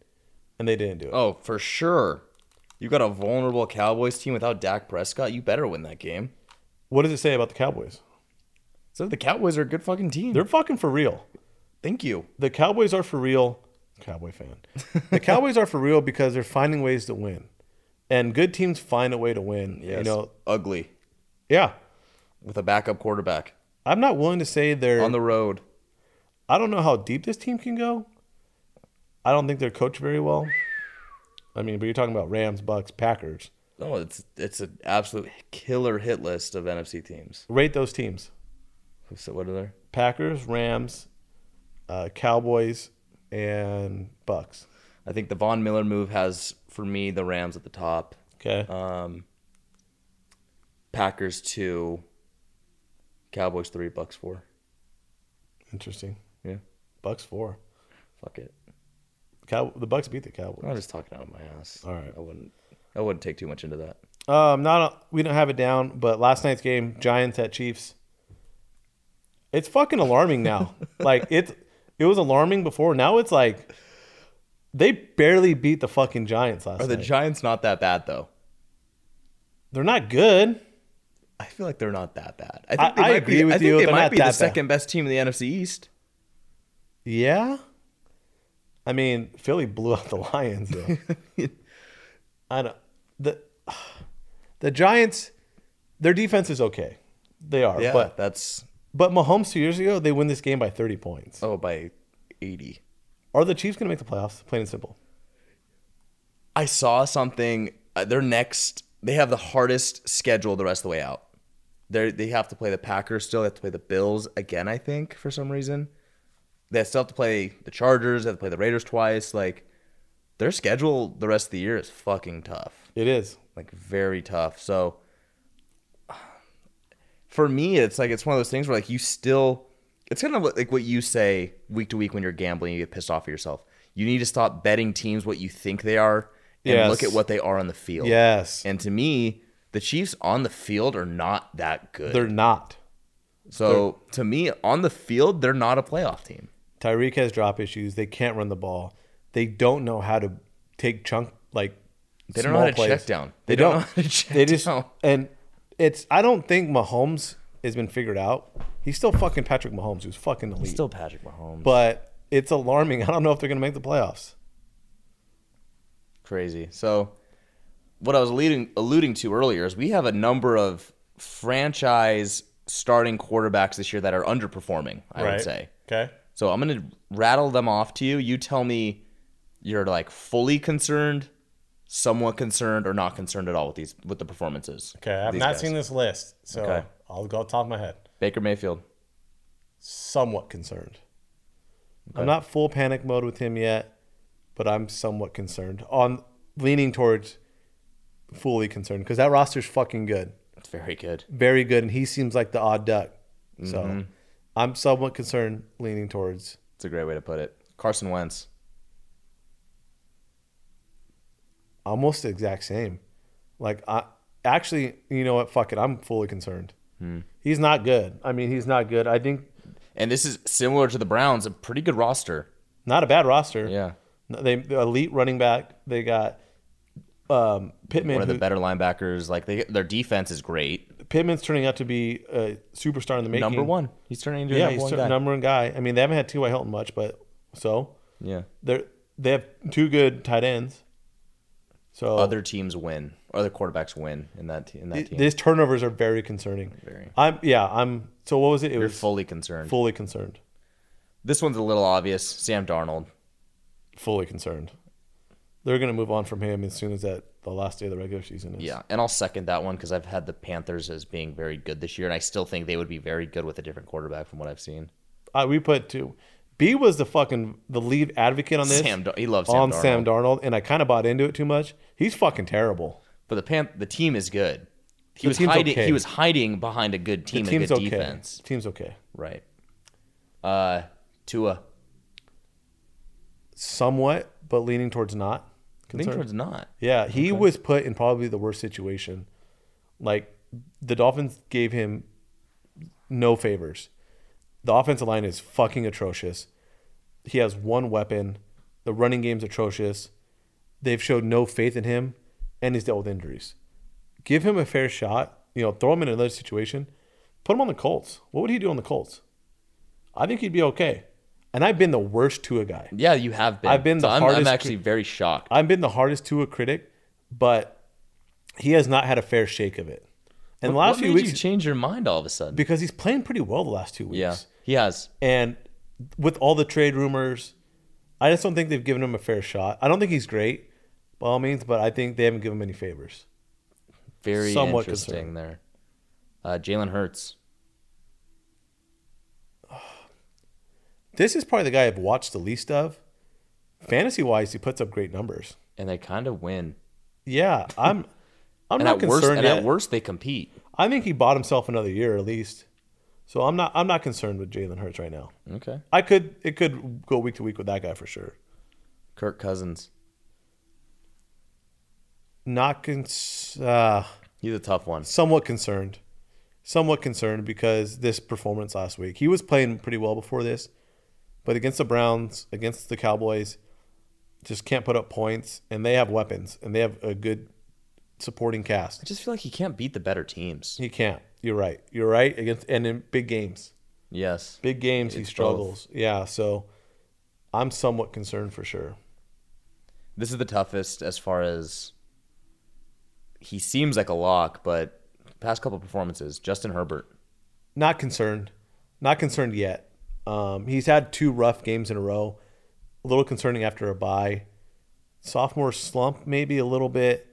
and they didn't do it. Oh, for sure. You got a vulnerable Cowboys team without Dak Prescott. You better win that game. What does it say about the Cowboys? So the Cowboys are a good fucking team. They're fucking for real. Thank you. the Cowboys are for real. Cowboy fan. (laughs) The Cowboys are for real because they're finding ways to win, and good teams find a way to win. Yes. You know, ugly yeah. with a backup quarterback I'm not willing to say they're. on the road. I don't know how deep this team can go. I don't think they're coached very well. I mean, but you're talking about Rams, Bucks, Packers. Oh, it's it's an absolute killer hit list of NFC teams. Rate those teams: So what are there? Packers, Rams, uh, Cowboys, and Bucks. I think the Von Miller move has for me the Rams at the top. Okay. Um, Packers two, Cowboys three, Bucks four. Interesting. Yeah, Bucks four. fuck it. Cow- the Bucks beat the Cowboys. I'm just talking out of my ass. All right. I wouldn't. I wouldn't take too much into that. Um, not a, we don't have it down, but last night's game, Giants at Chiefs. It's fucking (laughs) alarming now. like it's it was alarming before. Now it's like they barely beat the fucking Giants last Are the night. Giants not that bad though? They're not good. I feel like they're not that bad. I I- think they I might agree be, with I think you, They they're might not be the that bad. second best team in the NFC East. Yeah. I mean, Philly blew out the (laughs) Lions though. I don't the the Giants their defense is okay. They are. Yeah, But that's but Mahomes two years ago, they win this game by thirty points. oh by eighty. Are the Chiefs gonna make the playoffs? Plain and simple. I saw something. Uh, their next, they have the hardest schedule the rest of the way out. They they have to play the Packers still. They have to play the Bills again. I think for some reason, they still have to play the Chargers. They have to play the Raiders twice. Like their schedule the rest of the year is fucking tough. It is. Like very tough. So (sighs) for me, it's like it's one of those things where like you still, it's kind of like what you say week to week when you're gambling, you get pissed off at yourself. You need to stop betting teams what you think they are and Yes. look at what they are on the field. Yes. And to me, the Chiefs on the field are not that good. They're not. so to me, on the field, they're not a playoff team. Tyreek has drop issues. They can't run the ball. They don't know how to take chunk like They don't know small how to plays. check down. They don't know how to check they just down. and it's I don't think Mahomes has been figured out. He's still fucking Patrick Mahomes, who's fucking elite. Patrick Mahomes. but it's alarming. (laughs) I don't know if they're gonna make the playoffs. crazy. So, what I was alluding, alluding to earlier is we have a number of franchise starting quarterbacks this year that are underperforming, I would say. Okay. So, I'm going to rattle them off to you. You tell me you're like fully concerned, somewhat concerned, or not concerned at all with these with the performances. These guys. this list, so Okay. I'll go top of my head. Baker Mayfield. somewhat concerned. I'm not full panic mode with him yet, but I'm somewhat concerned. On leaning towards fully concerned because that roster's fucking good, That's very good. very good, and he seems like the odd duck. So Mm-hmm. I'm somewhat concerned, leaning towards It's a great way to put it. Carson Wentz. almost the exact same. Like I actually, you know what? Fuck it, I'm fully concerned. Hmm. He's not good. I mean, he's not good. I think And this is similar to the Browns, a pretty good roster. not a bad roster. Yeah. they the elite running back. They got um, Pittman, One of the who- better linebackers. Like they, their defense is great. Pittman's turning out to be a superstar in the making. Number one. He's turning into a Yeah, number he's one tur- guy. number one guy. I mean, they haven't had T.Y. Hilton much, but so yeah. they're they have two good tight ends. So Other teams win. Other quarterbacks win in that te- in that th- team. these turnovers are very concerning. Very. I'm yeah. I'm so what was it? It You're was fully concerned. fully concerned. this one's a little obvious. Sam Darnold. Fully concerned. They're gonna move on from him as soon as that the last day of the regular season is. Yeah, and I'll second that one because I've had the Panthers as being very good this year, and I still think they would be very good with a different quarterback from what I've seen. I, we put two. B was the fucking the lead advocate on this. Sam, Dar- he loves Sam on Darnold. Sam Darnold, and I kind of bought into it too much. He's fucking terrible. But the pan the team is good. He The was team's hiding. okay. He was hiding behind a good team and team's good okay. defense. Team's okay. Right. Uh, Tua. Somewhat, but leaning towards not. concerned. Lindgren's not. yeah, he was put in probably the worst situation. Like the Dolphins gave him no favors. The offensive line is fucking atrocious. He has one weapon. The running game's atrocious. They've showed no faith in him, and he's dealt with injuries. Give him a fair shot. You know, throw him in another situation. Put him on the Colts. What would he do on the Colts? I think he'd be okay. and I've been the worst to a guy. Yeah, you have been. I've been the I'm, I'm hardest actually very shocked. I've been the hardest to a critic, but he has not had a fair shake of it. And the last what few made weeks, you change your mind all of a sudden? because he's playing pretty well the last two weeks. yeah, he has. And with all the trade rumors, I just don't think they've given him a fair shot. I don't think he's great by all means, but I think they haven't given him any favors. Very Somewhat interesting there. Uh, Jalen Hurts. This is probably the guy I've watched the least of. Fantasy wise, he puts up great numbers. And they kind of win. (laughs) Yeah, I'm I'm And not at worst, concerned and yet. at worst, they compete. I think he bought himself another year at least. So I'm not I'm not concerned with Jalen Hurts right now. Okay. I could it could go week to week with that guy for sure. Kirk Cousins. Not cons- uh, He's a tough one. somewhat concerned, somewhat concerned because this performance last week. He was playing pretty well before this, but against the Browns, against the Cowboys, just can't put up points, and they have weapons and they have a good supporting I cast. just feel like he can't beat the better teams. He can't. You're right. You're right. Against and in big games, Yes. big games he It's both. struggles. Yeah, so I'm somewhat concerned for sure. This is the toughest as far as he seems like a lock, but past couple performances, Justin Herbert. not concerned, not concerned yet. Um, he's had two rough games in a row. A little concerning after a bye. Sophomore slump, maybe a little bit.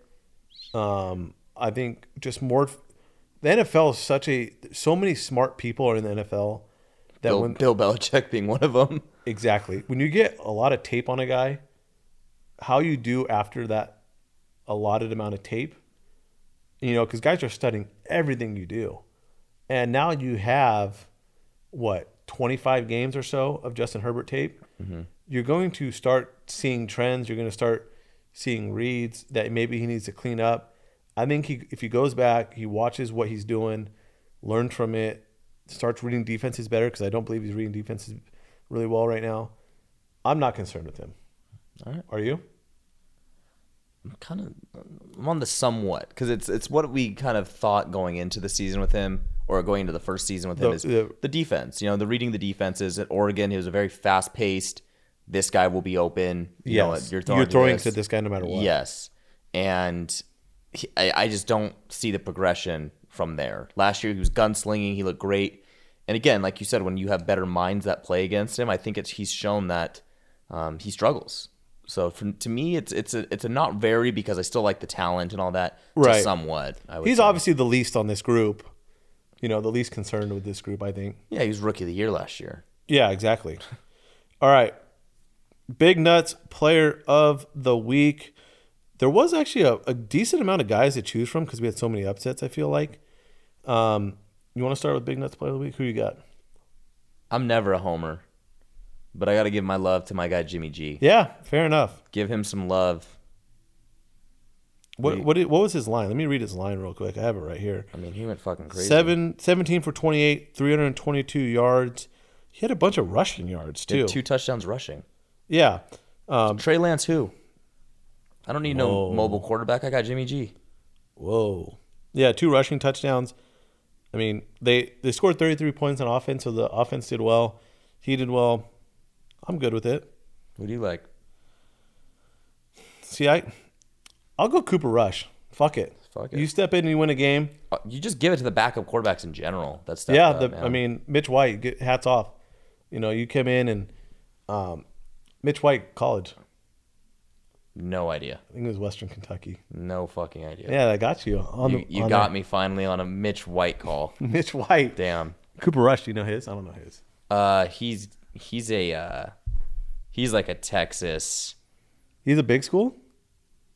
Um, I think just more. The NFL is such a so many smart people are in the NFL that Bill, when Bill Belichick being one of them. exactly when you get a lot of tape on a guy, how you do after that allotted amount of tape, you know, because guys are studying everything you do. And now you have what 25 games or so of Justin Herbert tape. Mm-hmm. You're going to start seeing trends. You're going to start seeing reads that maybe he needs to clean up. I think he, if he goes back, he watches what he's doing, learns from it, starts reading defenses better because I don't believe he's reading defenses really well right now. I'm not concerned with him. All right. Are you? I'm kind of I'm on the somewhat because it's it's what we kind of thought going into the season with him or going into the first season with him The- is the- the defense. You know, the reading the defenses at Oregon, he was a very fast paced. This guy will be open. You know, Yes. you're You're throwing, throwing to this guy no matter what. Yes, and he, I, I just don't see the progression from there. Last year he was gunslinging. He looked great. And again, like you said, when you have better minds that play against him, I think it's he's shown that um, he struggles. So from, to me, it's it's a it's a not very because I still like the talent and all that. to Right. somewhat. I would He's say. obviously the least on this group. You know, the least concerned with this group, I think. yeah, he was rookie of the year last year. Yeah, exactly. All right. Big Nuts player of the week. There was actually a, a decent amount of guys to choose from because we had so many upsets, I feel like. Um, you want to start with Big Nuts player of the week? Who you got? I'm never a homer, but I got to give my love to my guy Jimmy G. Yeah, fair enough. Give him some love. What, what, did- what was his line? Let me read his line real quick. I have it right here. I mean, he went fucking crazy. Seven, 17 for 28, 322 yards. He had a bunch of rushing yards, Did too. two touchdowns rushing. yeah. Um, Trey Lance, who? I don't need Whoa. no mobile quarterback. I got Jimmy G. Whoa. Yeah, two rushing touchdowns. I mean, they they scored 33 points on offense, so the offense did well. He did well. I'm good with it. Who do you like? See, I I'll go Cooper Rush. Fuck it. Fuck it. You step in and you win a game. Uh, You just give it to the backup quarterbacks in general. That's that yeah, stuff, the, man. I mean, Mitch White, get, hats off. You know, you came in and um, Mitch White college. no idea, I think it was Western Kentucky. no fucking idea. Yeah, that got you on you the you on got me finally on a Mitch White (laughs) call. the- Mitch White. Damn, Cooper Rush, do you know his? I don't know his. uh, he's he's a uh, he's like a Texas. He's a big school?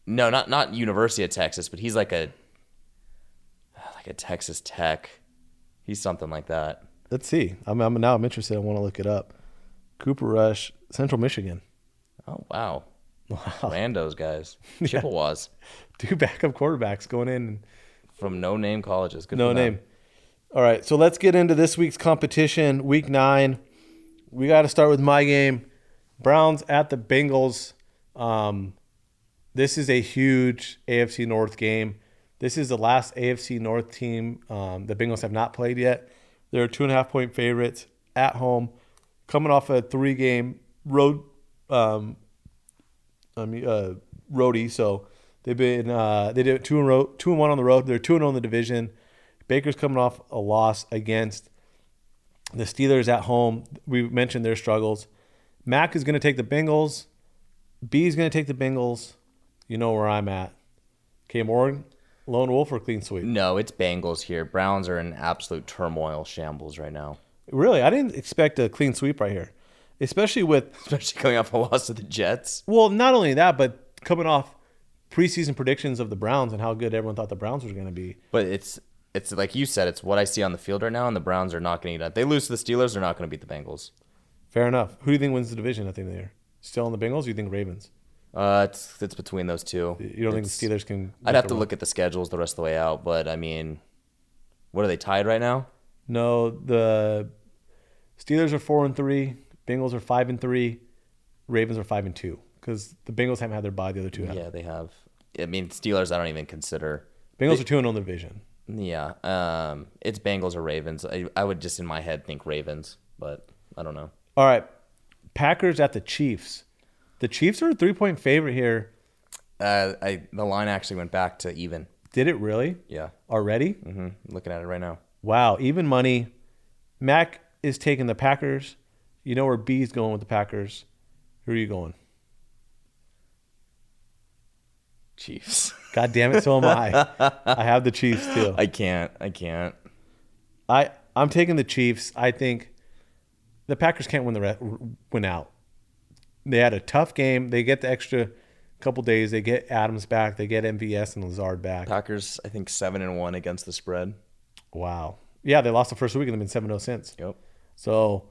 No, not not University of Texas, but he's like a like a Texas Tech. He's something like that. Let's see. I'm, I'm now I'm interested. I want to look it up. Cooper Rush, Central Michigan. (laughs) Oh wow, randos guys, Chippewas Two backup quarterbacks going in. And from no name colleges. Good no for them. name. All right, so let's get into this week's competition, Week Nine. We got to start with my game, Browns at the Bengals. Um, this is a huge AFC North game. This is the last AFC North team um, the Bengals have not played yet. They're two and a half point favorites at home. coming off a three game road um, I mean, uh, roadie. So they've been uh, they did two and row, two and one on the road. They're two and zero in the division. Baker's coming off a loss against the Steelers at home. We mentioned their struggles. Mac is going to take the Bengals. B is going to take the Bengals. You know where I'm at. K. Morgan, lone wolf or clean sweep? No, it's Bengals here. Browns are in absolute turmoil shambles right now, (laughs) Really, I didn't expect a clean sweep right here, especially with especially coming off a loss to the Jets. Well, not only that, but coming off preseason predictions of the Browns and how good everyone thought the Browns were going to be. But it's it's like you said, it's what I see on the field right now, and the Browns are not going to get up. They lose to the Steelers, they're not going to beat the Bengals. Fair enough. Who do you think wins the division at the end of the year? Still in the Bengals? Or you think Ravens? Uh, it's it's between those two. You don't It's- think the Steelers can? I'd have to look at the schedules the rest of the way out, but I mean, what are they tied right now? No, the Steelers are four and three. Bengals are five and three. Ravens are five and two because the Bengals haven't had their bye. The other two have. Yeah, they have. I mean, Steelers. I don't even consider. Bengals are two and on the division. Yeah, um, it's Bengals or Ravens. I, I would just in my head think Ravens, but I don't know. All right, Packers at the Chiefs. The Chiefs are a three point favorite here. Uh, I the line actually went back to even. Did it really? Yeah, Already? hmm looking at it right now. Wow, even money. Mac is taking the Packers. You know where B is going with the Packers. Who are you going? Chiefs. God damn it, so am I. I have the Chiefs too. (laughs) I can't. I can't. I I'm taking the Chiefs. I think the Packers can't win the re- win out. They had a tough game. They get the extra couple days. They get Adams back. They get MVS and Lazard back. Packers. I think seven and one against the spread. Wow. Yeah, they lost the first week and they've been 7-0 since. Yep. So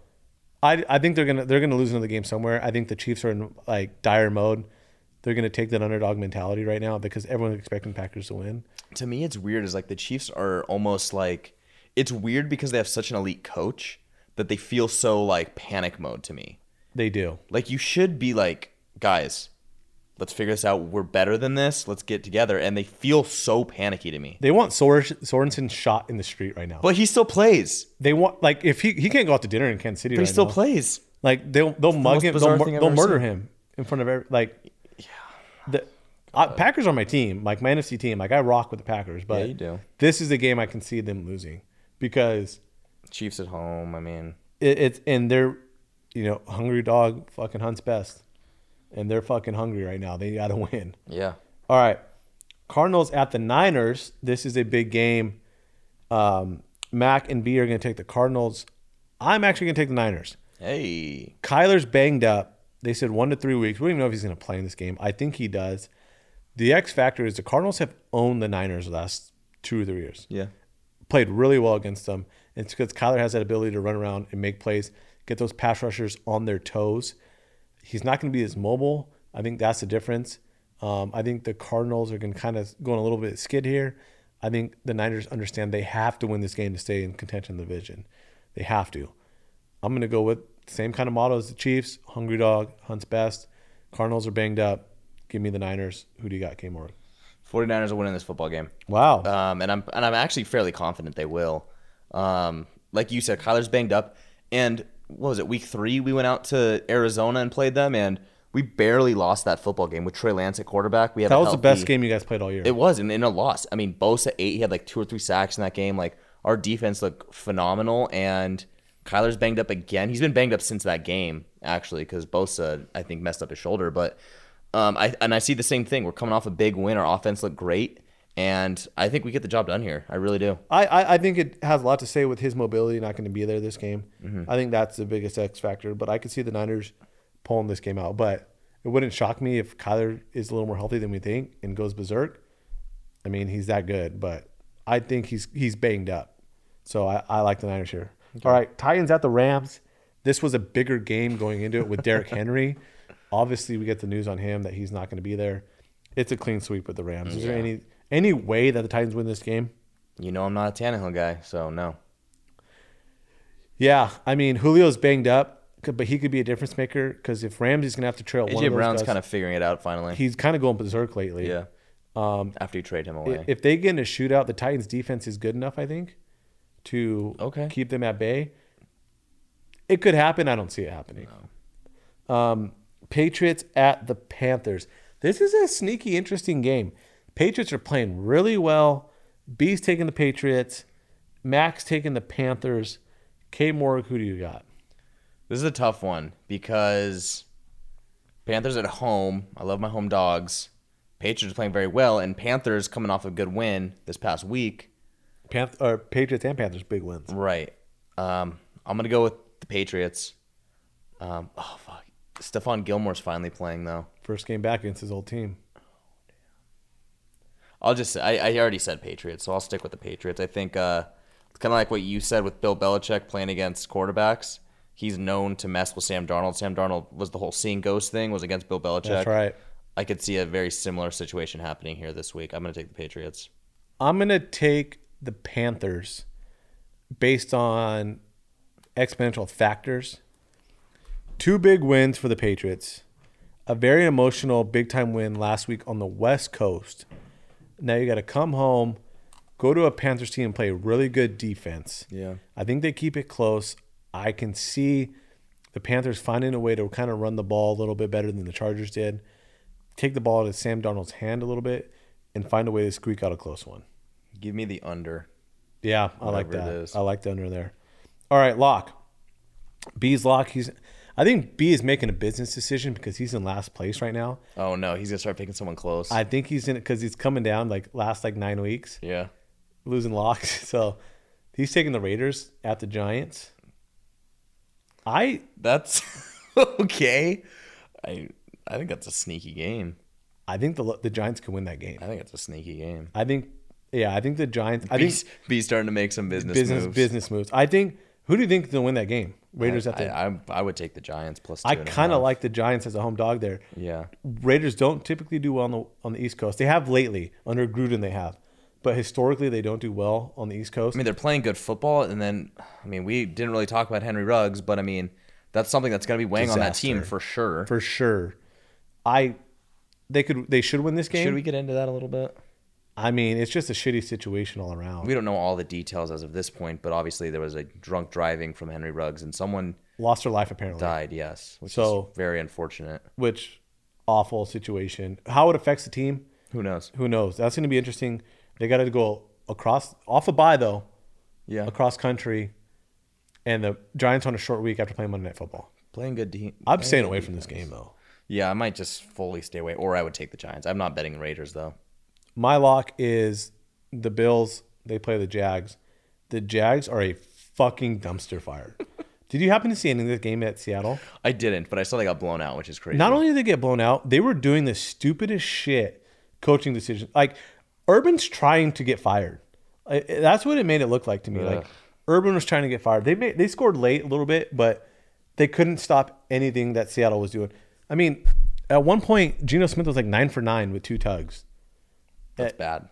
I I think they're gonna they're gonna lose another game somewhere. I think the Chiefs are in like dire mode. They're gonna take that underdog mentality right now because everyone's expecting Packers to win. to me it's weird is like the chiefs are almost like it's weird because they have such an elite coach that they feel so like panic mode to me They do. like you should be like guys let's figure this out we're better than this let's get together and they feel so panicky to me They want Sor- Sorensen shot in the street right now. but he still plays They want like if he he can't go out to dinner in Kansas City. but he right still now. plays Like they'll they'll mug most him. bizarre They'll, mur- thing I've they'll ever murder him in front of every like. Yeah. The I, Packers are my team, like my NFC team. Like I rock with the Packers, but you do. this is a game I can see them losing because chiefs at home i mean it, it's and they're you know hungry dog fucking hunts best, and they're fucking hungry right now. They got to (laughs) win. yeah All right. Cardinals at the Niners. This is a big game. Um, Mac and B are going to take the Cardinals. I'm actually going to take the Niners. hey Kyler's banged up. They said one to three weeks. We don't even know if he's going to play in this game. I think he does. The X factor is the Cardinals have owned the Niners the last two or three years. yeah Played really well against them. It's because Kyler has that ability to run around and make plays, get those pass rushers on their toes. He's not going to be as mobile. I think that's the difference. Um, I think the Cardinals are going to kind of go on a little bit of skid here. I think the Niners understand they have to win this game to stay in contention in the division. They have to. I'm going to go with the same kind of motto as the Chiefs. Hungry dog hunts best. Cardinals are banged up. Give me the Niners. Who do you got, K Morgan? 49ers are winning this football game Wow. um, and I'm and I'm actually fairly confident they will. Um, like you said, Kyler's banged up, and what was it? Week three, we went out to Arizona and played them, and we barely lost that football game with Trey Lance at quarterback. We had that a was the best healthy- game you guys played all year. It was, and in a loss. I mean, Bosa eight. He had like two or three sacks in that game. Like our defense looked phenomenal, and Kyler's banged up again. He's been banged up since that game actually, because Bosa I think messed up his shoulder. But um, I and I see the same thing. We're coming off a big win. Our offense looked great, and I think we get the job done here. I really do. I, I, I think it has a lot to say with his mobility not going to be there this game. I think that's the biggest X factor. But I could see the Niners pulling this game out. But it wouldn't shock me if Kyler is a little more healthy than we think and goes berserk. I mean, he's that good, but I think he's he's banged up. So I, I like the Niners here. All right, Titans at the Rams. This was a bigger game going into it with Derrick Henry. Obviously, we get the news on him that he's not going to be there. It's a clean sweep with the Rams. Is there any any way that the Titans win this game? You know, I'm not a Tannehill guy, so no. Yeah, I mean Julio's banged up, c- but he could be a difference maker because if Ramsey's gonna have to trail one AJ of those Brown's guys, kind of figuring it out finally. he's kind of going berserk lately. yeah. Um, After you trade him away. I- If they get in a shootout, the Titans' defense is good enough, I think, to Okay. keep them at bay. It could happen. I don't see it happening. Um, Patriots at the Panthers. This is a sneaky, interesting game. Patriots are playing really well. B's taking the Patriots. Max taking the Panthers. K. Morg, who do you got? This is a tough one because Panthers at home. I love my home dogs. Patriots are playing very well, and Panthers coming off a good win this past week. Panth- or Patriots and Panthers, big wins. Right. Um, I'm gonna go with the Patriots. Um, oh fuck. Stephon Gilmore's finally playing though. First game back against his old team. I'll just say I, I already said Patriots, so I'll stick with the Patriots. I think uh, it's kind of like what you said with Bill Belichick playing against quarterbacks. He's known to mess with Sam Darnold. Sam Darnold was the whole seeing ghost thing was against Bill Belichick. That's right. I could see a very similar situation happening here this week. I'm going to take the Patriots. I'm going to take the Panthers based on exponential factors. Two big wins for the Patriots. A very emotional big time win last week on the West Coast. Now you got to come home, go to a Panthers team and play really good defense. Yeah. I think they keep it close. I can see the Panthers finding a way to kind of run the ball a little bit better than the Chargers did, take the ball out of Sam Darnold's hand a little bit, and find a way to squeak out a close one. Give me the under. Yeah, I like Whatever it that. is. I like the under there. All right, lock. B's lock. He's. I think B is making a business decision because he's in last place right now. Oh no, he's gonna start picking someone close. I think he's in it because he's coming down like last like nine weeks, yeah. losing locks. (laughs) So he's taking the Raiders at the Giants. I That's (laughs) okay. I I think that's a sneaky game. I think the the Giants can win that game. I think it's a sneaky game. I think yeah, I think the Giants. I think B's, B's starting to make some business, business moves. business moves. I think who do you think is gonna win that game? Raiders I, at the. I, I, I, I would take the Giants plus. Two and a kind of half. like the Giants as a home dog there. Yeah. Raiders don't typically do well on the on the East Coast. They have lately under Gruden. They have, but historically they don't do well on the East Coast. I mean, they're playing good football, and then I mean, we didn't really talk about Henry Ruggs, but I mean, that's something that's gonna be weighing on that team Disaster. for sure. for sure. I they could they should win this game. Should we get into that a little bit? I mean, it's just a shitty situation all around. We don't know all the details as of this point, but obviously there was a drunk driving from Henry Ruggs, and someone Lost their life apparently, died. Yes, which So- is very unfortunate. which awful situation. How it affects the team, Who knows? who knows? That's going to be interesting. They got to go across off a bye though, Yeah, across country, and the Giants on a short week after playing Monday Night Football. playing good. De- I'm playing staying good away from this defense. game though. Yeah, I might just fully stay away, or I would take the Giants. I'm not betting the Raiders though. My lock is the Bills. They play the Jags. The Jags are a fucking dumpster fire. Did you happen to see any of this game at Seattle? I didn't, but I still they got blown out, which is crazy. Not only did they get blown out, they were doing the stupidest shit coaching decisions. Like Urban's trying to get fired. I, that's what it made it look like to me. Like Ugh. Urban was trying to get fired. They made they scored late a little bit, but they couldn't stop anything that Seattle was doing. I mean, at one point, Geno Smith was like nine for nine with two tugs, that's bad.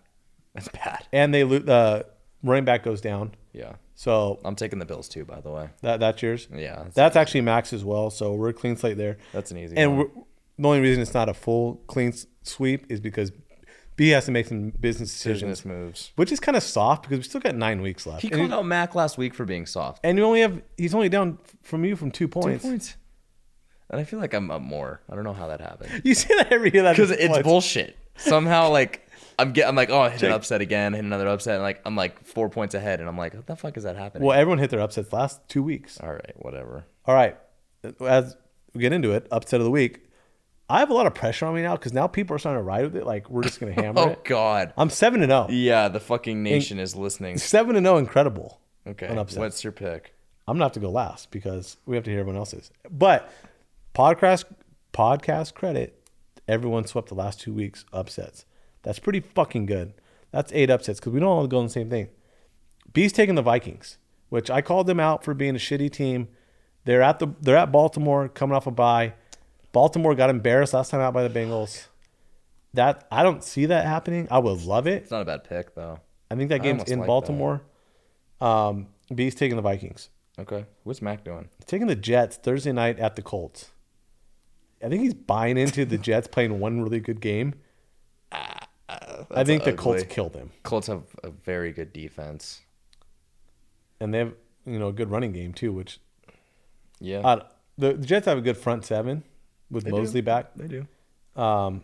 That's bad. and they lo- uh, running back goes down. Yeah, So I'm taking the Bills too. By the way, that that's yours. yeah, that's, That's actually Max as well. So we're a clean slate there. that's an easy. And one. we're, the only reason it's not a full clean s- sweep is because B has to make some business decisions, business moves. which is kind of soft because we still got nine weeks left. He and, called out Mac last week for being soft. and you only have he's only down f- from you from two Two points. points. And I feel like I'm up more. I don't know how that happened. (laughs) You say that every (laughs) year. (laughs) because it's bullshit. Somehow, like I'm get, I'm like, oh, I hit an upset again, hit another upset, and like I'm like four points ahead, and I'm like, what the fuck is that happening? Well, everyone hit their upsets last two weeks. All right, whatever. All right, as we get into it, upset of the week. I have a lot of pressure on me now because now people are starting to ride with it. Like we're just gonna hammer Oh it. God, I'm seven and zero. yeah, the fucking nation is (laughs) listening. Seven and zero, incredible. Okay, an upset. what's your pick? I'm gonna have to go last because we have to hear everyone else's. But podcast podcast credit, everyone swept the last two weeks upsets. That's pretty fucking good. That's eight upsets because we don't all go on the same thing. B's taking the Vikings, which I called them out for being a shitty team. They're at the they're at Baltimore coming off a bye. Baltimore got embarrassed last time out by the Bengals. That I don't see that happening. I would love it. It's not a bad pick though. I think that game's almost in like that. Baltimore. Um, B's taking the Vikings Okay, what's Mac doing? taking the Jets Thursday night at the Colts. I think he's buying into (laughs) the Jets playing one really good game. I think the Colts Ah, ugly. kill them, Colts have a very good defense. and they have you know a good running game too, which Yeah. I don't- the, the Jets have a good front seven with do. Mosley back. they do. Um,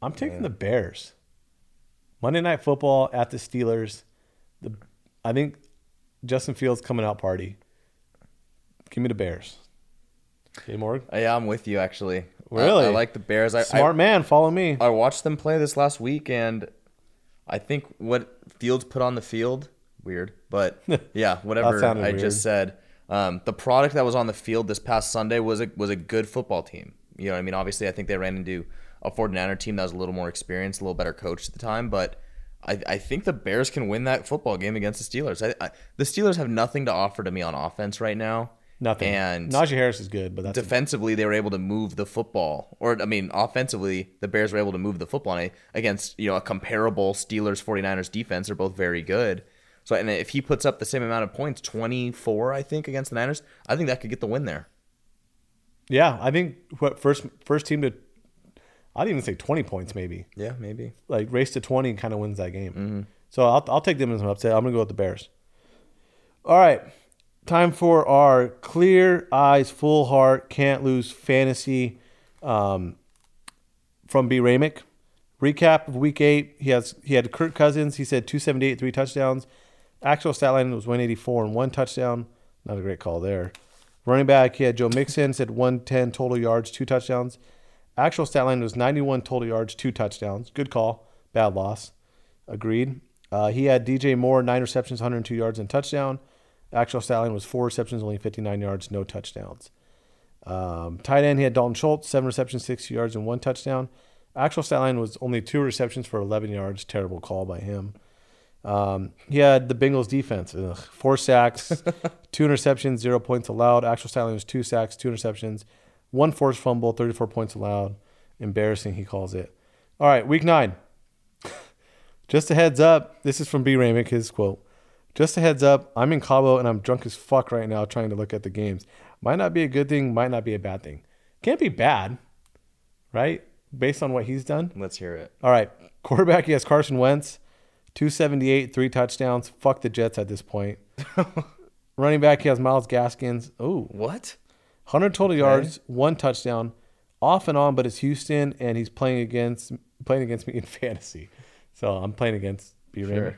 I'm taking the Bears. Monday Night Football at the Steelers. The I think Justin Fields coming out party. Give me the Bears. Jay Morgan, Yeah, I'm with you actually. I- Really? I, like the Bears. I, smart man, follow me. I I watched them play this last week, and I think what Fields put on the field weird, (laughs) but yeah, whatever I sounded weird. just said. Um, the product that was on the field this past Sunday was a was a good football team. You know, what I mean, obviously, I think they ran into a 49er team that was a little more experienced, a little better coached at the time, but. I, I think the Bears can win that football game against the Steelers. I, I, the Steelers have nothing to offer to me on offense right now. Nothing. And Najee Harris is good, but that's defensively they were able to move the football or i mean offensively the bears were able to move the football and I- against you know a comparable steelers 49ers defense they're both very good so and if he puts up the same amount of points 24 i think against the niners i think that could get the win there yeah. I think what first first team to, I'd even say twenty points maybe. yeah maybe like race to 20 and kind of wins that game. So I'll, I'll take them as an upset. I'm going to go with the Bears. All right. Time for our clear eyes, full heart, can't lose fantasy um, from B. Ramick. Recap of week eight. He has he had Kirk Cousins. He said 278, three touchdowns. Actual stat line was 184 and one touchdown. Not a great call there. Running back, he had Joe Mixon, said 110 total yards, two touchdowns. Actual stat line was 91 total yards, two touchdowns. Good call. Bad loss. Agreed. Uh, he had DJ Moore, nine receptions, 102 yards, and touchdown. Actual stat line was four receptions, only 59 yards, no touchdowns. Um, tight end, he had Dalton Schultz, seven receptions, 60 yards, and one touchdown. Actual stat line was only two receptions for 11 yards. Terrible call by him. Um, he had the Bengals defense, ugh, four sacks, two interceptions, zero points allowed. Actual stat line was two sacks, two interceptions, one forced fumble, 34 points allowed. Embarrassing, he calls it. All right, week nine. (laughs) Just a heads up, this is from B. Ramick, his quote. Just a heads up, I'm in Cabo and I'm drunk as fuck right now trying to look at the games. Might not be a good thing, might not be a bad thing. Can't be bad, right? Based on what he's done. let's hear it All right. Quarterback, he has Carson Wentz, 278, three touchdowns. Fuck the Jets at this point. Running back, he has Miles Gaskins. Ooh, what 100 total yards, one touchdown. Off and on, but it's Houston, and he's playing against playing against me in (laughs) fantasy. So I'm playing against B. Raymond.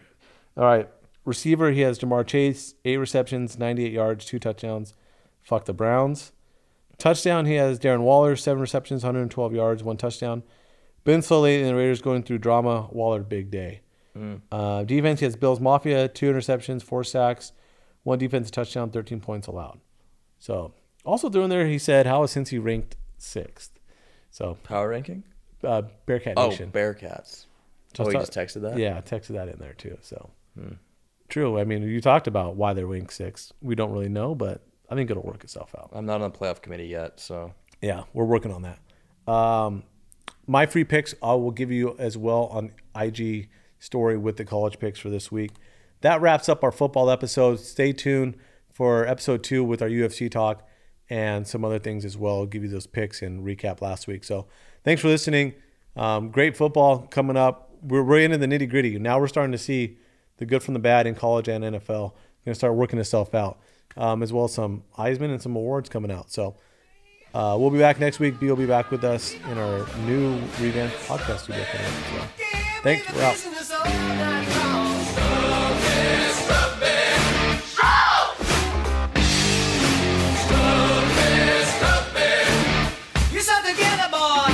All right. Receiver, he has Jamar Chase, eight receptions, 98 yards, two touchdowns. Fuck the Browns. Touchdown, he has Darren Waller, seven receptions, 112 yards, one touchdown. Ben Slowly and the Raiders going through drama. Waller, big day. Mm. Uh, defense, he has Bills Mafia, two interceptions, four sacks, one defensive touchdown, 13 points allowed. So, also through in there, he said, how is Cincy ranked sixth? So, power ranking uh, Bearcat oh Nation. bearcats oh So it's you not- just texted that Hmm. Yeah, I texted that in there too. So true. I mean, you talked about why they're wing six. We don't really know, but I think it'll work itself out. i'm not on the playoff committee yet so Yeah, we're working on that. Um, my free picks I will give you as well on IG story with the college picks for this week. That wraps up our football episode. Stay tuned for episode two with our UFC talk and some other things as well. give you those picks and recap last week. So thanks for listening. Um, great football coming up. We're, we're into the nitty gritty. Now we're starting to see the good from the bad in college and NFL. Going to start working itself out, um, as well as some Heisman and some awards coming out. So uh, we'll be back next week. B will be back with us in our new revamped podcast studio. coming up. So, Thanks. We're out. You said to get a boy.